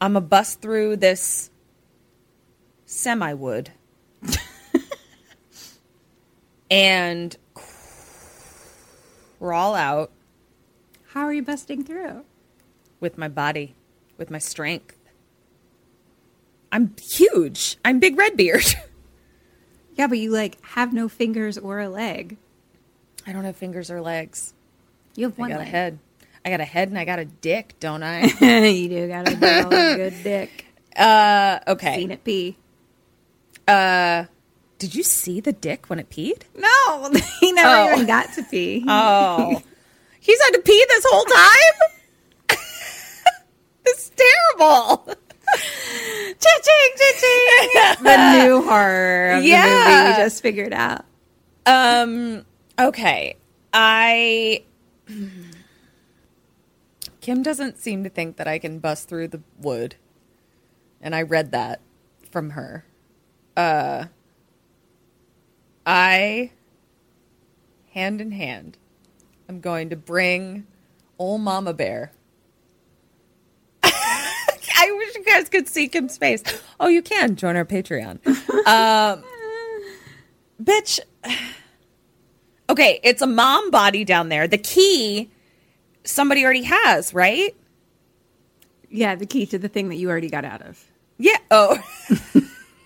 I'm gonna bust through this semi wood and crawl out
How are you busting through?
with my body, with my strength. I'm huge. I'm Big Red Beard.
Yeah, but you like have no fingers or a leg.
I don't have fingers or legs.
You have
I
one
got a
leg.
head. I got a head and I got a dick, don't I?
you do got a girl with good dick.
Okay.
Seen it pee.
Did you see the dick when it peed?
No, Oh, he never even got to pee.
Oh. He's had to pee this whole time? this is terrible. Cha-ching, cha-ching.
the new horror of the
Yeah.
movie we just figured out.
Um. Okay. I. Kim doesn't seem to think that I can bust through the wood, and I read that from her. Uh. I. Hand in hand, I'm going to bring old Mama Bear. I wish you guys could see Kim's face. Oh, you can join our Patreon. um, bitch, Okay, it's a mom body down there. The key somebody already has, right?
Yeah, the key to the thing that you already got out of.
Yeah. Oh,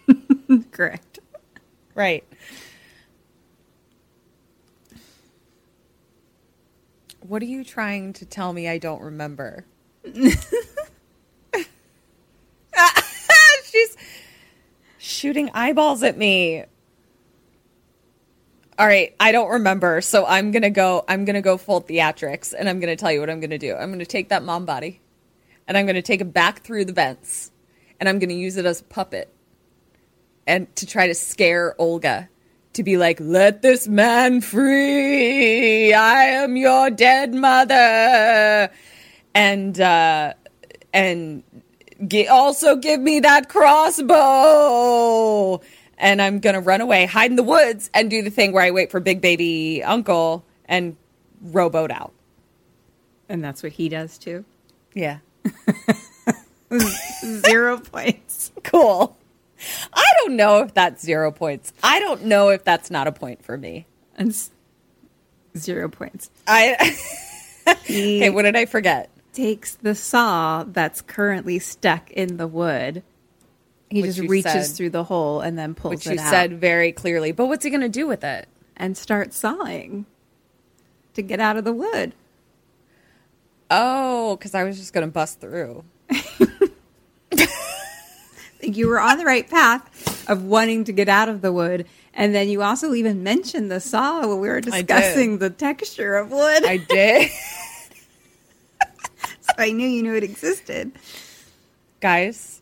Correct.
right. What are you trying to tell me I don't remember? She's shooting eyeballs at me. All right, I don't remember, so I'm gonna go. I'm gonna go full theatrics, and I'm gonna tell you what I'm gonna do. I'm gonna take that mom body, and I'm gonna take it back through the vents, and I'm gonna use it as a puppet, and to try to scare Olga, to be like, "Let this man free! I am your dead mother," and uh, and gi- also give me that crossbow. And I'm going to run away, hide in the woods, and do the thing where I wait for Big Baby Uncle and rowboat out.
And that's what he does too.
Yeah.
Zero points.
Cool. I don't know if that's zero points. I don't know if that's not a point for me.
And s- zero points.
I
He
Okay, what did I forget?
takes the saw that's currently stuck in the wood. He
Which
just
you
reaches
said-
through the hole and then pulls
Which
it
you
out
said very clearly. But what's he going to do with it?
and starts sawing to get out of the wood.
Oh, cuz I was just going to bust through.
you were on the right path of wanting to get out of the wood. And then you also even mentioned the saw when we were
did.
discussing the texture of wood.
I did.
so I knew you knew it existed.
Guys,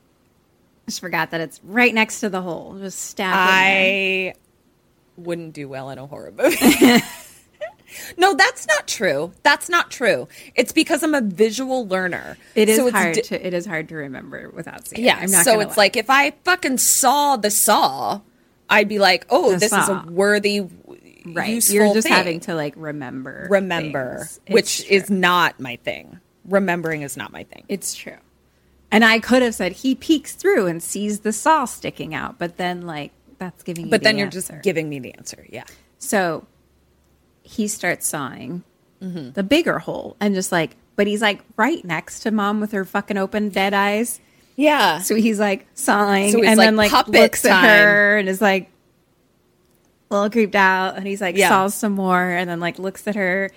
Just forgot that it's right next to the hole. Just stab. I
I wouldn't do well in a horror movie. no, that's not true. That's not true. It's because I'm a visual learner.
it is
So it's
hard
di-
to it is hard to remember without seeing. it.
yeah.
I'm not
so
gonna
it's
lie.
like if I fucking saw the saw, I'd be like, oh,
The
this
saw.
is a worthy,
right.
useful
You're just
thing.
having to like remember
remember,
things. It's
which
true.
is not my thing. Remembering is not my thing.
It's true. And I could have said he peeks through and sees the saw sticking out, but then like that's giving you
but
the
then you're
answer.
just giving me the answer. Yeah.
So he starts sawing
Mm-hmm.
the bigger hole and just like, but he's like right next to mom with her fucking open dead eyes.
Yeah.
So he's like sawing
So he's,
and
like,
then like
puppet
looks
time.
at her and is like a little creeped out and he's like
Yeah.
saws some more and then like looks at her.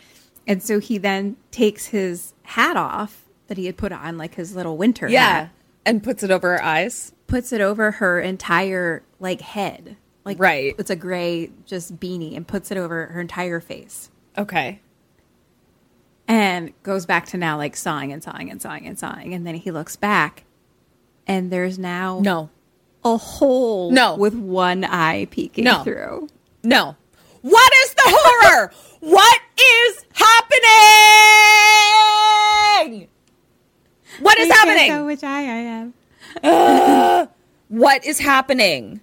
And so he then takes his hat off that he had put on, like his little winter
yeah.
hat,
And puts it over her eyes.
puts it over her entire like head. Like
Right.
it's a gray just beanie and puts it over her entire face.
Okay.
and goes back to now like sawing and sawing and sawing and sawing and then he looks back and there's now
No.
a hole
No.
with one eye peeking
No.
through
No. What is the horror? what is happening? What is
I can't
happening?
tell which eye i am
What is happening?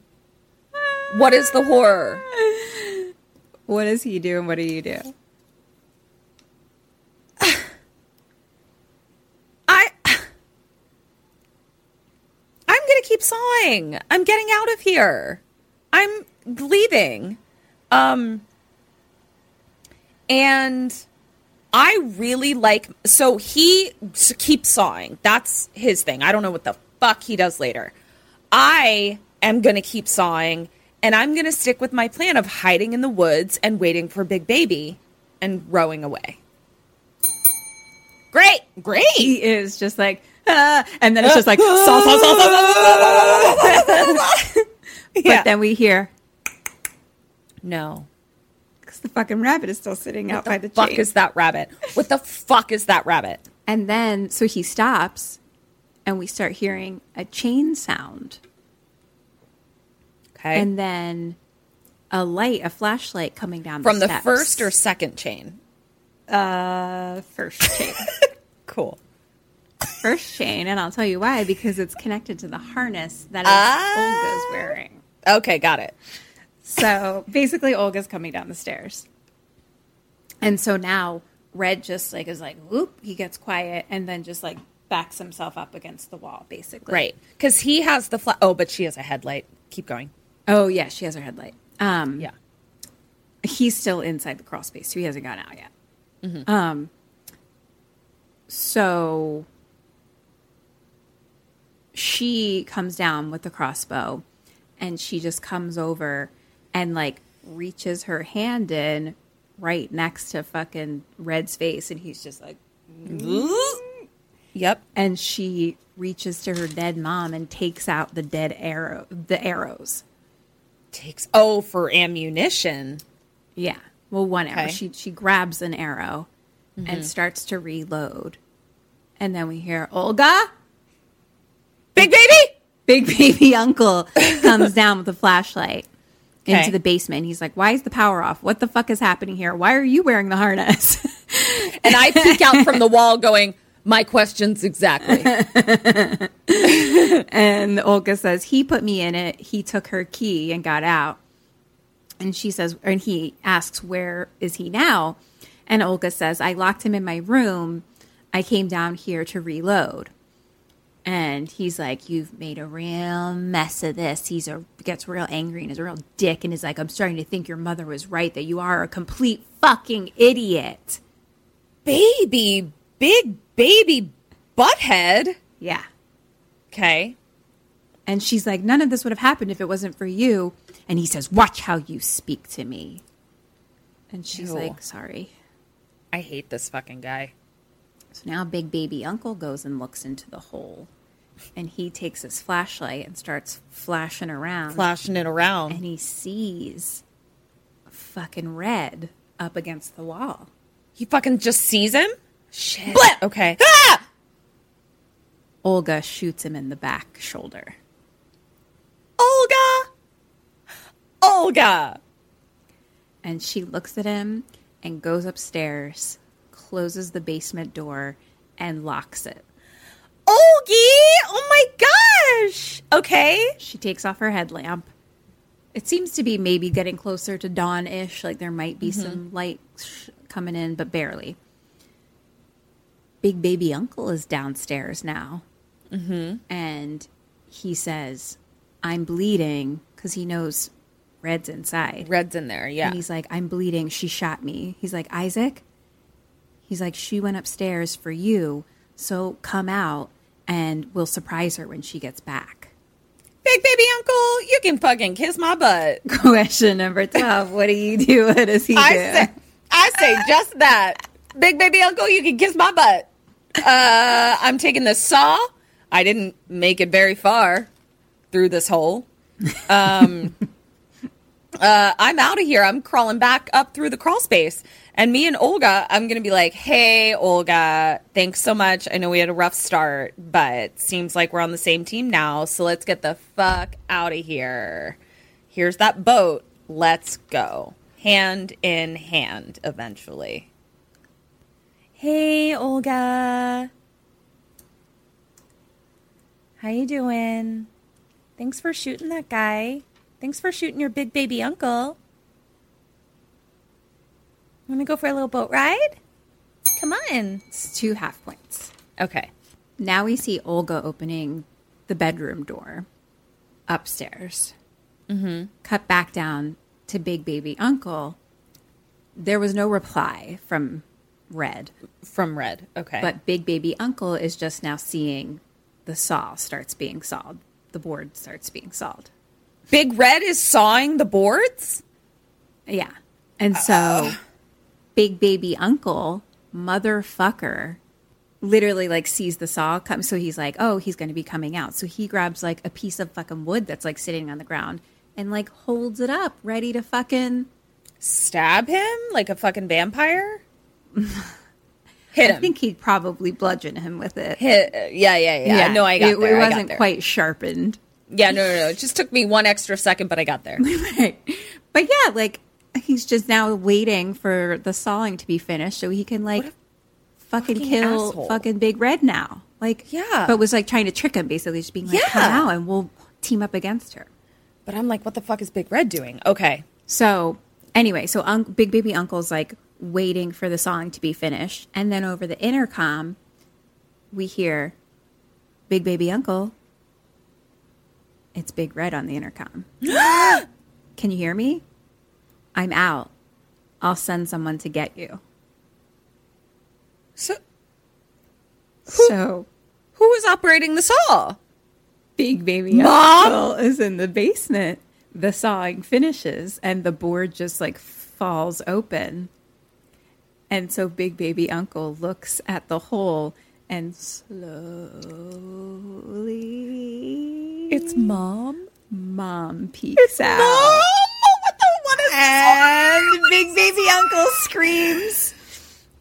What is the horror?
what does he do and what do you do
I I'm going to keep sawing. I'm getting out of here. I'm leaving. Um and I really like so he s- keeps sawing. That's his thing. I don't know what the fuck he does later. I am going to keep sawing and I'm going to stick with my plan of hiding in the woods and waiting for Big Baby and rowing away.
great, great. He is just like, ah, and then it's just like, sauce, sauce, sauce, sauce, sauce, sauce. But then we hear,
No.
because the fucking rabbit is still sitting out by the
Fuck
chain.
is that rabbit? What the fuck is that rabbit?
And then, so he stops, and we start hearing a chain sound.
Okay.
And then a light, a flashlight coming down
From the
steps.
first or second chain.
the first chain.
Cool.
first chain, and I'll tell you why because it's connected to the harness that is
Ah.
Olga's wearing.
Okay, got it.
So basically, Olga's coming down the stairs, and so now Red just like is like whoop, he gets quiet, and then just like backs himself up against the wall, basically.
Right. Because he has the fla- Oh, but she has a headlight. Keep going.
Oh yeah, she has her headlight. Um,
Yeah.
he's still inside the crawl space, so he hasn't gone out yet.
Mm-hmm.
Um, so she comes down with the crossbow, and she just comes over and like reaches her hand in right next to fucking Red's face, and he's just like,
Mm-hmm. Yep.
and she reaches to her dead mom and takes out the dead arrow, the arrows.
Takes. Oh, for ammunition.
Yeah. Well, one arrow.
Okay. Mm-hmm.
She she grabs an arrow and starts to reload. And then we hear Olga,
Big baby.
big baby uncle comes down with a flashlight
Okay.
into the basement. He's like, "Why is the power off? What the fuck is happening here? Why are you wearing the harness?"
And I peek out from the wall going, my questions exactly.
and Olga says, "He put me in it. He took her key and got out." And she says, and he asks, "Where is he now?" And Olga says, "I locked him in my room. I came down here to reload." And he's like, "You've made a real mess of this." He's a gets real angry and is a real dick and is like, "I'm starting to think your mother was right that you are a complete fucking idiot."
baby, big baby butthead.
Yeah.
Okay.
And she's like, none of this would have happened if it wasn't for you. And he says, watch how you speak to me. And she's
Ew.
like, sorry.
I hate this fucking guy.
So now Big Baby Uncle goes and looks into the hole. And he takes his flashlight and starts flashing around.
Flashing it around.
and he sees fucking red up against the wall.
He fucking just sees him? Shit. Okay.
Ah! Olga shoots him in the back shoulder.
Olga! Olga!
And she looks at him and goes upstairs, closes the basement door, and locks it.
Olgie! Oh my gosh! Okay.
She takes off her headlamp. It seems to be maybe getting closer to dawn ish. Like there might be some light sh- coming in, but barely. Big baby uncle is downstairs now. Mm-hmm. And he says, I'm bleeding because he knows Red's inside.
Red's in there, yeah.
And he's like, I'm bleeding. She shot me. He's like, Isaac? He's like, she went upstairs for you. So come out and we'll surprise her when she gets back.
Big baby uncle, you can fucking kiss my butt.
Question number 12. What do you do? What does he
I
do?
say, I say just that. Big baby uncle, you can kiss my butt. Uh, I'm taking the saw. I didn't make it very far through this hole. Um, uh, I'm out of here. I'm crawling back up through the crawl space. And me and Olga, I'm going to be like, hey, Olga, thanks so much. I know we had a rough start, but seems like we're on the same team now. So let's get the fuck out of here. Here's that boat. Let's go. Hand in hand, eventually. Hey, Olga. How you doing? Thanks for shooting that guy. Thanks for shooting your big baby uncle. Want to go for a little boat ride? Come on.
It's two half points.
Okay.
Now we see Olga opening the bedroom door upstairs. Mm-hmm. Cut back down to Big Baby Uncle. There was no reply from Red,
From Red. Okay.
but Big Baby Uncle is just now seeing the saw starts being sawed. The board starts being sawed.
Big Red is sawing the boards?
Yeah. And so Big Baby Uncle, motherfucker, literally like sees the saw come. So he's like, oh, he's going to be coming out. So he grabs like a piece of fucking wood that's like sitting on the ground and like holds it up, ready to fucking.
Stab him like a fucking vampire? Hit him.
I think he'd probably bludgeon him with it.
Hit. Yeah, yeah, yeah. No, I got
it,
there.
It
I got
wasn't
there.
quite sharpened.
Yeah, no, no, no. It just took me one extra second, but I got there.
Right. But yeah, like he's just now waiting for the sawing to be finished so he can like fucking,
fucking
kill
asshole.
fucking Big Red now. Like
Yeah.
but was like trying to trick him basically, just being like,
Yeah.
"Come out and we'll team up against her."
But I'm like, what the fuck is Big Red doing? Okay.
So anyway, so un- Big Baby Uncle's like waiting for the song to be finished, and then over the intercom, we hear Big Baby Uncle. It's Big Red on the intercom. Can you hear me? I'm out. I'll send someone to get you.
So
So
who is operating the saw?
Big Baby Mom! Uncle is in the basement. The sawing finishes and the board just like falls open. And so Big Baby Uncle looks at the hole and slowly
It's mom.
mom peeks out. and Big Baby Uncle screams.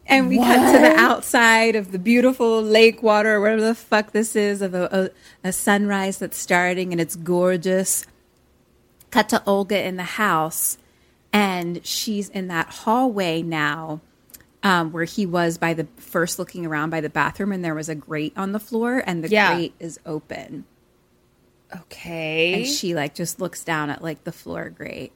And we cut to the outside of the beautiful lake water, or whatever the fuck this is, of a, a, a sunrise that's starting and it's gorgeous. Cut to Olga in the house, and she's in that hallway now um, where he was by the first looking around by the bathroom, and there was a grate on the floor, and the
Yeah.
grate is open
Okay.
and she like just looks down at like the floor grate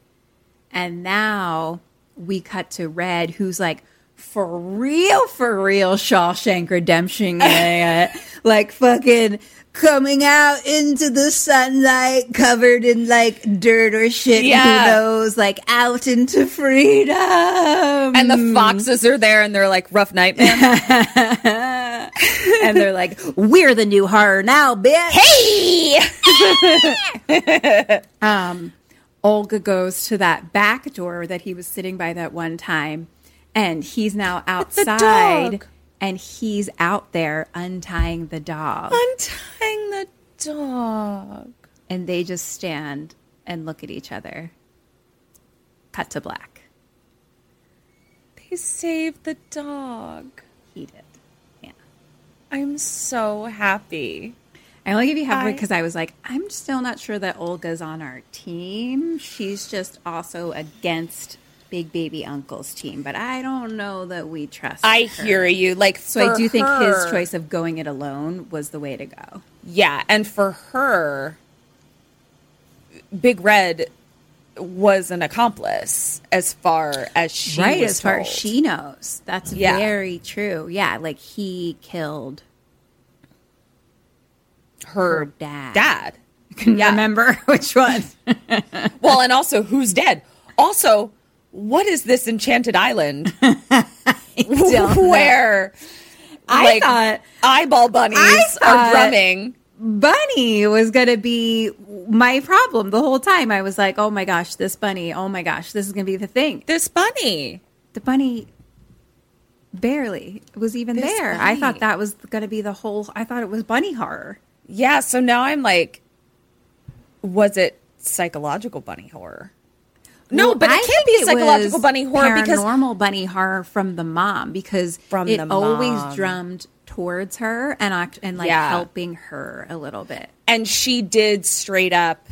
and now we cut to red who's like for real for real shawshank redemption it. like fucking coming out into the sunlight covered in like dirt or shit
Yeah.
who knows like out into freedom and,
and the foxes are there and they're like, rough night, man.
they're like we're the new horror now bitch Um, Olga goes to that back door that he was sitting by that one time, and he's now
the
outside,
dog.
and he's out there untying the dog,
Untying the dog.
and they just stand and look at each other. Cut to black.
They saved the dog.
He did.
I'm so happy.
I only give you halfway
I-
because I was like, I'm still not sure that Olga's on our team. She's just also against Big Baby Uncle's team, but I don't know that we trust.
I
her.
hear you. Like,
So I
for
do think his
her-
choice of going it alone was the way to go.
Yeah, and for her, Big Red was an accomplice as far as she
right,
was
as far as
told.
she knows. That's
Yeah.
very true. Yeah, like he killed her
her
dad.
dad.
Remember which one?
Well, and also who's dead? Also, what is this enchanted island
don't know.
where
I
like
thought-
eyeball bunnies
thought-
are drumming?
bunny was going to be my problem the whole time. I was like, oh my gosh, this bunny. Oh my gosh, this is going to be the thing.
This bunny.
The bunny barely was even
This
there. I
bunny.
thought that was going to be the whole, I thought it was bunny horror.
Yeah, so now I'm like was it psychological bunny horror? No,
Well,
but it
I
can't
think
be psychological
was
bunny horror because
paranormal bunny horror from the mom because
From
it
the mom.
always drummed towards her and act- and like
Yeah.
helping her a little bit.
and she did straight up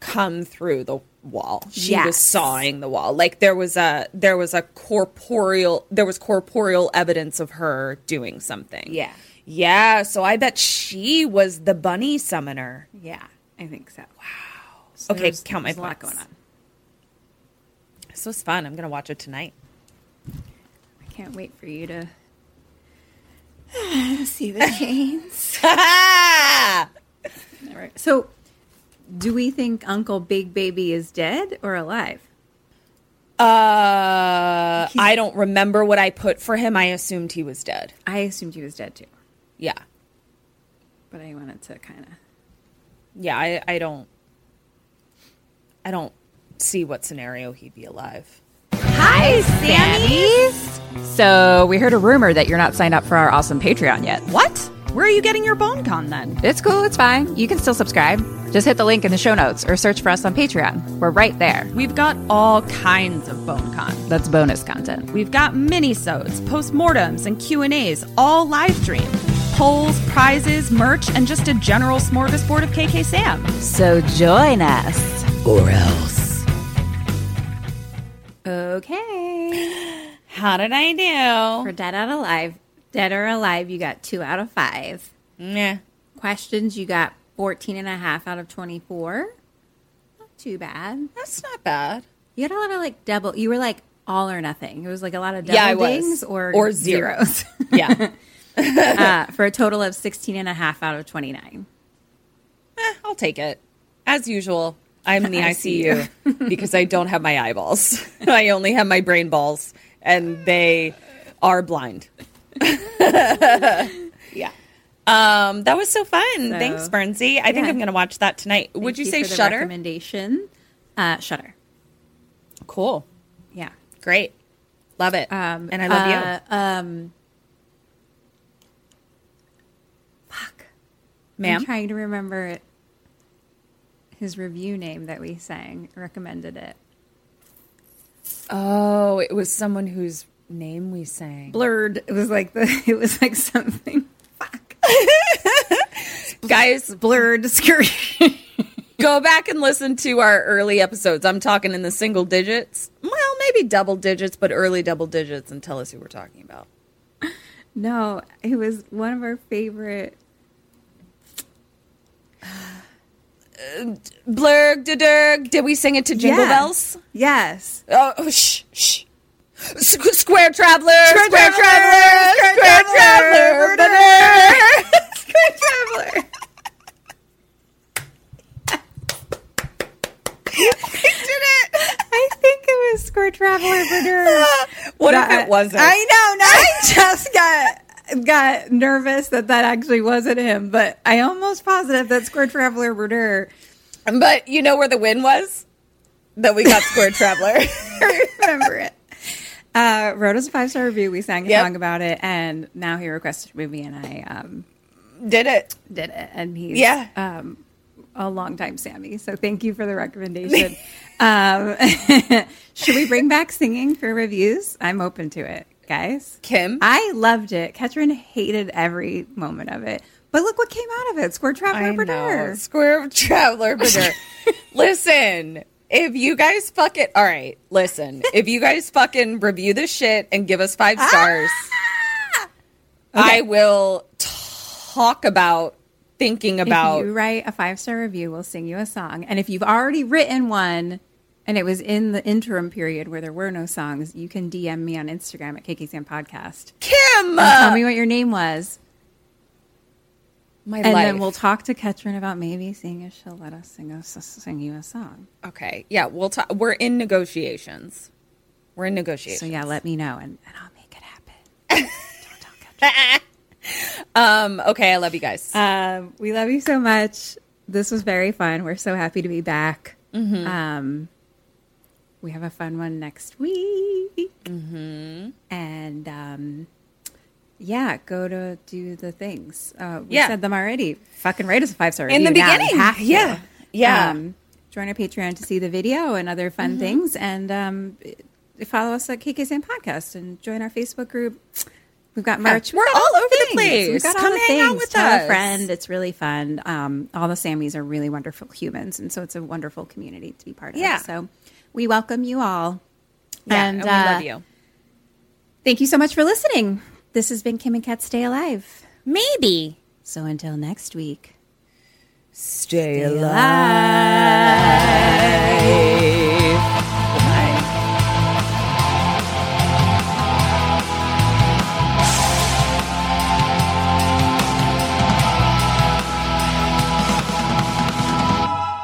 come through the wall. She was
Yes.
sawing the wall. Like there was a there was a corporeal there was corporeal evidence of her doing something.
Yeah.
Yeah, so I bet she was the bunny summoner.
Yeah, I think so. Wow.
Okay, count my
there's a lot
points.
going on.
This was fun. I'm going to watch it tonight.
I can't wait for you to see the chains.
Uh,
All right. So, do we think Uncle Big Baby is dead or alive?
Uh, I don't remember what I put for him. I assumed he was dead.
I assumed he was dead too,
Yeah.
but I wanted to kind of
Yeah, I, I don't I don't see what scenario he'd be alive.
Hi, Sammy's. So we heard a rumor that you're not signed up for our awesome Patreon yet.
What? Where are you getting your bone con then?
It's cool, it's fine. You can still subscribe. Just hit the link in the show notes or search for us on Patreon. We're right there.
We've got all kinds of bone con.
That's bonus content.
We've got mini-sodes, postmortems, and Q&As, all live stream. Polls, prizes, merch, and just a general smorgasbord of KK Sam.
So join us.
Or else.
Okay.
How did I
For
do?
Dead Out Alive, Dead or Alive, you got two out of five.
Yeah.
Questions, you got 14 and a half out of 24. Not too bad.
That's not bad.
You got a lot of like double, you were like all or nothing. It was like a lot of double
Yeah, I was.
dings or,
Or zero.
zeros.
Yeah.
uh, for a total of 16 and a half out of 29.
Eh, I'll take it. As usual, I'm in the ICU because I don't have my eyeballs. I only have my brain balls, and they are blind. yeah. Um, that was so fun. Thanks, Bernsey. I think I'm going to watch that tonight. Would
Thank
you, say
for the
Shutter?
Recommendation. Uh, shutter.
Cool.
Yeah.
Great. Love it. Um, and I love you.
Uh, um,
Ma'am?
I'm trying to remember it. His review name that we sang recommended it.
oh, it was someone whose name we sang.
blurred. It was like the it was like something
Guys,
blurred skirt.
go back and listen to our early episodes. I'm talking in the single digits. Well, maybe double digits, but early double digits and tell us who we're talking about.
no, it was one of our favorite.
Blurg de derg. Did we sing it to Jingle
Yeah.
Bells?
Yes.
Oh, oh, shh, shh. Squ- Square Traveler, Square, Traveler, Square
Traveler,
Traveler, Traveler, Square Traveler.
I think it was Score Traveler Blurred.
What if it wasn't?
I know. No, I just got got nervous that that actually wasn't him, but I almost positive that Score Traveler Blurred.
but you know where the win was? That we got Square Traveler.
I remember it. Uh, wrote us a five star review. We sang a
Yep.
song about it, and now he requested a movie, and I um,
Did it?
did it. And he's
Yeah.
um, a long time Sammy. So thank you for the recommendation. um, should we bring back singing for reviews? I'm open to it, guys.
Kim?
I loved it. Catherine hated every moment of it. But look what came out of it. Square Traveler
know.
Bernard.
Square traveler Bernard. listen, if you guys fuck it, all right. Listen, if you guys fucking review this shit and give us five stars,
Ah!
I will talk about thinking about.
If you write a five star review, we'll sing you a song. And if you've already written one, and it was in the interim period where there were no songs, you can DM me on Instagram at KKSam Podcast. Uh,
Kim,
Tell me what your name was,
my
and
life.
then we'll talk to Ketrin about maybe seeing if she'll let us sing us sing you a song.
okay, yeah, we'll talk. We're in negotiations. We're in negotiations.
So yeah, let me know, and, and I'll make it happen. Don't tell Ketrin.
Um, okay, I love you guys.
Um, we love you so much. This was very fun. We're so happy to be back.
Mm-hmm.
Um, we have a fun one next week.
Mm-hmm.
And um, yeah, go to do the things. Uh, we
Yeah.
said them already. Fucking rate us a five star
In the beginning. Yeah. Yeah.
Um,
Mm-hmm.
join our Patreon to see the video and other fun things. And um, follow us at KK Sam Podcast and join our Facebook group. We've got merch.
We're
We've got
all over the
things.
place.
We've got all
Come
the
hang out
things.
with
Tell
us.
a friend. It's really fun. Um, all the Sammies are really wonderful humans, and so it's a wonderful community to be part of.
Yeah.
So we welcome you all.
yeah, and, we
uh,
love you.
Thank you so much for listening. This has been Kim and Kat Stay Alive.
Maybe
So until next week.
stay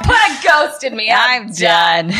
But ghosted me. I'm done.